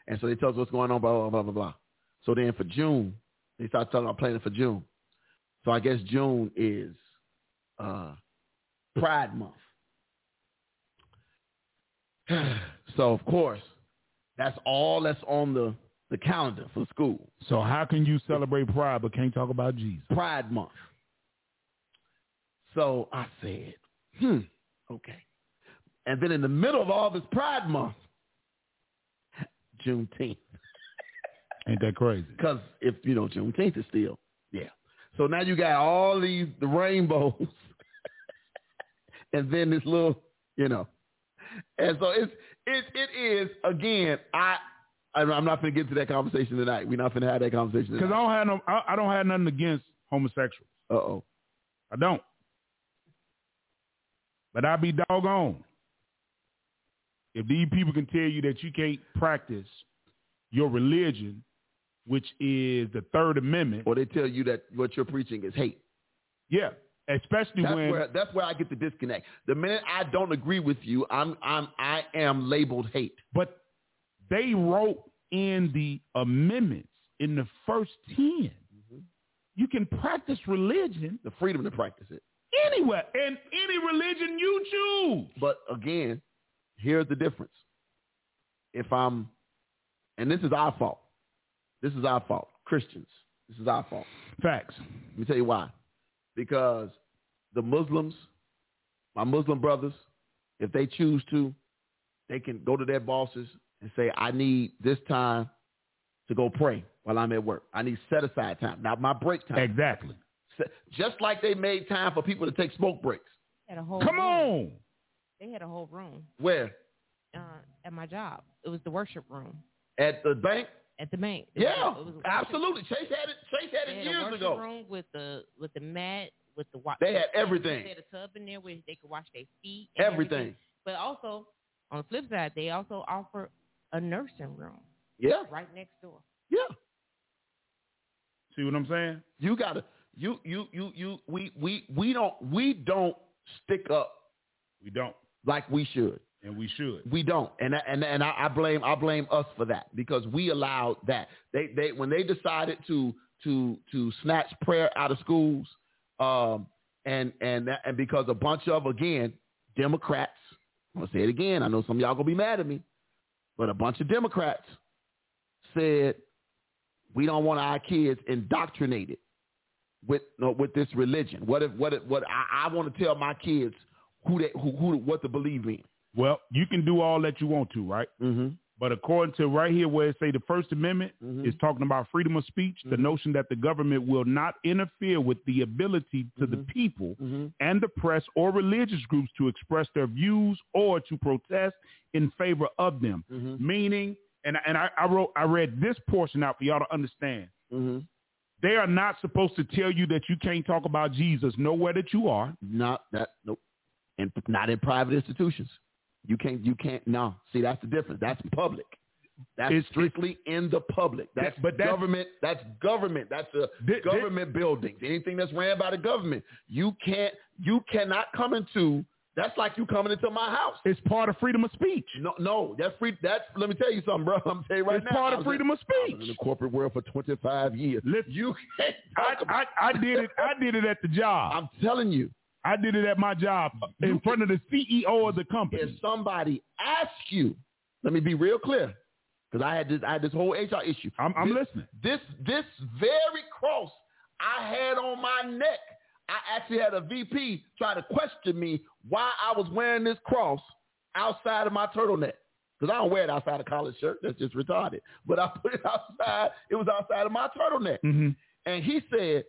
And so they tell us what's going on, blah, blah, blah, blah, blah. So then for June, they start telling our planning for June. So I guess June is uh, Pride Month. so of course, that's all that's on the, the calendar for school.
So how can you celebrate pride but can't talk about Jesus?
Pride Month. So I said, hmm, okay. And then in the middle of all this Pride Month, Juneteenth.
Ain't that crazy?
Because if, you know, Juneteenth is still, yeah. So now you got all these, the rainbows, and then this little, you know. And so it's, it, it is, again, I, I'm I'm not going to get to that conversation tonight. We're not going to have that conversation
Because I
tonight.
don't have no, I, I don't have nothing against homosexuals.
Uh-oh.
I don't. But I be doggone if these people can tell you that you can't practice your religion, which is the Third Amendment.
Or they tell you that what you're preaching is hate.
Yeah, especially
That's
when
where that's where I get the disconnect. The minute I don't agree with you, I'm I'm I am labeled hate.
But they wrote in the amendments in the first 10
Mm-hmm.
you can practice religion
The freedom to practice it.
anywhere and any religion you choose.
But again, here's the difference. If I'm, and this is our fault. This is our fault, Christians. This is our fault.
Facts.
Let me tell you why. Because the Muslims, my Muslim brothers, if they choose to, they can go to their bosses and say, I need this time to go pray while I'm at work. I need set aside time, not my break time.
Exactly.
Se- Just like they made time for people to take smoke breaks.
Had a whole
Come
room.
on.
They had a whole room
Where?
uh, at my job. It was the worship room
At the bank?
at the bank. It was-
Yeah,
it was a worship-
absolutely. Chase had it. Chase had
They
it
had a
years
worship
ago.
room with the with the mat with the wa-
They had everything.
They had a tub in there where they could wash their feet. and
Everything.
But also on the flip side, they also offer a nursing room
Yeah,
right next door.
yeah.
See what I'm saying?
You gotta. You you you you. We we we don't we don't stick up
We don't,
like we should.
and we should.
We don't, and I- and and I, I blame I blame us for that because we allowed that. They they when they decided to to to snatch prayer out of schools, um, and and that, and because a bunch of again Democrats. I'm gonna say it again. I know some of y'all gonna be mad at me, but a bunch of Democrats said we don't want our kids indoctrinated with no, with this religion. What if what if, what I, I want to tell my kids who they who, who what to believe in.
Well, you can do all that you want to, right?
Mm-hmm.
But according to right here where it say the First Amendment
Mhm.
is talking about freedom of speech, the notion that the government will not interfere with the ability to the people
Mhm.
and the press or religious groups to express their views or to protest in favor of them. Meaning, and and I, I wrote I read this portion out for y'all to understand.
Mm-hmm.
They are not supposed to tell you that you can't talk about Jesus nowhere that you are.
Not that nope, and not in private institutions. You can't. You can't. No. See, that's the difference. That's public. That's
It's-
strictly in the public. That's
but that's-
government. That's government. That's the
Thi- thi-
government buildings. Anything that's ran by the government. You can't. You cannot come into. That's like you coming into my house.
It's part of freedom of speech.
No, no, that's free. That's let me tell you something, bro. I'm telling you right
it's
now.
part
I
of
was
freedom
in,
of
I was in the
speech.
corporate world for 25 years.
Listen.
you can't
I,
talk about.
I, I did it. I did it at the job.
I'm telling you,
I did it at my job in
You-
front of the CEO of the company.
if somebody asks you, let me be real clear, because I had this, I had this whole HR issue.
I'm, I'm
this,
listening.
This this very cross I had on my neck. I actually had a VP try to question me why I was wearing this cross outside of my turtleneck. Because I don't wear it outside a college shirt. That's just retarded. But I put it outside. It was outside of my turtleneck.
Mm-hmm.
And he said,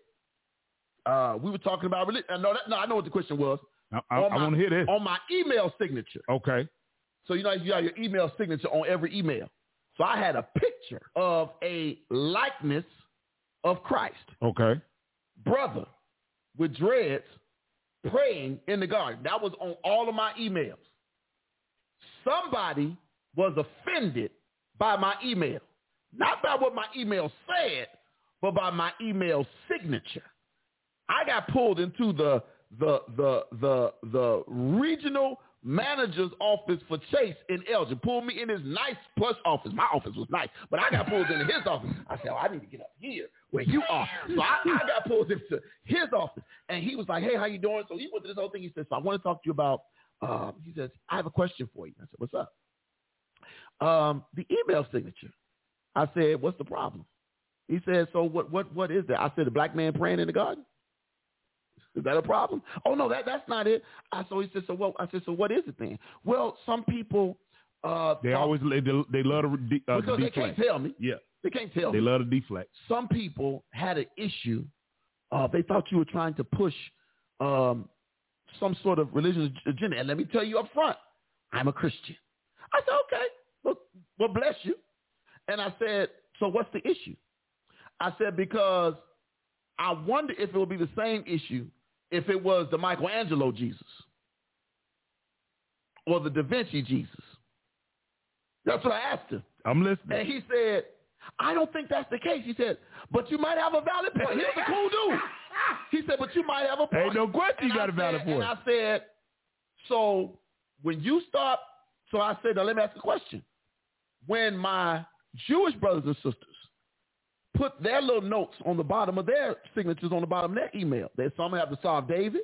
uh, we were talking about religion. No, that, no, I know what the question was.
I, I,
On
I
Oh, my-
want to hear this.
On my email signature.
Okay.
So you know you have your email signature on every email. So I had a picture of a likeness of Christ,
Okay.
brother with dreads, praying in the garden. That was on all of my emails. Somebody was offended by my email. Not by what my email said, but by my email signature. I got pulled into the the the the the regional manager's office for Chase in Elgin. Pulled me in his nice plush office. My office was nice, but I got pulled into his office. I said, oh, I need to get up here where you are. So I, I got pulled into his office, and he was like, Hey, how you doing? So he went to this whole thing. He said, So I want to talk to you about. Um, he says, I have a question for you. I said, What's up? Um, the email signature. I said, What's the problem? He said, So what? What? What is that? I said, The black man praying in the garden. Is that a problem? Oh no, that that's not it. I so he said so. Well, I said so. What is it then? Well, some people uh,
They always they, they love to de- uh,
because they can't
deflect.
tell me.
Yeah,
They can't tell
they
me.
love to deflect.
some people had an issue. Uh, they thought you were trying to push um, some sort of religious agenda. And let me tell you up front, I'm a Christian. I said, okay, well, well bless you. And I said, so what's the issue? I said, because I wonder if it would be the same issue if it was the Michelangelo Jesus or the Da Vinci Jesus. That's what I asked him.
I'm listening.
And he said, I don't think that's the case. He said, but you might have a valid point. He was a cool dude. He said, but you might have a point.
Ain't no question you
And I
got a valid
said-
point.
And I said, so when you start, so I said, now let me ask a question. When my Jewish brothers and sisters put their little notes on the bottom of their signatures on the bottom of their email, that some have the Psalm David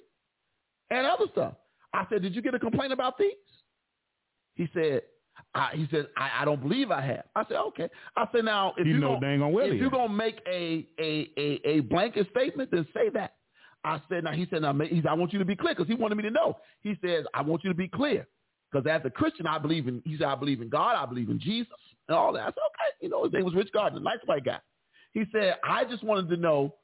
and other stuff. I said, did you get a complaint about these? He said, I, he said, I, I don't believe I have. I said, okay. I said, now if
You
you,
know
gonna,
dang on well
if
he
you
is.
gonna make a a a a blanket statement, then say that. I said, now he said, now ma- he said, I want you to be clear because he wanted me to know. He says, I want you to be clear because as a Christian, I believe in. He said, I believe in God, I believe in Jesus, and all that. I said, okay. You know, his name was Rich Gardner, nice white guy. He said, I just wanted to know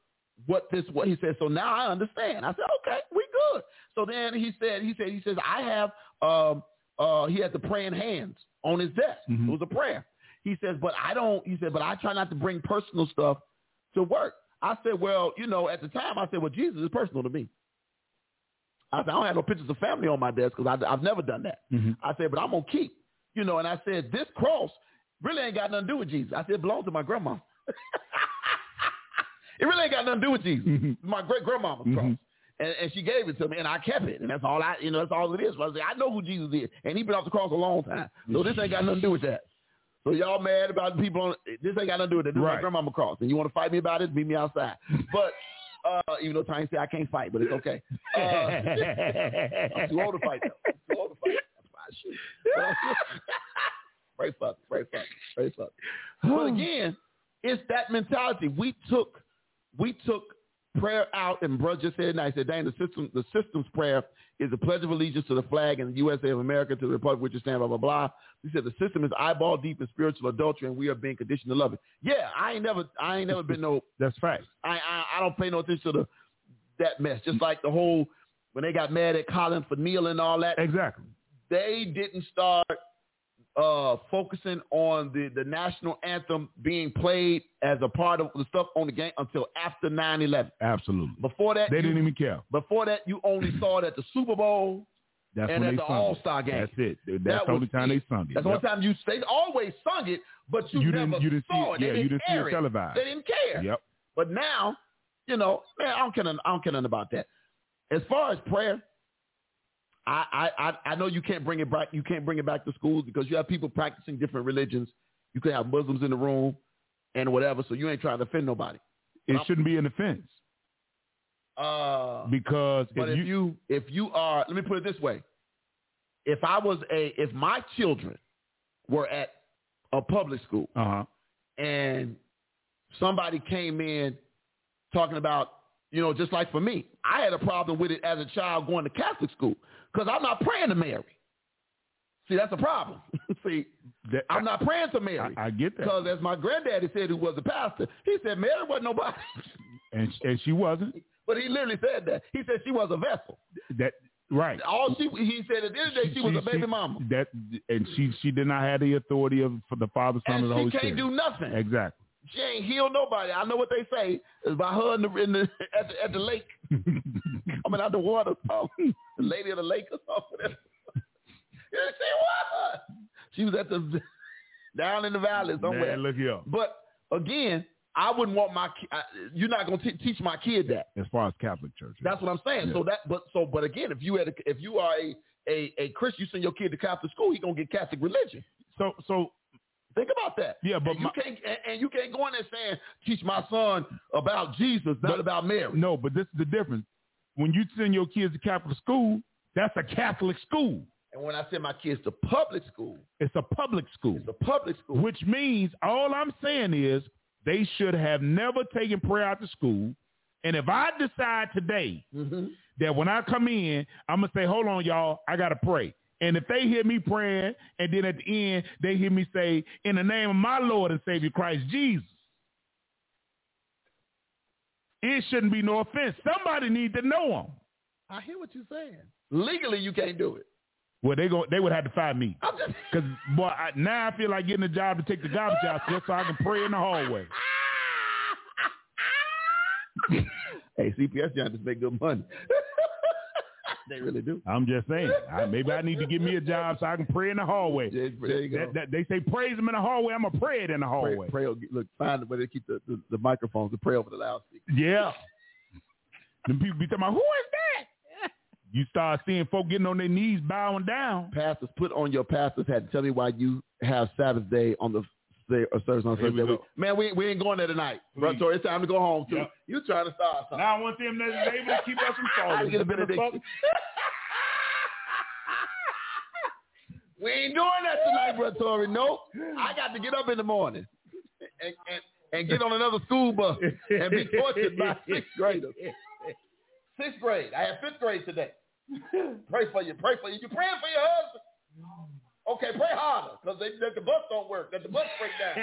what this was. He said, so now I understand. I said, okay, we good. So then he said, he said, he says, I have, um, uh, he had the praying hands on his desk.
Mhm.
It was a prayer. He says, but I don't, he said, but I try not to bring personal stuff to work. I said, well, you know, at the time I said, well, Jesus is personal to me. I said, I don't have no pictures of family on my desk because I've never done that.
Mhm.
I said, but I'm going to keep, you know, and I said, this cross really ain't got nothing to do with Jesus. I said, it belongs to my grandma. it really ain't got nothing to do with Jesus.
Mhm.
My great grandmama's cross.
Mhm.
And, and she gave it to me, and I kept it, and that's all I, you know, that's all it is. So I said, I know who Jesus is, and he been off the cross a long time, so this ain't got nothing to do with that. So y'all mad about people on this ain't got nothing to do with it. This is my
Right.
grandmama cross, and you want to fight me about it? Beat me outside. But uh, even though Tiny said I can't fight, but it's okay. Uh, I'm too old to fight though. I'm too old to fight. That's why I shoot. But I'm- pray fuck, pray fuck, pray fuck. But again, it's that mentality. We took we took prayer out and bro just said it now. He said, Dang, the system the system's prayer is a pledge of allegiance to the flag and the USA of America to the Republic which is stand blah blah blah. He said the system is eyeball deep in spiritual adultery and we are being conditioned to love it. Yeah, I ain't never I ain't never been no
That's fact.
I, I I don't pay no attention to the that mess. Just like the whole when they got mad at Colin for kneeling and all that,
Exactly.
they didn't start uh, focusing on the, the national anthem being played as a part of the stuff on the game until after 9-11.
Absolutely.
Before that,
They
you,
didn't even care.
before that, you only saw it at the Super Bowl.
That's
And
when
at
they
the
sung it.
All-Star game.
That's it. That's
That
the only
was
time
it.
they sung it.
That's the
Yep.
only time you they always sung it, but you,
You
never
didn't- you didn't see
saw
it.
it. They
Yeah, you didn't see
air
it televised.
They didn't care.
Yep.
But now, you know, man, I don't care. Nothing, I don't care nothing about that. As far as prayer, I, I I I know you can't bring it back. You can't bring it back to schools because you have people practicing different religions. You could have Muslims in the room and whatever. So you ain't trying to offend nobody.
It
I'm-
shouldn't be an offense
Uh,
because
but
if you,
if you are, let me put it this way: if I was a, if my children were at a public school
uh-huh.
and somebody came in talking about, you know, just like for me, I had a problem with it as a child going to Catholic school because I'm not praying to Mary. See, that's a problem. See,
That-
I'm not praying to Mary.
I, I get that,
Because as my granddaddy said, who was a pastor, he said Mary wasn't nobody.
and and she wasn't
but he literally said that. He said she was a vessel.
that right.
All she, he said at the end of the day, she, was a baby mama.
That and she she did not have the authority of for the Father, Son, and,
And
the Holy
she can't
Spirit.
do nothing.
exactly.
She ain't healed nobody. I know what they say about her in the, in the at the at the lake. I mean, out the water, so the lady of the lake or something. she was. She was at the down in the valley somewhere.
Man, look here.
but again, I wouldn't want my. ki- I, you're not gonna te- teach my kid that.
As far as Catholic Church,
That's what I'm saying. So that, but so, but again, if you had, a, if you are a a, a Christian, you send your kid to Catholic school, he gonna get Catholic religion.
So so
think about that.
Yeah, but
And you
my-
can't and, and you can't go in there saying teach my son about Jesus, not about Mary.
No, but this is the difference. When you send your kids to Catholic school, that's a Catholic school.
And when I send my kids to public school,
It's a public school,
it's a public school.
which means all I'm saying is they should have never taken prayer out to school. And if I decide today
Mhm.
that when I come in, I'm gonna say, "Hold on, y'all, I gotta pray." And if they hear me praying, and then at the end they hear me say, "In the name of my Lord and Savior Christ Jesus," it shouldn't be no offense. Somebody need to know them.
I hear what you're saying. Legally, you can't do it.
Well, they go. They would have to fire me.
I'm just
Cause boy, I, now I feel like getting a job to take the garbage out just so I can pray in the hallway.
hey, CPS jobs make good money. they really do.
I'm just saying. I, maybe I need to get me a job so I can pray in the hallway.
There- there you go.
That- that- they say praise him in the hallway. I'm going to pray it in the
Pray,
hallway.
pray, look, find a way to keep the, the, the microphones to pray over the loudspeaker.
Yeah. Them people be talking about, who is that? You start seeing folk getting on their knees bowing down.
Pastors, put on your pastor's hat and tell me why you have Sabbath day on the day or service on
Here we
Thursday.
go.
week. Man, we, we ain't going there tonight. Bro,
Please.
Tori, it's time to go home, too.
Yep.
You trying to start something.
Now I want them to be able to keep us from
I
falling.
get a benediction. we ain't doing that tonight, Brother Tory. Nope. I got to get up in the morning and, and, and get on another school bus and be tortured by sixth graders. Sixth grade. I had fifth grade today. Pray for you. Pray for you. You praying for your husband? Okay, pray harder because that the bus don't work, that the bus break down.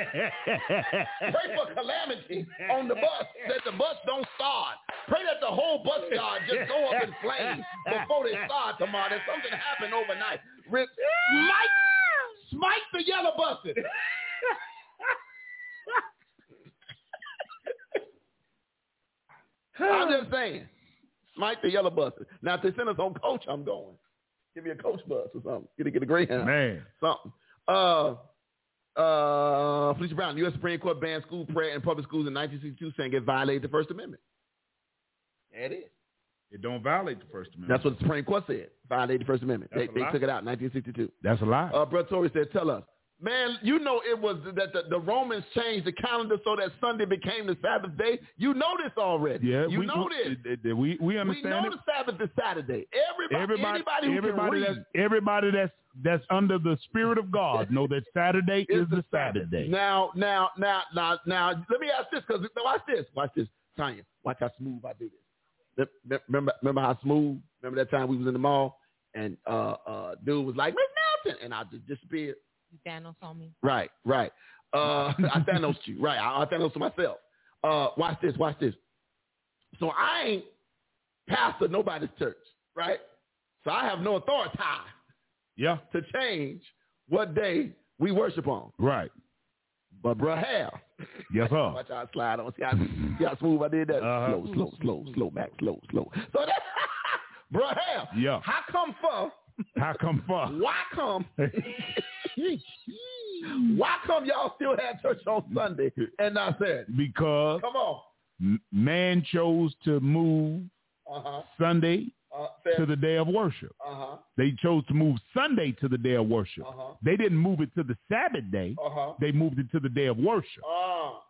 Pray for calamity on the bus that the bus don't start. Pray that the whole bus yard just go up in flames before they start tomorrow. That something happened overnight. Rip, smite, smite the yellow buses. I'm just saying, smite the yellow buses. Now if they send us on coach, I'm going. Give me a coach bus or something. Get to get a greyhound
Man.
something. Uh, uh, Felicia Brown, U.S. Supreme Court banned school prayer in public schools in 1962, saying it violated the First Amendment. That is.
It don't violate the First Amendment.
That's what the Supreme Court said. Violated the First Amendment. They,
That's a
they
lie.
took it out in 1962.
That's a lie.
Uh, Brother Tory said, tell us. Man, you know it was that the, the Romans changed the calendar so that Sunday became the Sabbath day. You know this already.
yeah,
you
we,
know
we,
this.
uh, uh, We, we
We know
understand it.
the Sabbath is Saturday. Everybody,
Everybody,
anybody who
everybody
can
that's
read
everybody that's that's under the spirit of God know that Saturday
It's
is the Saturday.
Now, now, now, now, now, let me ask this because watch this, watch this, Tanya, watch how smooth I do this. Re- re- Remember, remember how smooth? Remember that time we was in the mall and uh, uh, dude was like Miss Nelson, and I just disappeared.
Thanos on me.
Right, right. Uh, I Thanos you. Right, I, I Thanos to myself. Uh, watch this, watch this. So I ain't pastor nobody's church, right? So I have no authority
Yeah,
to change what day we worship on.
right.
But bruh, have.
Yes, sir. Mm-hmm.
Watch how I slide on. See how, see how smooth I did that?
Uh-huh.
Slow, slow, slow, slow, back, slow, slow. So that, bro, hell,
Yeah.
how come for,
How come fuck?
why come, why come y'all still have church on Sunday and not Saturday?
Because
Come on.
m- man chose to move
Uh-huh.
Sunday
Uh,
to
Saturday.
the day of worship.
Uh-huh.
They chose to move Sunday to the day of worship.
Uh-huh.
They didn't move it to the Sabbath day.
Uh-huh.
They moved it to the day of worship.
Ah.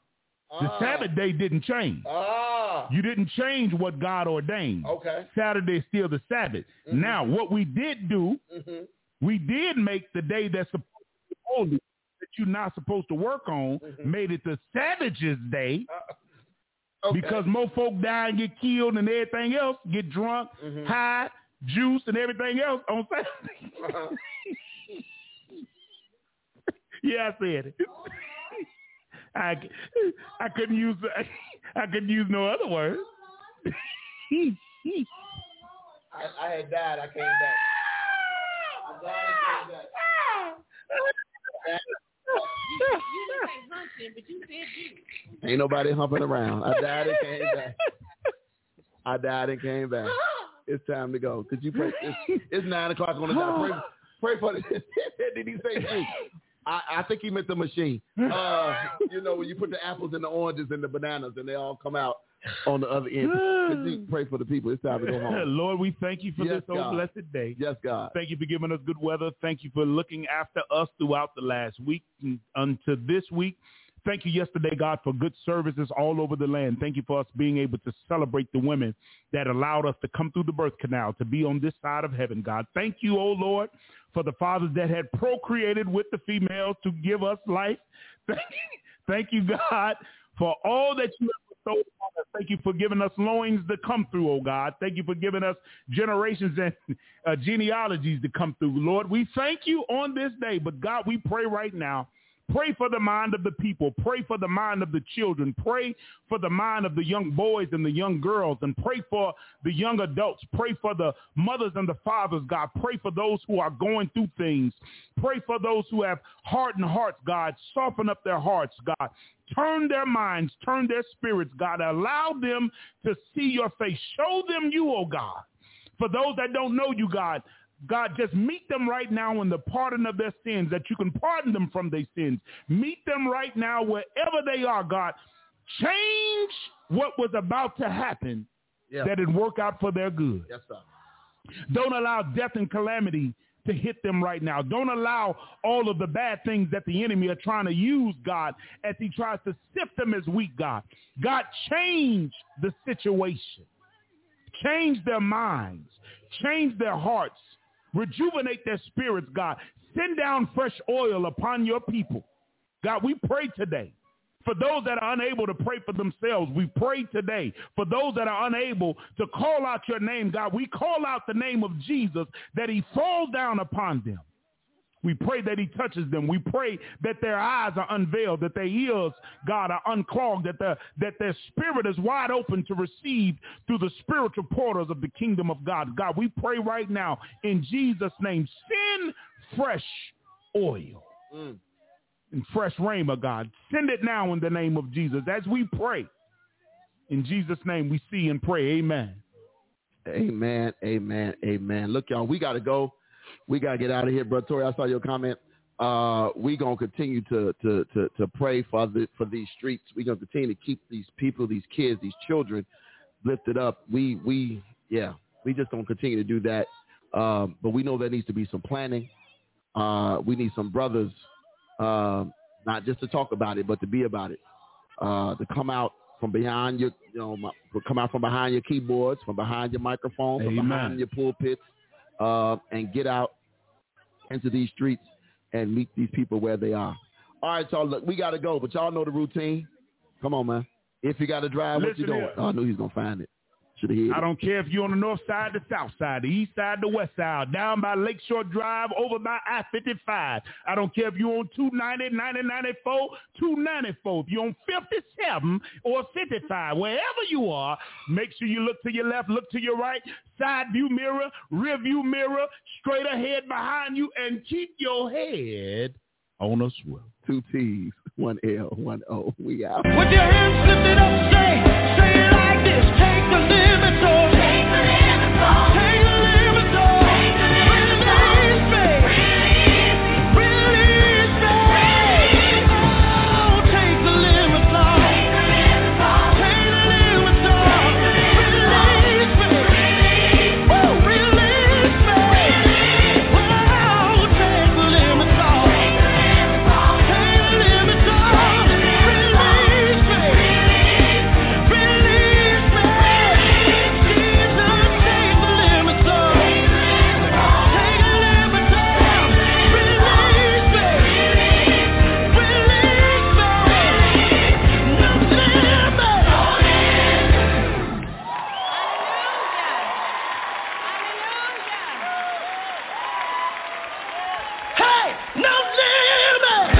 The Sabbath day didn't change.
Ah. Oh.
You didn't change what God ordained.
Okay.
Saturday is still the Sabbath.
Mm-hmm.
Now, what we did do,
Mhm.
we did make the day that's supposed to be holy that you're not supposed to work on,
Mm-hmm.
made it the Savages' Day
Okay.
because more folk die and get killed and everything else, get drunk,
Mm-hmm.
high, juice, and everything else on Saturday.
Uh-huh.
yeah, I said it. I, I couldn't use I couldn't use no other word.
I, I had died. I came back. I died. I came back.
You look like hunting, but you said you.
Ain't nobody humping around. I died and came back. I died and came back. It's time to go. Could you pray? It's, it's nine o'clock on the dot. Pray, pray for the. Did he say you? I, I think he meant the machine. Uh, you know, when you put the apples and the oranges and the bananas and they all come out on the other end. Continue to Pray for the people. It's time to go home.
Lord, we thank you for
Yes,
this oh
God.
blessed day.
Yes, God.
Thank you for giving us good weather. Thank you for looking after us throughout the last week and unto this week. Thank you yesterday, God, for good services all over the land. Thank you for us being able to celebrate the women that allowed us to come through the birth canal to be on this side of heaven, God. Thank you, O Lord, for the fathers that had procreated with the females to give us life. Thank you, thank you God, for all that you have bestowed upon us. Thank you for giving us loins to come through, oh God. Thank you for giving us generations and uh, genealogies to come through, Lord. We thank you on this day, but God, we pray right now. Pray for the mind of the people. Pray for the mind of the children. Pray for the mind of the young boys and the young girls. And pray for the young adults. Pray for the mothers and the fathers, God. Pray for those who are going through things. Pray for those who have hardened hearts, God. Soften up their hearts, God. Turn their minds. Turn their spirits, God. Allow them to see your face. Show them you, oh God. For those that don't know you, God, God, just meet them right now in the pardon of their sins, that you can pardon them from their sins. Meet them right now wherever they are, God. Change what was about to happen
Yeah.
that it work out for their good.
Yes, God.
Don't allow death and calamity to hit them right now. Don't allow all of the bad things that the enemy are trying to use, God, as he tries to sift them as weak, God. God, change the situation. Change their minds. Change their hearts. Rejuvenate their spirits, God. Send down fresh oil upon your people. God, we pray today. For those that are unable to pray for themselves, we pray today. For those that are unable to call out your name, God, we call out the name of Jesus that he fall down upon them. We pray that he touches them. We pray that their eyes are unveiled, that their ears, God, are unclogged, that their, that their spirit is wide open to receive through the spiritual portals of the kingdom of God. God, we pray right now in Jesus' name, send fresh oil and fresh rhema, God. Send it now in the name of Jesus. As we pray, in Jesus' name we see and pray. Amen.
Amen. Amen. Amen. Look, y'all, we gotta go. We gotta get out of here, bro. Tori, I saw your comment. Uh, we gonna continue to to to, to pray for the, for these streets. We gonna continue to keep these people, these kids, these children lifted up. We we yeah, we just gonna continue to do that. Um, but we know there needs to be some planning. Uh, we need some brothers, um, not just to talk about it, but to be about it. Uh, to come out from behind your, you know, my, come out from behind your keyboards, from behind your microphones, from
Amen.
behind your pulpits, uh, and get out into these streets and meet these people where they are. All right, y'all. Look, we gotta go, but y'all know the routine. Come on, man. If you gotta drive, what
Listen
you doing?
here.
Oh, I knew he was gonna find it. Should have hit.
I
it.
don't care if you're on the north side, the south side, the east side, the west side, down by Lakeshore Drive, over by I-55. I don't care if you're on 290, 9094, 294. If you're on 57 or 55, wherever you are, make sure you look to your left, look to your right, side view mirror, rear view mirror, straight ahead behind you, and keep your head on a swivel.
Two T's, one L, one O. We out.
With your hands lifted up, say, say it like this. Take the limits off. Take the limits off. Take the limits off. Take the limits off. Release me. Release me. Release me. Oh, take the limits off. Take the limits off. Take the limits off. Release me. Release me. Oh, release me. Release me. Oh, take the limits off. Take the limits off. Take the limits off. Release me. Release me. Jesus, take the limits off. Take the limits off. Release me. Release me. Nothing but. Hey, no limit.